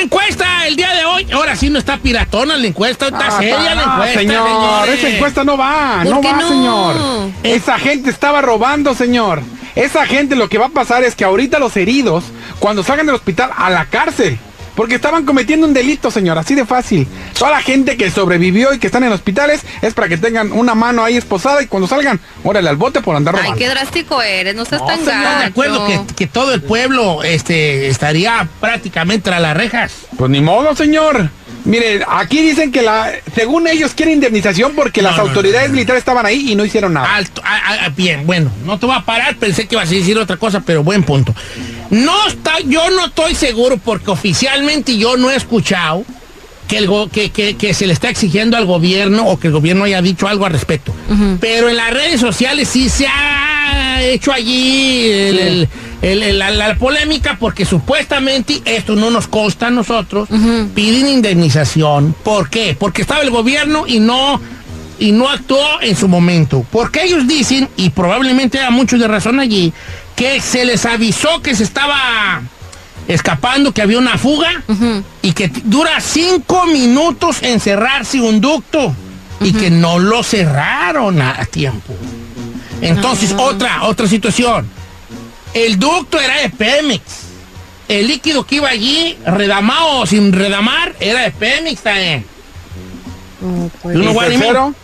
Encuesta el día de hoy. Ahora sí no está piratona la encuesta, está Ah, seria la no, encuesta. señor, señores. esa encuesta no va, ¿Por no qué va, no? señor. Esa gente estaba robando, señor. Esa gente lo que va a pasar es que ahorita los heridos, cuando salgan del hospital, a la cárcel. Porque estaban cometiendo un delito, señor, así de fácil. Toda la gente que sobrevivió y que están en hospitales es para que tengan una mano ahí esposada y cuando salgan, órale al bote por andar Ay, robando. qué drástico eres, no seas No, tan señor, gacho. de acuerdo que, que todo el pueblo este, estaría prácticamente a las rejas. Pues ni modo, señor. Mire, aquí dicen que la, según ellos quieren indemnización porque las no, no, autoridades militares estaban ahí y no hicieron nada. Alto, a- a- Ah, bien, bueno, no te voy a parar, pensé que ibas a decir otra cosa, pero buen punto. No está, yo no estoy seguro porque oficialmente yo no he escuchado que, el go- que, que- que se le está exigiendo al gobierno o que el gobierno haya dicho algo al respecto. Pero en las redes sociales sí se ha hecho allí el- el- el- el- la, la polémica porque supuestamente, esto no nos consta a nosotros, piden indemnización. ¿Por qué? Porque estaba el gobierno y no, y no actuó en su momento. Porque ellos dicen, y probablemente a muchos de razón allí, que se les avisó que se estaba escapando, que había una fuga y que t- dura cinco minutos en cerrarse un ducto y que no lo cerraron a a tiempo. Entonces, otra, otra situación. El ducto era de Pemex. El líquido que iba allí, redamado o sin redamar, era de Pemex también. Y ¿You know what I mean? tercero,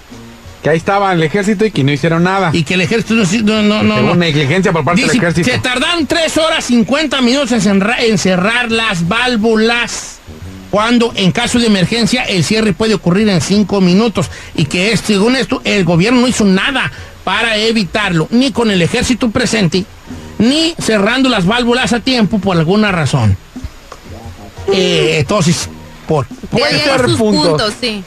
que ahí estaba el ejército y que no hicieron nada. Y que el ejército no... no, no, no. Una negligencia por parte Dice, del ejército. se tardan 3 horas 50 minutos en cerrar, en cerrar las válvulas. Cuando en caso de emergencia el cierre puede ocurrir en 5 minutos. Y que es, según esto, el gobierno no hizo nada para evitarlo. Ni con el ejército presente, ni cerrando las válvulas a tiempo por alguna razón. Eh, entonces, por... Puede Debería ser sus puntos. puntos, sí.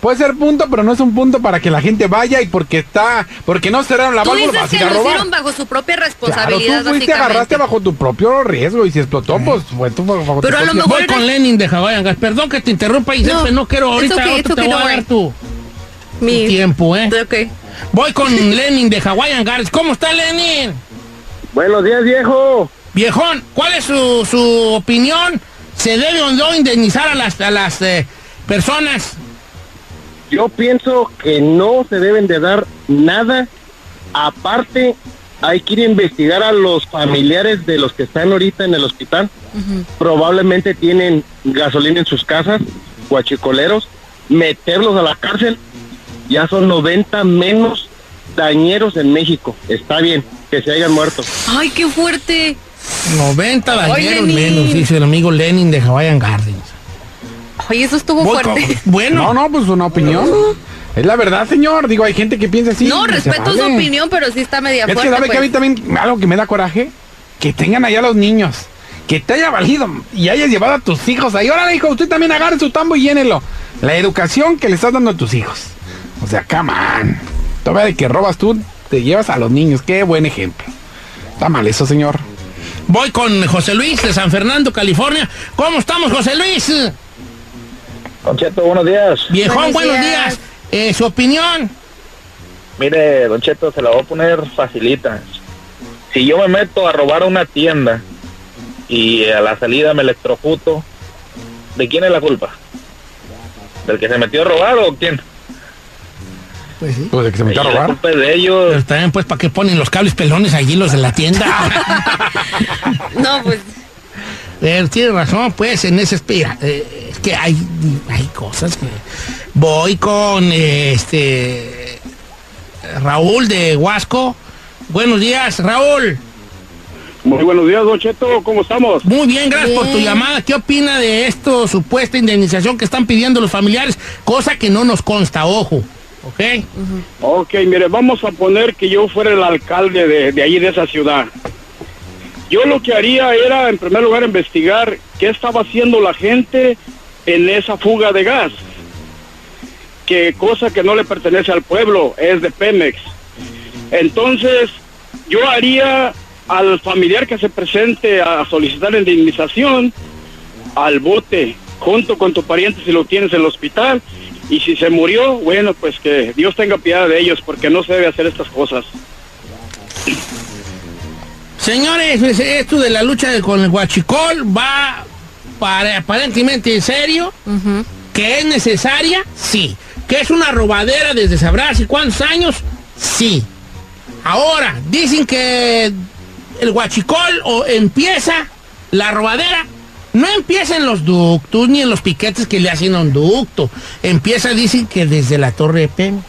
Puede ser punto, pero no es un punto para que la gente vaya y porque está, porque no cerraron la Tú dices válvula vas a ir que a lo robar. hicieron bajo su propia Claro, responsabilidad, tú fuiste, básicamente. agarraste bajo tu propio riesgo y si explotó, pues fue tu bajo tu Pero a lo propio- mejor con Lenin de Hawaiian Gas. Perdón que te interrumpa y No, no, no quiero it's ahorita. okay, ahorita it's okay, te voy don't a dar worry. tu, tu tiempo, ¿eh? Voy [laughs] con Lenin de Hawaiian Gas. ¿Cómo está Lenin? Buenos días, viejo. Viejón, ¿cuál es su, su opinión? ¿Se debe o no indemnizar a las, a las eh, personas? Yo pienso que no se deben de dar nada. Aparte, hay que ir a investigar a los familiares de los que están ahorita en el hospital. Probablemente tienen gasolina en sus casas, guachicoleros. Meterlos a la cárcel. Ya son 90 menos dañeros en México. Está bien que se hayan muerto. Ay, qué fuerte. 90 dañeros Lenin. menos, dice el amigo Lenin de Hawaiian Gardens. Oye, eso estuvo Voy con- fuerte. No, no, pues una opinión. Es la verdad, señor. Digo, hay gente que piensa así. no, y se [laughs] respeto su vale. opinión, pero sí está media Es que fuerte. sabe que a mí pues. también algo que me da coraje, que tengan allá los niños, que te haya valido y hayas llevado a tus hijos ahí. Ahora hijo, usted también agarre su tambo y llénelo. La educación que le estás dando a tus hijos. O sea, come on. Todavía de que robas tú, te llevas a los niños. Qué buen ejemplo. Está mal eso, señor. Voy con José Luis de San Fernando, California. ¿Cómo estamos, José Luis? Cheto, buenos días. Viejón, buenos, días. Eh, su opinión. Mire, Don Cheto, se la voy a poner facilita. Si yo me meto a robar a una tienda y a la salida me electrocuto, ¿de quién es la culpa? ¿Del que se metió a robar o quién? Pues sí. Pues de que se metió a La robar. culpa es de ellos. Pero también, pues, ¿para qué ponen los cables pelones allí los de la tienda? [laughs] No, pues. Eh, tiene razón, pues, en ese espía. Eh, es que hay, hay cosas que... Voy con eh, este Raúl de Huasco. Buenos días, Raúl. Muy buenos días, Don Cheto, ¿cómo estamos? Muy bien, gracias por tu llamada. ¿Qué opina de esto, supuesta indemnización que están pidiendo los familiares? Cosa que no nos consta, ojo. ¿Ok? Ok, mire, vamos a poner que yo fuera el alcalde de, de ahí, de esa ciudad. Yo lo que haría era, en primer lugar, investigar qué estaba haciendo la gente en esa fuga de gas. Que cosa que no le pertenece al pueblo, es de Pemex. Entonces, yo haría al familiar que se presente a solicitar indemnización al bote junto con tu pariente si lo tienes en el hospital y si se murió, bueno, pues que Dios tenga piedad de ellos porque no se debe hacer estas cosas. Señores, pues, esto de la lucha de- con el guachicol va para, aparentemente en serio. ¿Que es necesaria? Sí. ¿Que es una robadera desde sabrás y cuántos años? Sí. Ahora, dicen que el guachicol o empieza la robadera. No empieza en los ductos ni en los piquetes que le hacen a un ducto. Empieza, dicen que desde la torre de Pemex.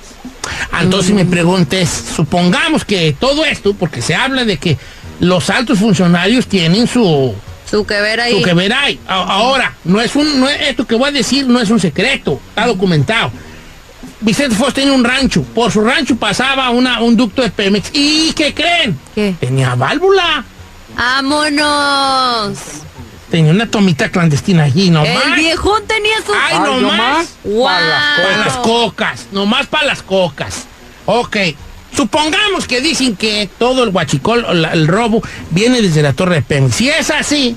Entonces mi pregunta es, supongamos que todo esto, porque se habla de que los altos funcionarios tienen su... Su que ver ahí. Su que ver ahí. A- Ahora, no es un, no es- esto que voy a decir no es un secreto, está documentado. Vicente Fox tenía un rancho, por su rancho pasaba una, un ducto de Pemex. ¿Y qué creen? Tenía válvula. ¡Vámonos! Tenía una tomita clandestina allí, nomás. El viejón tenía sus... Ay, nomás. Para las ¡Wow! cocas, nomás para las cocas. Ok. Supongamos que dicen que todo el guachicol, o la- el robo, viene desde la Torre de Pemex. Si es así,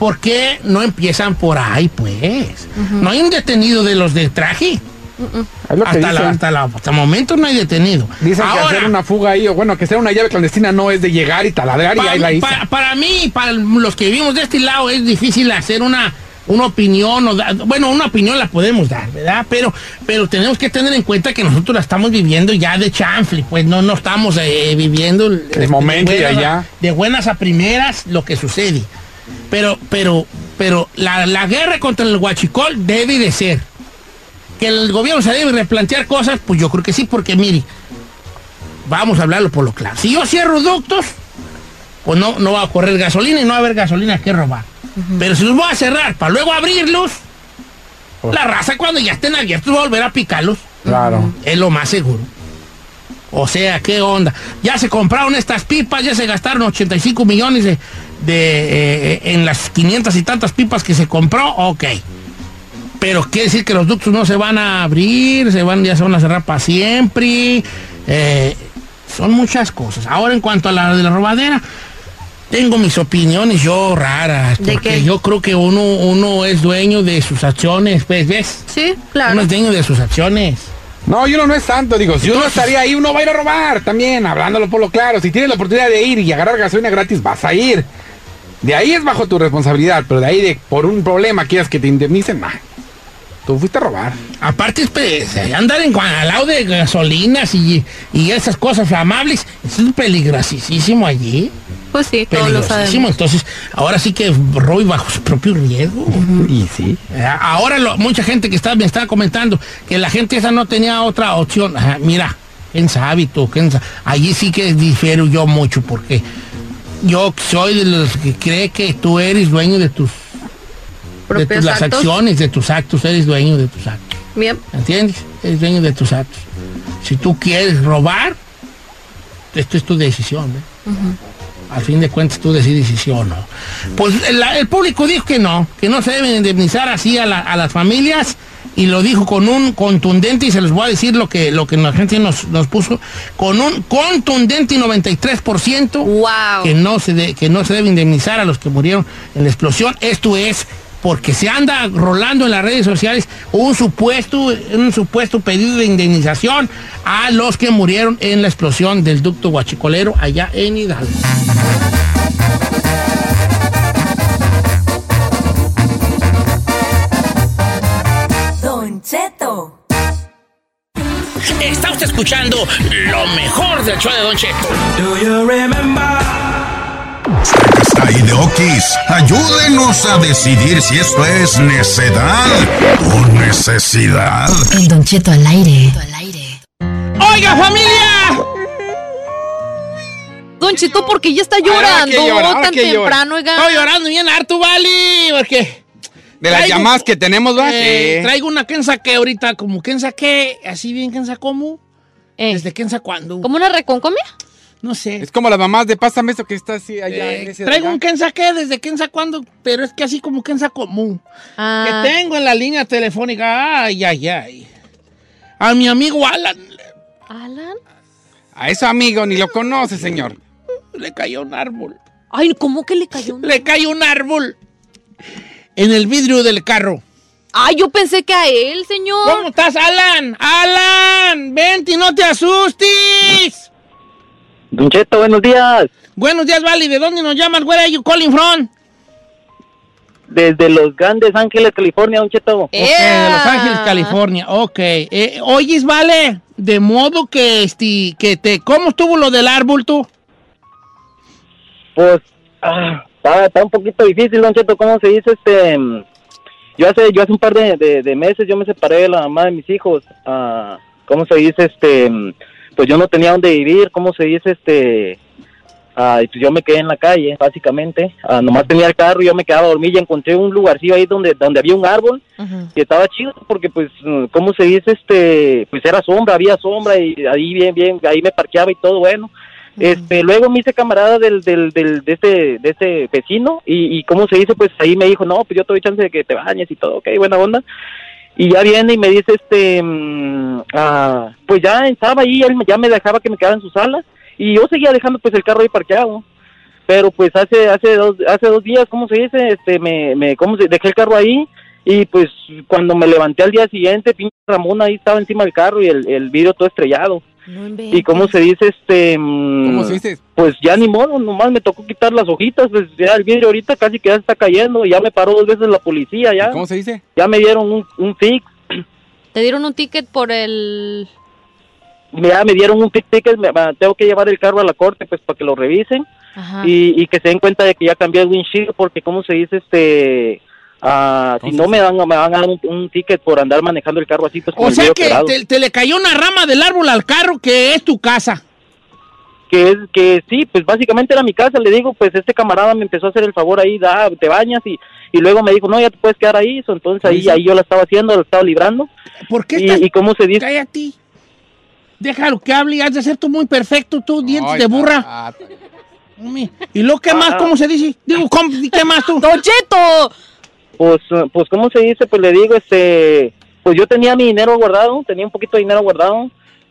¿por qué no empiezan por ahí, pues? No hay un detenido de los de traje. Es lo que Hasta, la- dicen. hasta, la- hasta el momento no hay detenido. Dicen Ahora- que hacer una fuga ahí, o bueno, que sea una llave clandestina no es de llegar y taladrar y Pa- ahí la hice. pa- para mí, para los que vivimos de este lado, es difícil hacer una, una opinión. o da- bueno, una opinión la podemos dar, ¿verdad? Pero, pero tenemos que tener en cuenta que nosotros la estamos viviendo ya de chanfle, pues no, no estamos eh, viviendo el, El momento y allá. de buenas a primeras lo que sucede. Pero, pero, pero la, la guerra contra el huachicol debe de ser. Que el gobierno se debe replantear cosas, pues yo creo que sí, porque mire, vamos a hablarlo por lo claro. Si yo cierro ductos, pues no, no va a correr gasolina y no va a haber gasolina que robar. Pero si los voy a cerrar para luego abrirlos, la raza cuando ya estén abiertos va a volver a picarlos. Pues Claro. Es lo más seguro. O sea, ¿qué onda? Ya se compraron estas pipas, ya se gastaron 85 millones de, de, eh, en las 500 y tantas pipas que se compró, ok. Pero quiere decir que los ductos no se van a abrir, se van, ya se van a cerrar para siempre. eh, son muchas cosas. Ahora en cuanto a la de la robadera, tengo mis opiniones yo raras. ¿De porque qué? yo creo que uno, uno es dueño de sus acciones, pues, ¿ves? Sí, claro. Uno es dueño de sus acciones. No, y uno no es santo, digo, si pues, uno estaría ahí, uno va a ir a robar también, hablándolo por lo claro. Si tienes la oportunidad de ir y agarrar gasolina gratis, vas a ir. De ahí es bajo tu responsabilidad, pero de ahí de por un problema quieras que te indemnicen, nah. Tú fuiste a robar. Aparte, pues, andar en cua- al lado de gasolinas y, y esas cosas amables, es peligrosísimo allí. Pues sí, todos lo Peligrosísimo. sabemos. Entonces, ahora sí que roy bajo su propio riesgo. Y sí. Eh, Ahora lo- mucha gente que está, me está comentando que la gente esa no tenía otra opción. Ajá, mira, quién sabe tú, quién sa- Allí sí que difiero yo mucho porque yo soy de los que cree que tú eres dueño de tus, de tus Propios las actos. acciones, de tus actos, eres dueño de tus actos. Bien. ¿Entiendes? Eres dueño de tus actos. Si tú quieres robar, esto es tu decisión. ¿eh? Al fin de cuentas tú decides si sí o no. Pues el, el público dijo que no, que no se deben indemnizar así a, la- a las familias y lo dijo con un contundente, y se les voy a decir lo que, lo que la gente nos, nos puso, con un contundente y 93% que, no se de- que no se debe indemnizar a los que murieron en la explosión. Esto es porque se anda rolando en las redes sociales un supuesto, un supuesto pedido de indemnización a los que murieron en la explosión del ducto guachicolero allá en Hidalgo. Don Cheto. Está usted escuchando lo mejor del show de Don Cheto. Está Ideokis, ayúdenos a decidir si esto es necedad o necesidad. El Don Cheto al aire. ¡Oiga, familia! Don Chito, ¿por qué ya está Ahora llorando que llora, ahora tan que llora. temprano, oiga? Estoy llorando bien harto, vale, porque... De las Traigo- llamadas que tenemos, ¿va? eh, Sí. Traigo una que saqué ahorita, como que saqué, así bien que cómo, desde que cuándo. Eh. ¿Como una reconcomia? No sé. Es como las mamás de pásame eso que está así allá. Eh, en ese de traigo allá. un Kenza que desde Kenza cuando, pero es que así como Kenza común. Ah. Que tengo en la línea telefónica. Ay, ay, ay. A mi amigo Alan ¿Alan? A eso, amigo, ni lo conoce, señor. le cayó un árbol. Ay, ¿cómo que le cayó un Le cayó un árbol en el vidrio del carro. Ay, yo pensé que a él, señor. ¿Cómo estás, Alan? Alan, vente y no te asustes. Don Cheto, buenos días. Buenos días, Vali. ¿De dónde nos llamas? Where are you calling from? Desde Los Grandes Ángeles, California, Don Cheto. Eh, Ok, de Eh, Los Ángeles, Ah. California. Ok. Eh, oyes, Vale, de modo que, este, que te... ¿Cómo estuvo lo del árbol, tú? Pues, ah, está, está un poquito difícil, Don Cheto, ¿cómo se dice? Este, mm, yo hace, yo hace un par de, de- de meses yo me separé de la mamá de mis hijos. Ah, ¿Cómo se dice? Este, mm, pues yo no tenía dónde vivir, ¿cómo se dice? Este, ah, y pues yo me quedé en la calle, básicamente. Ah, nomás tenía el carro, yo me quedaba a dormir y encontré un lugarcillo ahí donde, donde había un árbol. y estaba chido porque pues mm, cómo se dice este pues era sombra había sombra y ahí bien bien ahí me parqueaba y todo bueno Este, luego me hice camarada del, del, del, de, este, de este vecino y, y cómo se dice, pues ahí me dijo, no, pues yo te doy chance de que te bañes y todo, ok, buena onda. Y ya viene y me dice, este, mm, ah, pues ya estaba ahí, él ya me dejaba que me quedara en su sala y yo seguía dejando pues el carro ahí parqueado. Pero pues hace, hace dos, hace dos días, ¿cómo se dice? Este, me, me, ¿cómo se, dejé el carro ahí y pues cuando me levanté al día siguiente, pinche Ramón ahí estaba encima del carro y el, el vidrio todo estrellado. Y cómo se dice, este, mm, ¿Cómo se dice? Pues ya ni modo, nomás me tocó quitar las hojitas, pues ya el vidrio ahorita casi que ya se está cayendo, ya me paró dos veces la policía, ya. ¿Cómo se dice? Ya me dieron un, un tic, Te dieron un ticket por el... ya me dieron un tic ticket, me, me- tengo que llevar el carro a la corte pues para que lo revisen Ah. Ajá. y, y que se den cuenta de que ya cambié el windshield porque como se dice este ah, si no me dan me van a dar un, un ticket por andar manejando el carro así pues con O el sea vidrio que quebrado. te, te le cayó una rama del árbol al carro que es tu casa. que es que sí, pues básicamente era mi casa, le digo, pues este camarada me empezó a hacer el favor ahí, da, te bañas y, y luego me dijo, no, ya te puedes quedar ahí, so, entonces ahí, ahí yo la estaba haciendo, la estaba librando. ¿Por qué y, y cómo se dice? Cállate. Déjalo que hable, has de ser tú muy perfecto, tú, dientes de ah, burra. Hombre, ¿Y luego qué más? Ah. ¿Cómo se dice? Digo, ¿cómo- ¿qué más [laughs] tú? Pues, eh, pues cómo se dice, pues le digo, este, pues yo tenía mi dinero guardado, tenía un poquito de dinero guardado,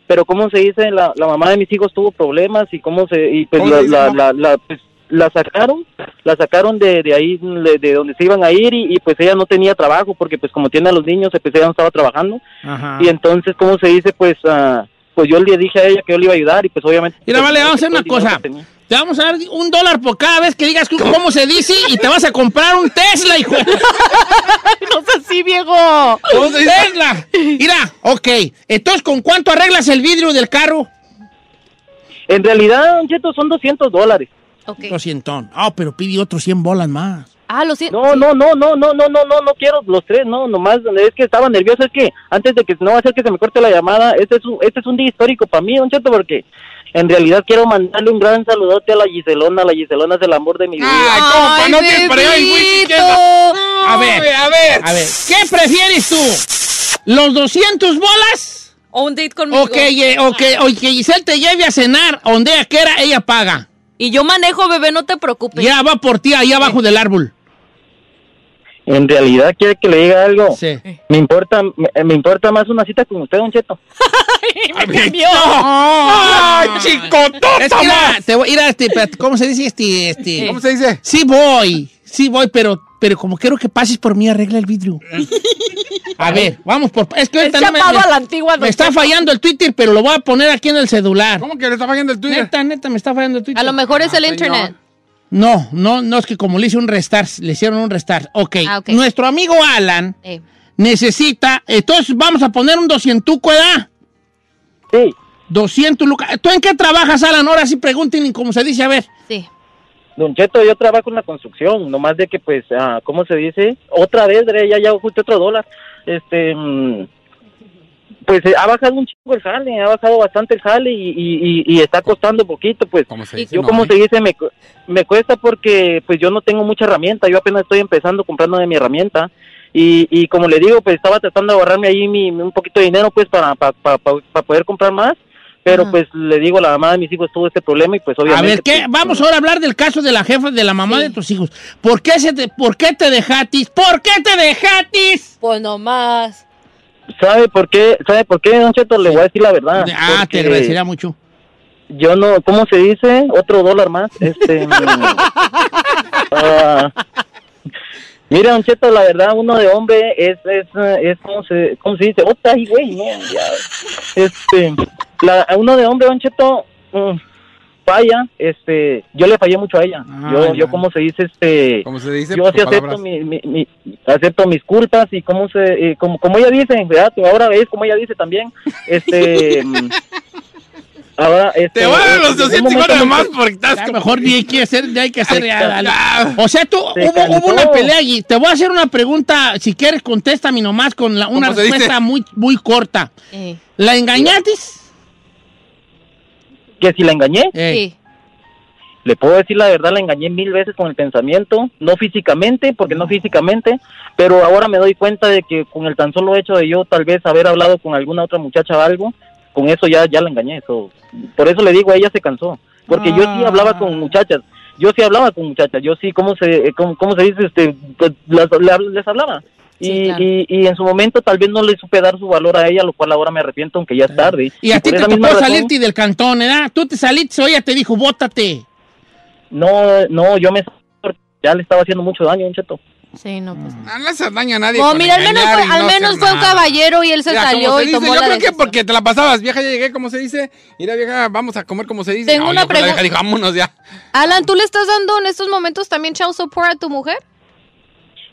pero cómo se dice, la, la mamá de mis hijos tuvo problemas y cómo se, y pues ¿Cómo la, le dice, la, la, mamá? la- pues, la sacaron, la sacaron de, de ahí, de, de donde se iban a ir y, y, pues ella no tenía trabajo porque pues como tiene a los niños, pues ella no estaba trabajando. Ajá. Y entonces, ¿cómo se dice? Pues, ah, pues yo le dije a ella que yo le iba a ayudar y pues obviamente... Mira, vale, vamos a hacer una cosa. Te vamos a dar un dólar por cada vez que digas cómo se dice y te vas a comprar un Tesla, hijo. [laughs] no es así, viejo. Un Tesla. Mira, ok. Entonces, ¿con cuánto arreglas el vidrio del carro? En realidad, Don Cheto, son 200 dólares. Ok. 200. Ah, pero pide otros 100 bolas más. Ah, lo siento. No, no, no, no, no, no, no, no, no quiero los tres, no, nomás es que estaba nervioso, es que antes de que no va a ser que se me corte la llamada, este es un, este es un día histórico para mí, Don Cheto, porque en realidad quiero mandarle un gran saludote a la Giselona, la Giselona es el amor de mi vida. Ay, no te bebito. A ver, a ver. A ver, ¿qué prefieres tú? ¿Los 200 bolas? O un date conmigo. O que, ye- o que, o que Giselle te lleve a cenar, donde a quiera, ella paga. Y yo manejo, bebé, no te preocupes. Ya va por ti, ahí abajo del árbol. En realidad quiere que le diga algo. Me importa, me, me importa más una cita con usted, Don Cheto. ¡Ay, chicotota Es que mira, más! te voy ir a este, espérate, ¿cómo se dice este, este? ¿Cómo se dice? Sí voy, sí voy, pero, pero como quiero que pases por mí, arregla el vidrio. A ver, vamos por... Es que ahorita no me, chapado me- a la antigua, me don está Cheto. fallando el Twitter, pero lo voy a poner aquí en el celular. ¿Cómo que le está fallando el Twitter? Neta, neta, me está fallando el Twitter. A lo mejor Ah, es el internet. No, no, no, es que como le hice un restart, le hicieron un restart. Ok, Ah, ok. nuestro amigo Alan Eh. necesita, entonces vamos a poner un 200 ¿verdad? Sí. 200 lucas. ¿Tú en qué trabajas, Alan? Ahora sí pregunten como se dice, a ver. Sí. Don Cheto, yo trabajo en la construcción, nomás de que, pues, ah, ¿cómo se dice? Otra vez, Dre, ya ya justo otro dólar. Este, mm, pues eh, ha bajado un chingo el jale, ha bajado bastante el jale y, y- y- y está costando poquito, pues. dice? Yo, No como hay. se dice, me, cu- me cuesta porque, pues, yo no tengo mucha herramienta, yo apenas estoy empezando comprando de mi herramienta. Y, y como le digo, pues estaba tratando de ahorrarme ahí mi, mi- un poquito de dinero, pues, para, para, para- para poder comprar más. Pero, Ajá. pues, le digo, la mamá de mis hijos tuvo este problema y, pues, A obviamente... ver, ¿qué? pues, Vamos ahora a hablar del caso de la jefa, de la mamá de tus hijos. ¿Por qué, se te, ¿Por qué te dejatis? ¿Por qué te dejatis? Pues nomás. ¿Sabe por qué? ¿Sabe por qué, Don Cheto? Le voy a decir la verdad. Ah, Porque te agradecería mucho. Yo no, ¿cómo se dice? Otro dólar más. [laughs] Este. mm, ah, mira, Don Cheto, la verdad, uno de hombre es, es, eh, es ¿cómo se, cómo se dice? Otra, ay, güey, no, ya. Este, la, uno de hombre, Don Cheto, mm, falla, este, yo le fallé mucho a ella. Ah, yo, yo, ¿cómo se dice? Este, ¿Cómo se dice? yo Por sí acepto, palabras. mi- mi- mi- acepto mis culpas y como se eh, como como ella dice ¿verdad? ahora ves como ella dice también [laughs] este mm, ahora este Te voy a dar los en un 200 momento dólares me- más porque Ya, mejor ni hay que hacer, ya hay que hacer. Se ya, ca- dale. O sea, tú Se hubo, hubo cansó. una pelea y te voy a hacer una pregunta. Si quieres, contéstame nomás con la- una ¿Cómo se dice? respuesta muy, muy corta. Eh. ¿La engañaste? que si la engañé Sí. le puedo decir la verdad la engañé mil veces con el pensamiento no físicamente porque no físicamente pero ahora me doy cuenta de que con el tan solo hecho de yo tal vez haber hablado con alguna otra muchacha o algo con eso ya ya la engañé eso por eso le digo ella se cansó porque yo sí Ah. hablaba con muchachas, yo sí hablaba con muchachas, yo sí, ¿cómo se, eh, cómo, cómo se dice? Este, pues, las- le- les hablaba. Y, y, y en su momento tal vez no le supe dar su valor a ella, lo cual ahora me arrepiento, aunque ya es tarde. Y a ti por te esa misma tocó razón- salirte del cantón, ¿verdad? Tú te saliste o ella te dijo, bótate. No, no, yo me... Ya le estaba haciendo mucho daño, un cheto. Sí, no, pues. Ah, No le haces daño a nadie. No, con mira, al menos engañar fue, y al no hacer menos fue un nada. caballero y él se Mira, como salió y dice, tomó Yo la creo que decisión. porque te la pasabas, vieja, ya llegué, como se dice. Mira, vieja, vamos a comer, como se dice. Tengo No, una yo creo que La pregun- vieja dijo, vámonos ya. Alan, ¿tú le estás dando en estos momentos también child support a tu mujer?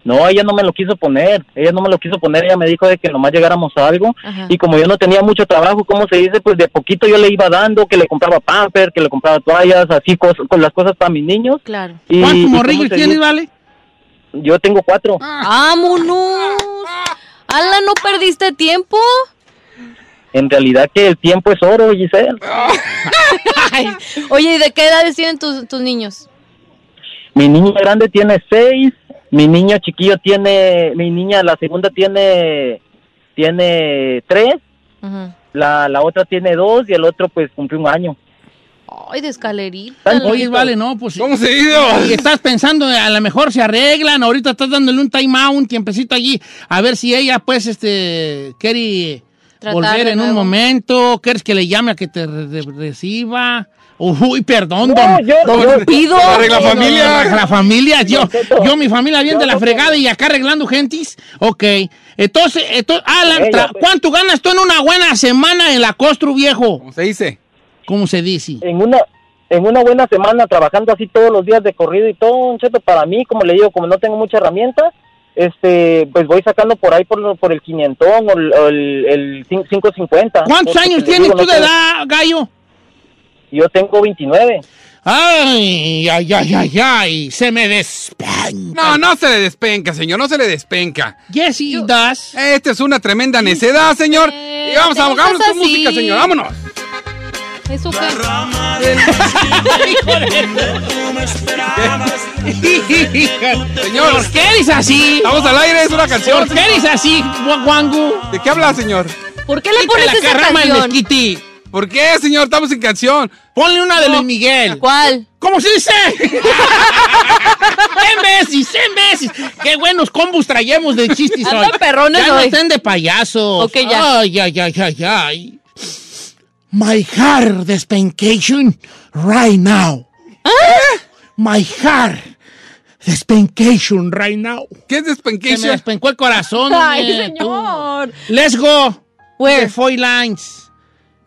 No, ella no me lo quiso poner, ella no me lo quiso poner, ella me dijo de que nomás llegáramos a algo Ajá. y como yo no tenía mucho trabajo, como se dice, pues de poquito yo le iba dando, que le compraba pamper, que le compraba toallas, así cosas, con las cosas para mis niños. Claro. Y- y ¿Cuántos cómo morrillos se tienes, dice, vale? Ah. Yo tengo cuatro. ¡Vámonos! Alan, ¿no perdiste tiempo? En realidad que el tiempo es oro, Giselle. Ah. Ay, Oye, ¿y de qué edades tienen tus, tus niños? Mi niña grande tiene seis, mi niño chiquillo tiene, mi niña la segunda tiene, tiene tres, la, la otra tiene dos y el otro pues cumplió un año. Ay, de escalerita. Oye, vale, no, pues. ¿Cómo se Y estás pensando, a lo mejor se arreglan, ahorita estás dándole un time out, un tiempecito allí, a ver si ella, pues, este, quiere Tratar volver de en un nuevo. momento, quieres que le llame a que te re- re- reciba. Uy, perdón, No, don, yo- don yo- Pido. La regla No, no, familia. La, la familia, yo, Cheto, yo, mi familia bien yo de la no- fregada y acá arreglando gentis. Ok, entonces, entonces Alan, Ella, tra- pues. ¿cuánto ganas tú en una buena semana en la Costru, viejo? ¿Cómo se dice? ¿Cómo se dice? en una en una buena semana trabajando así todos los días de corrido y todo un cheto para mí como le digo como no tengo mucha herramienta este pues voy sacando por ahí por, lo- por el 500 o el, o el, el cin- 550 ¿Cuántos Porque, años le tienes digo, tú de no tengo- edad, Ah, gallo? yo tengo 29 Ay, ay, ay, ay, ay, se me despeña. No, no se le despenca, señor, no se le despenca. Yes, he does. Esta es una tremenda necedad, señor. Y vamos a te vámonos gustas con música, así. señor, vámonos. ¿Eso qué? Señor. ¿Por qué eres así? Estamos al aire, es una canción. ¿Por qué eres así, guangu? ¿De qué habla, señor? ¿Por qué le Quítale pones la esa carrama al canción? mezquiti. ¿Por qué, señor? Estamos en canción. Ponle una de Luis Miguel. ¿Cuál? ¿Cómo se dice? ¡Cien veces, cien veces! ¡Qué buenos combos traemos de chistes hoy! Andan perrones ya no hoy. estén de payasos. Ok, ya. Ay, ay, ay, ay, ay. My heart despencation right now. ¿Ah? My heart despencation right now. ¿Qué es Se me despencation? despencó el corazón. Ay, hombre, señor. tú. Let's go. Where? The Foy Lines.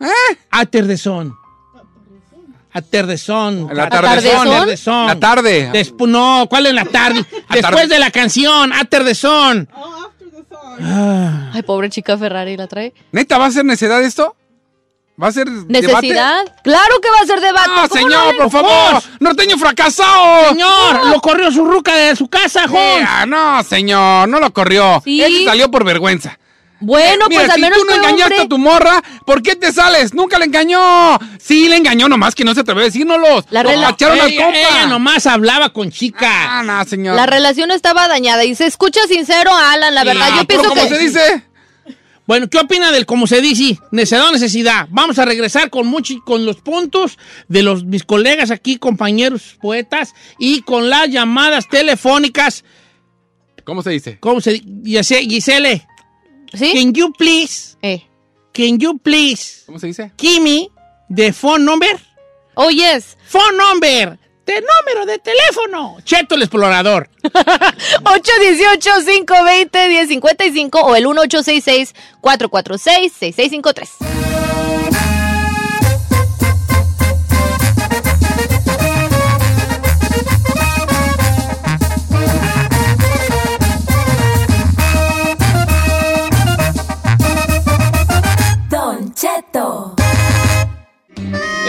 ¿Eh? After the sun. After the sun. La After the tardezón. sun. La tarde. Despu- no, ¿cuál es la [laughs] tarde? Después de la canción, After the Sun. Ah. Ay, pobre chica Ferrari, la trae. ¿Neta va a ser necedad esto? ¿Va a ser debate? ¿Necesidad? ¡Claro que va a ser debate! No, ¿Cómo Ah, señor, no? por favor. Norteño fracasado. Señor, lo corrió su ruca de su casa, Jon. Mira, no, señor, no lo corrió. Sí. Ese salió por vergüenza. Bueno, Mira, pues al si menos tú no fue engañaste hombre. a tu morra, ¿por qué te sales? Nunca le engañó. Sí, le engañó nomás que no se atrevió a decírnoslos. La Lo rela- macharon al Ella, compa. ella nomás hablaba con chica. Ah, no, señor. La relación estaba dañada y se escucha sincero, Alan, la verdad. Ah, Yo pero pienso como que. se dice? Bueno, ¿qué opina del como se dice? Necesidad o necesidad. Vamos a regresar con mucho, con los puntos de los mis colegas aquí, compañeros poetas, y con las llamadas telefónicas. ¿Cómo se dice? ¿Cómo se dice? Gise- Gisele, ¿Sí? can you please, Eh. can you please, ¿Cómo se dice? give me the phone number? Oh, yes. Phone number, de número de teléfono. Cheto el explorador. 818-520-1055 o el 1866-446-6653. Don Cheto.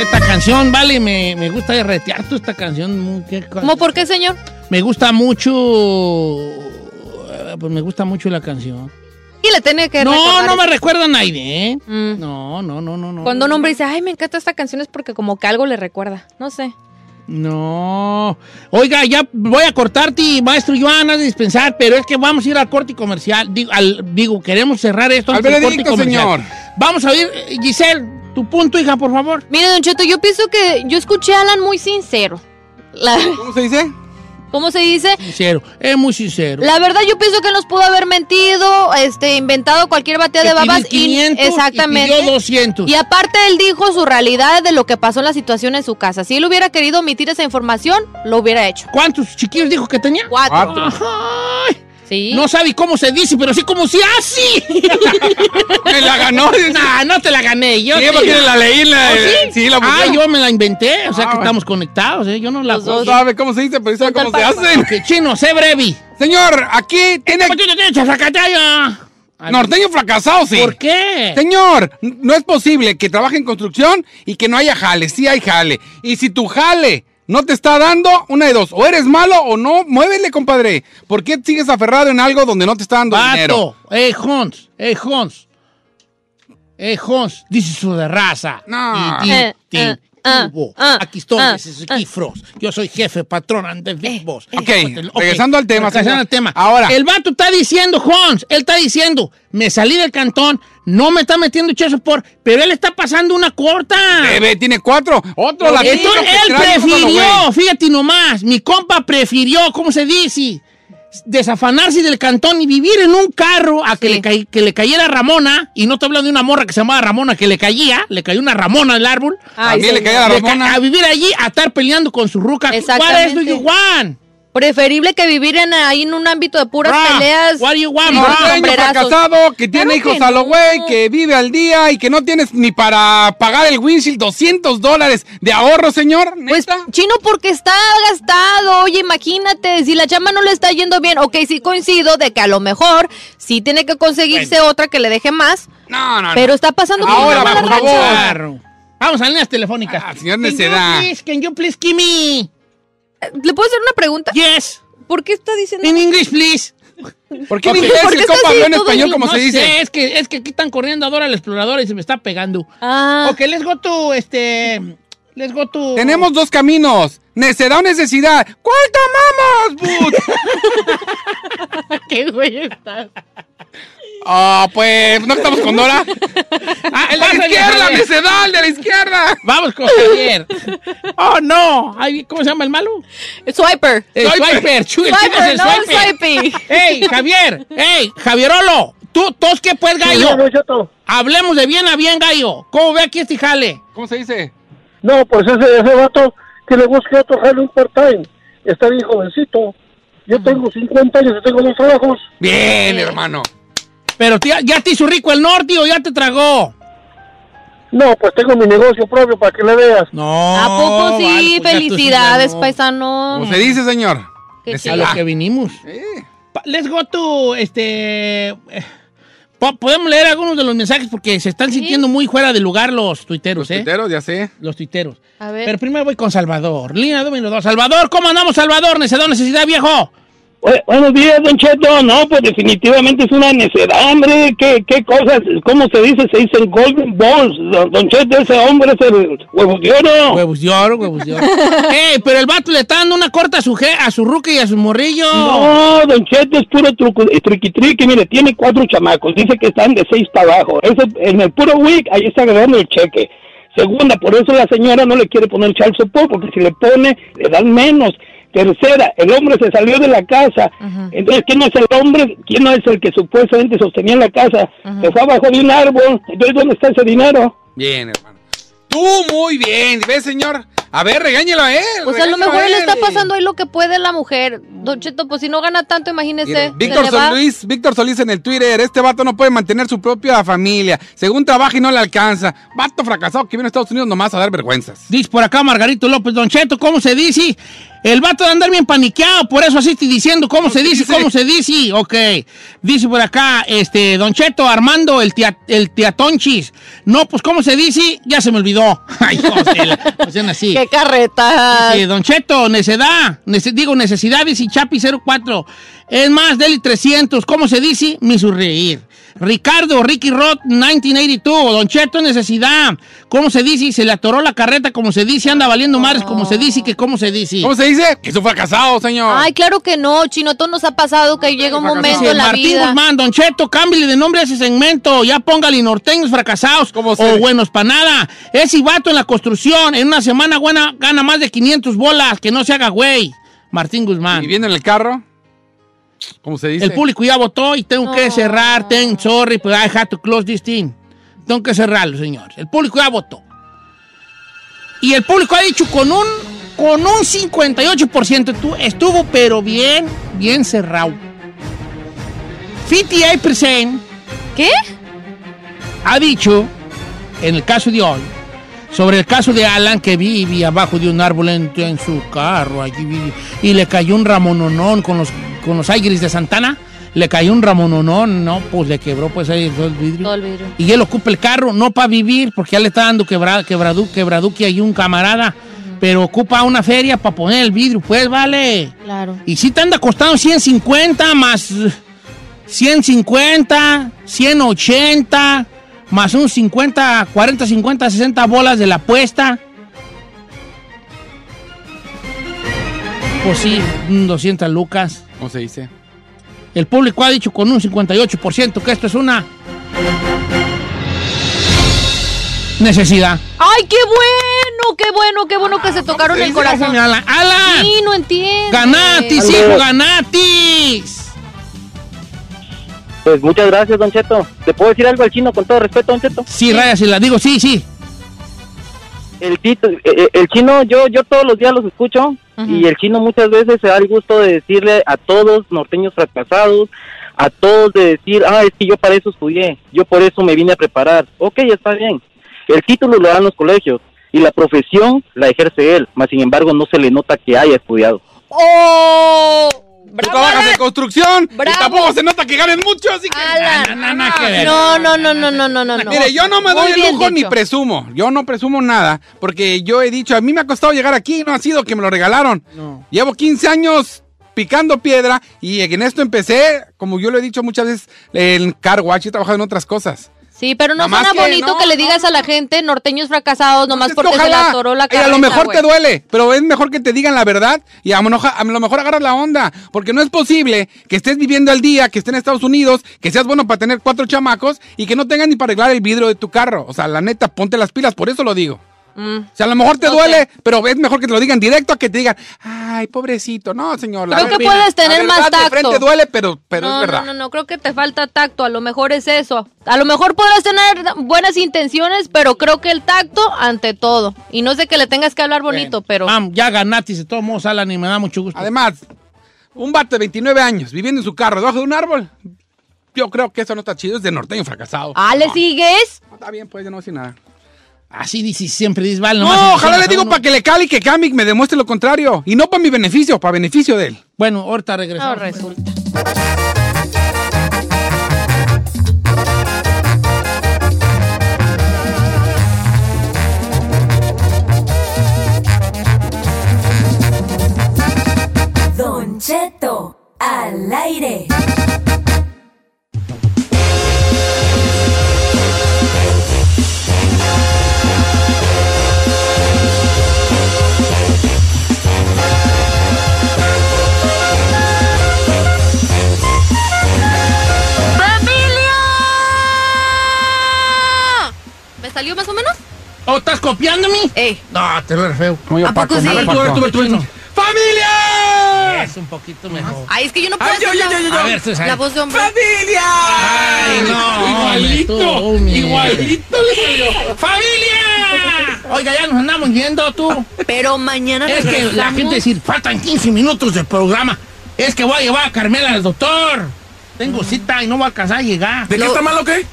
Esta canción, vale, me, me gusta derretear tú esta canción. muy- qué cosa. ¿Cómo por qué, señor? Me gusta mucho. eh, Pues me gusta mucho la canción. Y le tiene que No, recordar no me eso. recuerda a nadie, ¿eh? Mm. No, no, no, no, no. Cuando un hombre dice, ay, me encanta esta canción es porque como que algo le recuerda. No sé. No. Oiga, ya voy a cortarte, maestro Joan, a dispensar, pero es que vamos a ir al corte comercial. Digo, al- digo, queremos cerrar esto Al antes del corte veredicto, comercial. señor. Vamos a oír, eh, Giselle, Tu punto, hija, por favor. Mire, Don Cheto, yo pienso que yo escuché a Alan muy sincero. ¿Cómo se dice? ¿Cómo se dice? Sincero, es muy sincero. La verdad, yo pienso que nos pudo haber mentido, este, inventado cualquier batida Que de babas. pidió 500 y exactamente. pidió 200. Y aparte, él dijo su realidad de lo que pasó en la situación en su casa. Si él hubiera querido omitir esa información, lo hubiera hecho. ¿Cuántos chiquillos dijo que tenía? Cuatro. Ay, Sí. No sabe cómo se dice, pero sí cómo se hace. [laughs] Me la ganó. Nah, no te la gané. Yo Sí, porque la leí, la- ¿Oh, sí, la Ah, pusieron. yo me la inventé. O sea Ah, que bueno. estamos conectados, ¿eh? Yo no la. No sabe cómo se dice, pero sabe cómo se hace. Que chino, sé brevi. Señor, Este aquí tiene... Norteño fracasado, sí. ¿Por qué? Señor, n- no es posible que trabaje en construcción y que no haya jale. Sí hay jale. Y si tu jale no te está dando, una de dos. O eres malo o no, muévele, compadre. ¿Por qué sigues aferrado en algo donde no te está dando dinero? Pato, eh, Hons, eh, Hons. Eh, Hons, dice su de raza. No. Y, Eh, tin, eh, tin, cubo. Aquí estoy, ese es aquí, Frost. Yo soy jefe, patrón, ande Eh, Big Boss. ok, regresando al tema, Regresando señor. al tema. Ahora. El vato está diciendo, Hons, él está diciendo, me salí del cantón, no me está metiendo cheso por, pero él está pasando una corta. Bebé, tiene cuatro. Otro la Entonces, él prefirió, fíjate nomás, mi compa prefirió, ¿cómo se dice? Desafanarse del cantón y vivir en un carro a que, le, cai- que le cayera Ramona, y no te hablando de una morra que se llamaba Ramona, que le caía, le cayó una Ramona al árbol. Ay, También le señor. caía la Le ca- Ramona. A vivir allí, a estar peleando con su ruca. ¿Cuál es lo Exactamente. you want? Preferible que vivir en, ahí en un ámbito de puras Bra, peleas. what do you want, y bra? puros Norteño sombrerazos. fracasado, que tiene Claro hijos que a lo no. güey, que vive al día y que no tienes ni para pagar el windshield 200 dólares de ahorro, señor. Pues chino porque está gastado, oye, imagínate, si la chama no le está yendo bien, ok, sí coincido de que a lo mejor sí tiene que conseguirse otra que le deje más, No, no, no. pero está pasando por Ahora, una mala por racha. favor. Ah, Vamos a líneas telefónicas. señor Can you necedad. please- Can you please give me? ¿Le puedo hacer una pregunta? Yes. ¿Por qué está diciendo? In English, please. ¿Por qué en Ok. inglés ¿Por el qué está compa así habló en todo español inglés? como No se dice? sé, es, que, es que aquí están corriendo ahora el explorador y se me está pegando. [laughs] Ah. Ok, les go to, este... Les go to... Tenemos dos caminos. Necedad o necesidad. ¿Cuál tomamos, [laughs] Bud? ¿Qué güey estás? Ah, pues, ¿no estamos con Dora? Ah, [laughs] ¡A el la otro izquierda, día- necedad, el de la izquierda! Vamos con Javier. [laughs] ¡Oh, no! Ay, ¿Cómo se llama el malo? Swiper. El Swiper. chu- el chino es Swiper, el no el Swiper. swipey. ¡Ey, Javier! ¡Ey, Javierolo! Tú, tos que pues, gallo. Hablemos de bien a bien, gallo. ¿Cómo ve aquí este jale? ¿Cómo se dice? No, pues ese, ese vato que le busque otro jale un part-time. Está bien jovencito. Yo tengo 50 años y tengo dos trabajos. Bien, hermano. Pero tía, ya te hizo rico el norte o ya te tragó. No, pues tengo mi negocio propio para que le veas. No. ¿A poco sí? vale, pues ya tú sí Felicidades, ganó. paisano. ¿Cómo se dice, señor? Qué A Necedad. lo que vinimos. Pa- Let's go to, este... eh, po- Podemos leer algunos de los mensajes porque se están sintiendo muy fuera de lugar los tuiteros, Los ¿eh? tuiteros, ya sé. Los tuiteros. A Pero ver. primero voy con Salvador. Línea número dos. Salvador, ¿cómo andamos, Salvador? Necesidad, necesidad, [laughs] viejo. Bu- Buenos días, Don Cheto. No, pues definitivamente es una necedad, hombre. ¿Qué, qué cosas? ¿Cómo se dice? Se dicen Golden Balls. Don, don Cheto, ese hombre es el huevo de oro. Huevos de oro, huevos de oro. [laughs] ¡Ey! Pero el vato le está dando una corta a su, je- a su rookie y a su morrillo. No, Don Cheto es puro truco, eh, triqui-triqui. Mire, tiene cuatro chamacos. Dice que están de seis para abajo. Eso, en el puro week, ahí está ganando el cheque. Segunda, por eso la señora no le quiere poner child support, porque si le pone, le dan menos. Tercera, el hombre se salió de la casa. Entonces, ¿quién no es el hombre? ¿Quién no es el que supuestamente sostenía la casa? Se fue abajo de un árbol. Entonces, ¿dónde está ese dinero? Bien, hermano. Tú muy bien. ¿Ves, señor? A ver, regáñela a él. Pues a lo regáñalo mejor le él. está pasando ahí lo que puede la mujer. Don Cheto, pues si no gana tanto, imagínese. Mire, Víctor se le va. Solís, Víctor Solís en el Twitter, este vato no puede mantener su propia familia, según trabaja y no le alcanza. Vato fracasado que viene a Estados Unidos nomás a dar vergüenzas. Dice por acá Margarito López, Don Cheto, ¿cómo se dice? El vato de andar bien paniqueado, por eso así estoy diciendo, ¿cómo se dice? ¿Cómo se dice? Ok. Dice por acá, este, Don Cheto, Armando, el, tia- el tiatonchis. No, pues, ¿cómo se dice? Ya se me olvidó. [laughs] Ay, José, la- o sea, así. ¡Qué carreta! Dice, Don Cheto, necedad, nece- digo, necesidades y Chapi 04. Es más, Deli 300, ¿cómo se dice? Mi surreír. Ricardo, Ricky Roth, 1982. Don Cheto, necesidad. ¿Cómo se dice? Se le atoró la carreta, como se dice. Anda valiendo mares, como se dice. que ¿Cómo se dice? ¿Cómo se dice? Que es un fracasado, señor. Ay, claro que no, Chino. Todo nos ha pasado que llega un momento en la Martín vida. Guzmán, Don Cheto, cámbiale de nombre a ese segmento. Ya póngale norteños fracasados o buenos para nada. Ese vato en la construcción, en una semana buena, gana más de 500 bolas. Que no se haga güey. Martín Guzmán. ¿Y viene en el carro? ¿Cómo se dice? El público ya votó y tengo que cerrar. Ten, sorry, but I had to close this thing. Tengo que cerrarlo, señor. El público ya votó. Y el público ha dicho con un, con un 58% tú- estuvo, pero bien, bien cerrado. 58%. ¿Qué? Ha dicho, en el caso de hoy, sobre el caso de Alan que vive abajo de un árbol en, en su carro allí vive, y le cayó un ramononón con los con los aires de Santana le cayó un ramononón no pues le quebró pues ahí todo el vidrio Todo el vidrio. y él ocupa el carro no para vivir porque ya le está dando quebra, quebradu quebraduque ahí un camarada pero ocupa una feria para poner el vidrio pues vale Claro. y si te anda costando 150 más eh, 150, 180, más un 50, 40, 50, 60 bolas de la apuesta. Pues sí, un 200 lucas. ¿Cómo se dice? El público ha dicho con un 58% que esto es una necesidad. ¡Ay, qué bueno! ¡Qué bueno! ¡Qué bueno que Ah, se tocaron el corazón! Alan. Alan. Sí, no entiendo. ¡Ganatis, hijo, ganatis! Pues muchas gracias, Don Cheto. ¿Te puedo decir algo al chino con todo respeto, Don Cheto? Sí, Raya, si la digo, sí, sí. El, tito- eh, eh, el chino, yo yo todos los días los escucho y el chino muchas veces se da el gusto de decirle a todos norteños fracasados, a todos de decir, ah, es que yo para eso estudié, yo por eso me vine a preparar. Ok, está bien. El título lo dan los colegios y la profesión la ejerce él, mas sin embargo no se le nota que haya estudiado. ¡Oh! Tú trabajas en construcción y tampoco se nota que ganen mucho, así que... Ah, Alan. Na, na, na, que ver. No, no, no, no, no, no, no. Mire, yo no me Muy doy el bien lujo ni dicho. presumo. Yo no presumo nada. Porque yo he dicho, a mí me ha costado llegar aquí y no ha sido que me lo regalaron. Llevo 15 años picando piedra y en esto empecé, como yo lo he dicho muchas veces, en car watch y he trabajado en otras cosas. Sí, pero no Nomás suena que bonito no, que le digas a la gente norteños fracasados nomás Es que porque se le ojalá, atoró la y cabeza. a lo mejor güey. te duele, pero es mejor que te digan la verdad y a lo, mejor- a lo mejor agarras la onda, porque no es posible que estés viviendo al día, que estés en Estados Unidos, que seas bueno para tener cuatro chamacos y que no tengas ni para arreglar el vidrio de tu carro. O sea, la neta, ponte las pilas, por eso lo digo. Mm. O sea, a lo mejor te duele, pero es mejor que te lo digan directo a que te digan, ay, pobrecito, no, señor. la Creo que verdad- puedes tener la más verdad tacto. De frente duele, pero, pero no, es verdad. No, no, no, creo que te falta tacto, a lo mejor es eso. A lo mejor podrás tener buenas intenciones, pero creo que el tacto ante todo. Y no sé que le tengas que hablar bonito, pero... Mam, ya ganatis de todos modos, Alan, y me da mucho gusto. Además, un vato de 29 años viviendo en su carro debajo de un árbol, yo creo que eso no está chido, es de norteño fracasado. Ah, ¿le sigues? Está bien, pues yo no voy a decir nada. Así dice, siempre dice, vale, nomás No, se ojalá emociona le digo uno. para que le cale y que Kamik me demuestre lo contrario. Y no para mi beneficio, para beneficio de él. Bueno, ahorita regresamos. resulta. Don Cheto al aire. ¡Familia! ¿Me salió más o menos? ¿O estás copiándome? Ey. No, te lo feo. Muy ¿A opaco, poco sí? A ver, tú, a ver, tú, a ver, tú, a ver, tú. ¡Familia! Es un poquito mejor. Ay, es que yo no puedo Ay, yo, hacer yo, la- yo, yo, yo. A ver, Susan. la voz de hombre. ¡Familia! Ay, no. Igualito, igualito ¡Familia! Oiga, ya nos andamos yendo tú. Pero mañana Es que la regresamos. gente decir, faltan 15 minutos del programa. Es que voy a llevar a Carmela al doctor. Tengo Mm. cita y no voy a alcanzar a llegar. ¿De qué está mal o qué?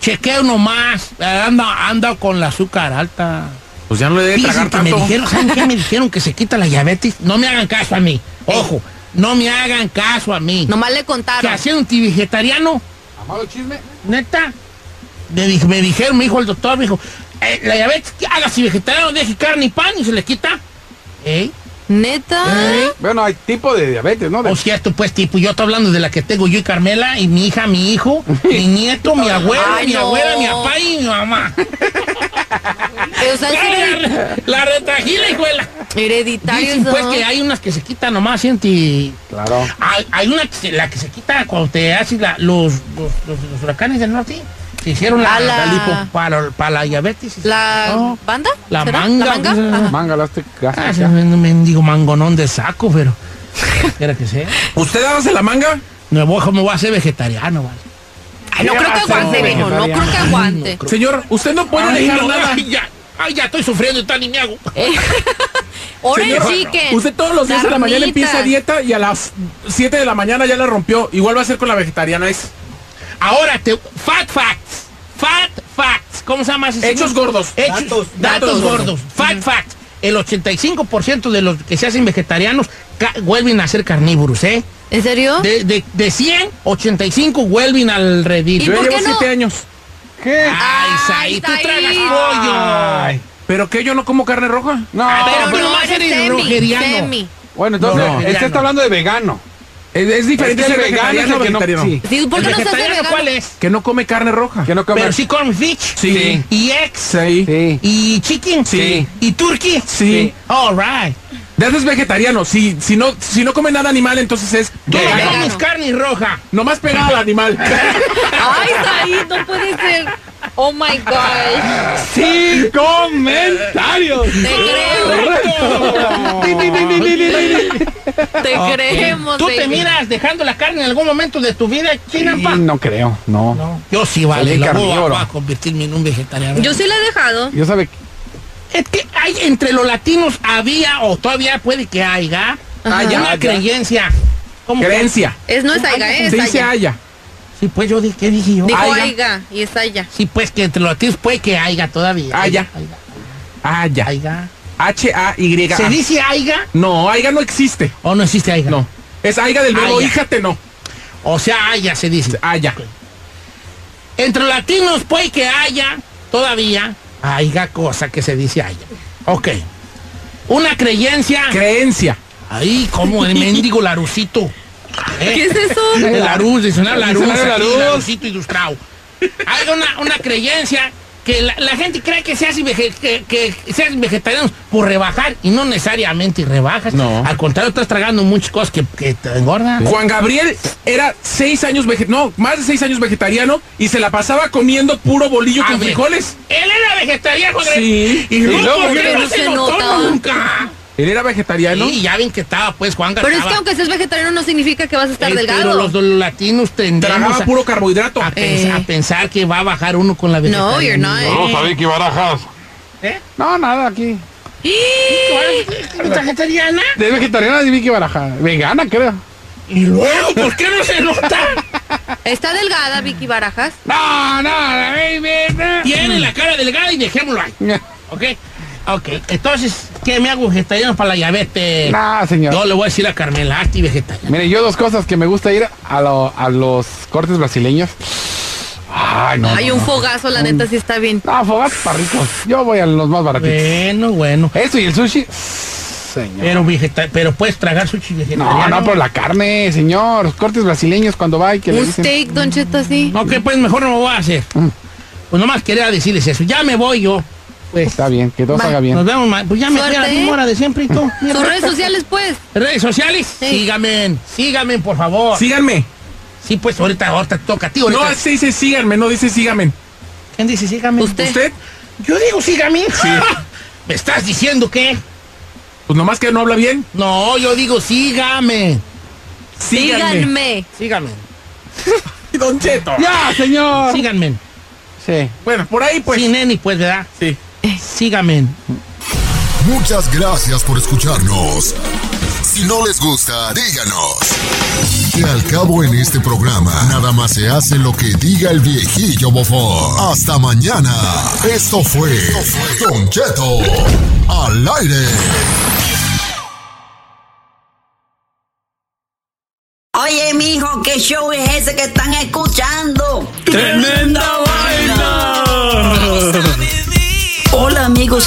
Chequeo nomás. Anda, anda con la azúcar alta. Pues ya no le debe Fíjense tragar que me tanto. dijeron, ¿saben qué? Me dijeron que se quita la diabetes. No me hagan caso a mí. Ojo, no me hagan caso a mí. Nomás le contaron. Que hacía un vegetariano, Amado chisme. neta. Me, di- me dijeron, me dijo el doctor, me dijo, eh, la diabetes, que haga si vegetariano, deje carne y pan y se le quita. ¿Eh? ¿Neta? Bueno, hay tipo de diabetes, ¿no? O cierto, pues, tipo, yo estoy hablando de la que tengo yo y Carmela, y mi hija, [laughs] mi hijo, mi nieto, mi abuelo, Ay, mi no. abuela, mi papá y mi mamá. O sea, es hereditario. La retrajila, hijuela. Hereditario. Dicen, ¿no? pues, que hay unas que se quitan nomás, siente. y- Claro. Hay, hay una que se, la que se quita cuando te haces la- los, los, los- los huracanes del norte. Se hicieron la, A Ah, la- la lipo para, para la diabetes. ¿La banda? La ¿Será? manga. pues, ¿La pues, manga? eh. Ajá. Ah, ese es un mendigo mangonón de saco, pero. Quiera que sea. [laughs] ¿Usted hágase la manga? No, voy- ¿cómo voy a ser vegetariano, vale? Ay, no creo que aguante, viejo. No creo que aguante. Señor, usted no puede Ay, elegir no, nada. ay, ya, ay, ya estoy sufriendo, tal y me hago. Eh, [laughs] Orange Señor, chicken. Usted todos los días de la mañana carnitas. empieza dieta y a las 7 de la mañana ya la rompió. Igual va a ser con la vegetariana. Es Ahora te. Fat facts. Fat facts. ¿Cómo se llama ese señor? Hechos gordos. Hechos- datos, Datos- datos gordos. gordos. Fat facts. El 85% de los que se hacen vegetarianos ca- vuelven a ser carnívoros, ¿eh? ¿En serio? De, de, de 100, 85 vuelven al redil. ¿Y Yo por llevo qué no? siete años. ¿Qué? Ay, Saí, tú tragas pollo. Ay, ¿Pero qué? ¿Yo no como carne roja? No. pero, pero no, más ese eres semi, rogeriano. semi. Bueno, entonces, No, no. este está hablando de vegano. Es, es diferente Es que ser el vegano, vegano es el es el que no- vegetariano. sí. Digo, ¿Por qué ¿El no se hace vegetariano vegano? cuál es? Que no come carne roja. Que no come- Pero sí con fish. Sí. Y eggs. Sí. Sí. Y chicken. Sí. Y turkey. Sí. All right. Ya es vegetariano. Si, si, no, si no come nada animal, entonces es Tú no vegano. comes carne roja. Nomás pegado al [laughs] animal. Ay, Saí, no puede ser. Oh my gosh. Sin comentarios. Te creo, te Ok. creemos. ¿Tú te baby. miras dejando la carne en algún momento de tu vida, Chinampa? Y No creo, no. Yo sí, vale. Soy La voy a, carnívoro. voy a convertirme en un vegetariano. Yo sí la he dejado. Yo sabe Es que hay entre los latinos había, o todavía puede que haya, Ajá. hay una Haya. creencia. ¿Cómo que? Creencia. Es no es aiga, eh, Se es dice aiga. haya. Sí, pues yo dije, ¿qué dije yo? Dijo Haya. aiga y es aiga. Sí, pues que entre los latinos puede que haya todavía. Haya. Haya. Haya. Haiga. H-A-Y. ¿Se dice haiga No, haya no existe. o Oh, no existe haiga? No. Es haya del verbo Haya. híjate, no. O sea, haya se dice. Haya. Entre latinos puede que haya todavía haiga cosa que se dice haya. Ok. Una creencia. Creencia. Ahí, como el mendigo larucito. ¿Eh? [laughs] ¿Qué es [laughs] eso? El Laruz, diccionario Laruz, Diccionario aquí, Laruz. Larucito ilustrado. Hay una, una creencia que la, la gente cree que seas, vege- que, que seas vegetariano por rebajar y no necesariamente rebajas. No. Al contrario, estás tragando muchas cosas que, que te engordan. Ah. Juan Gabriel era seis años vegetariano, no, más de seis años vegetariano y se la pasaba comiendo puro bolillo A con ver, frijoles. Él era vegetariano, Gabriel. Sí. Y Y no, luego, ¿por qué pero no no se se notó nota. nunca. Él era vegetariano. Y ya ven que estaba, pues, Juan Pero es estaba- que aunque seas vegetariano no significa que vas a estar Eh, Pero delgado. los, los latinos Tragaba tendemos a, puro carbohidrato. a pens- Eh. a pensar que va a bajar uno con la ¿Eh? vegetariana. No, you're not. Saludos a Vicky Barajas. No, nada aquí. vegetariana? De vegetariana de Vicky Baraja. Vegana, creo. Y luego, ¿por qué no se nota? Está delgada Vicky Barajas. No, no, baby. no. Tiene la cara delgada y dejémoslo ahí. ¿Ok? Ok, entonces, ¿qué me hago vegetariano para la diabetes? Nah, señor. No, le voy a decir a Carmela, hazte vegetariano. Mire, yo dos cosas que me gusta ir a, lo- a los cortes brasileños. Ay, no. Hay no, un no. fogazo, la neta, sí está bien. No, fogatas para ricos. Yo voy a los más baratitos. Bueno, bueno. Eso y el sushi. Señor. Pero, vegeta- pero puedes tragar sushi No, vegetariano. no, por la carne, señor. Los cortes brasileños cuando va y que le Un dicen. steak, Don Cheto, así. Ok, pues mejor no lo voy a hacer. Mm. Pues nomás quería decirles eso. Ya me voy yo. Pues, Está bien, que todo Va. salga bien. nos vemos, ma- pues ya me voy a la Suerte, misma ¿eh? hora de siempre y tú. Mira. Sus redes sociales, pues. ¿Redes sociales? Síganme, síganme, por favor. Sí, Síganme. pues ahorita, ahorita te toca a ti. Ahorita. No, se dice síganme, no dice síganme. ¿Quién dice sígame? Usted. ¿Usted? Yo digo sígame. [laughs] ¿Me estás diciendo qué? Pues nomás que no habla bien. No, yo digo sígame. Díganme. Sígame. Don Cheto. ¡Ya, señor! Síganme. Sí. Bueno, por ahí pues. Sin neni, pues, ¿verdad? Sí. Sígame. Muchas gracias por escucharnos. Si no les gusta, díganos. Que al cabo en este programa, nada más se hace lo que diga el viejillo bofón. Hasta mañana. Esto fue Don Cheto al aire. Oye, mijo, ¿qué show es ese que están escuchando? ¡Tremenda vaina! Hola amigos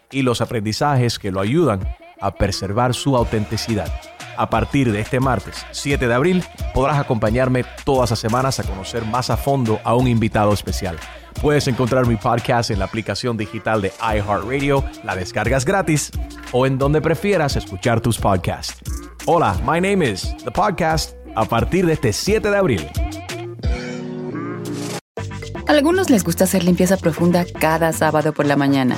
y los aprendizajes que lo ayudan a preservar su autenticidad. A partir de este martes 7 de abril podrás acompañarme todas las semanas a conocer más a fondo a un invitado especial. Puedes encontrar mi podcast en la aplicación digital de iHeartRadio, la descargas gratis o en donde prefieras escuchar tus podcasts. Hola, my name is The Podcast a partir de este 7 de abril. Algunos les gusta hacer limpieza profunda cada sábado por la mañana.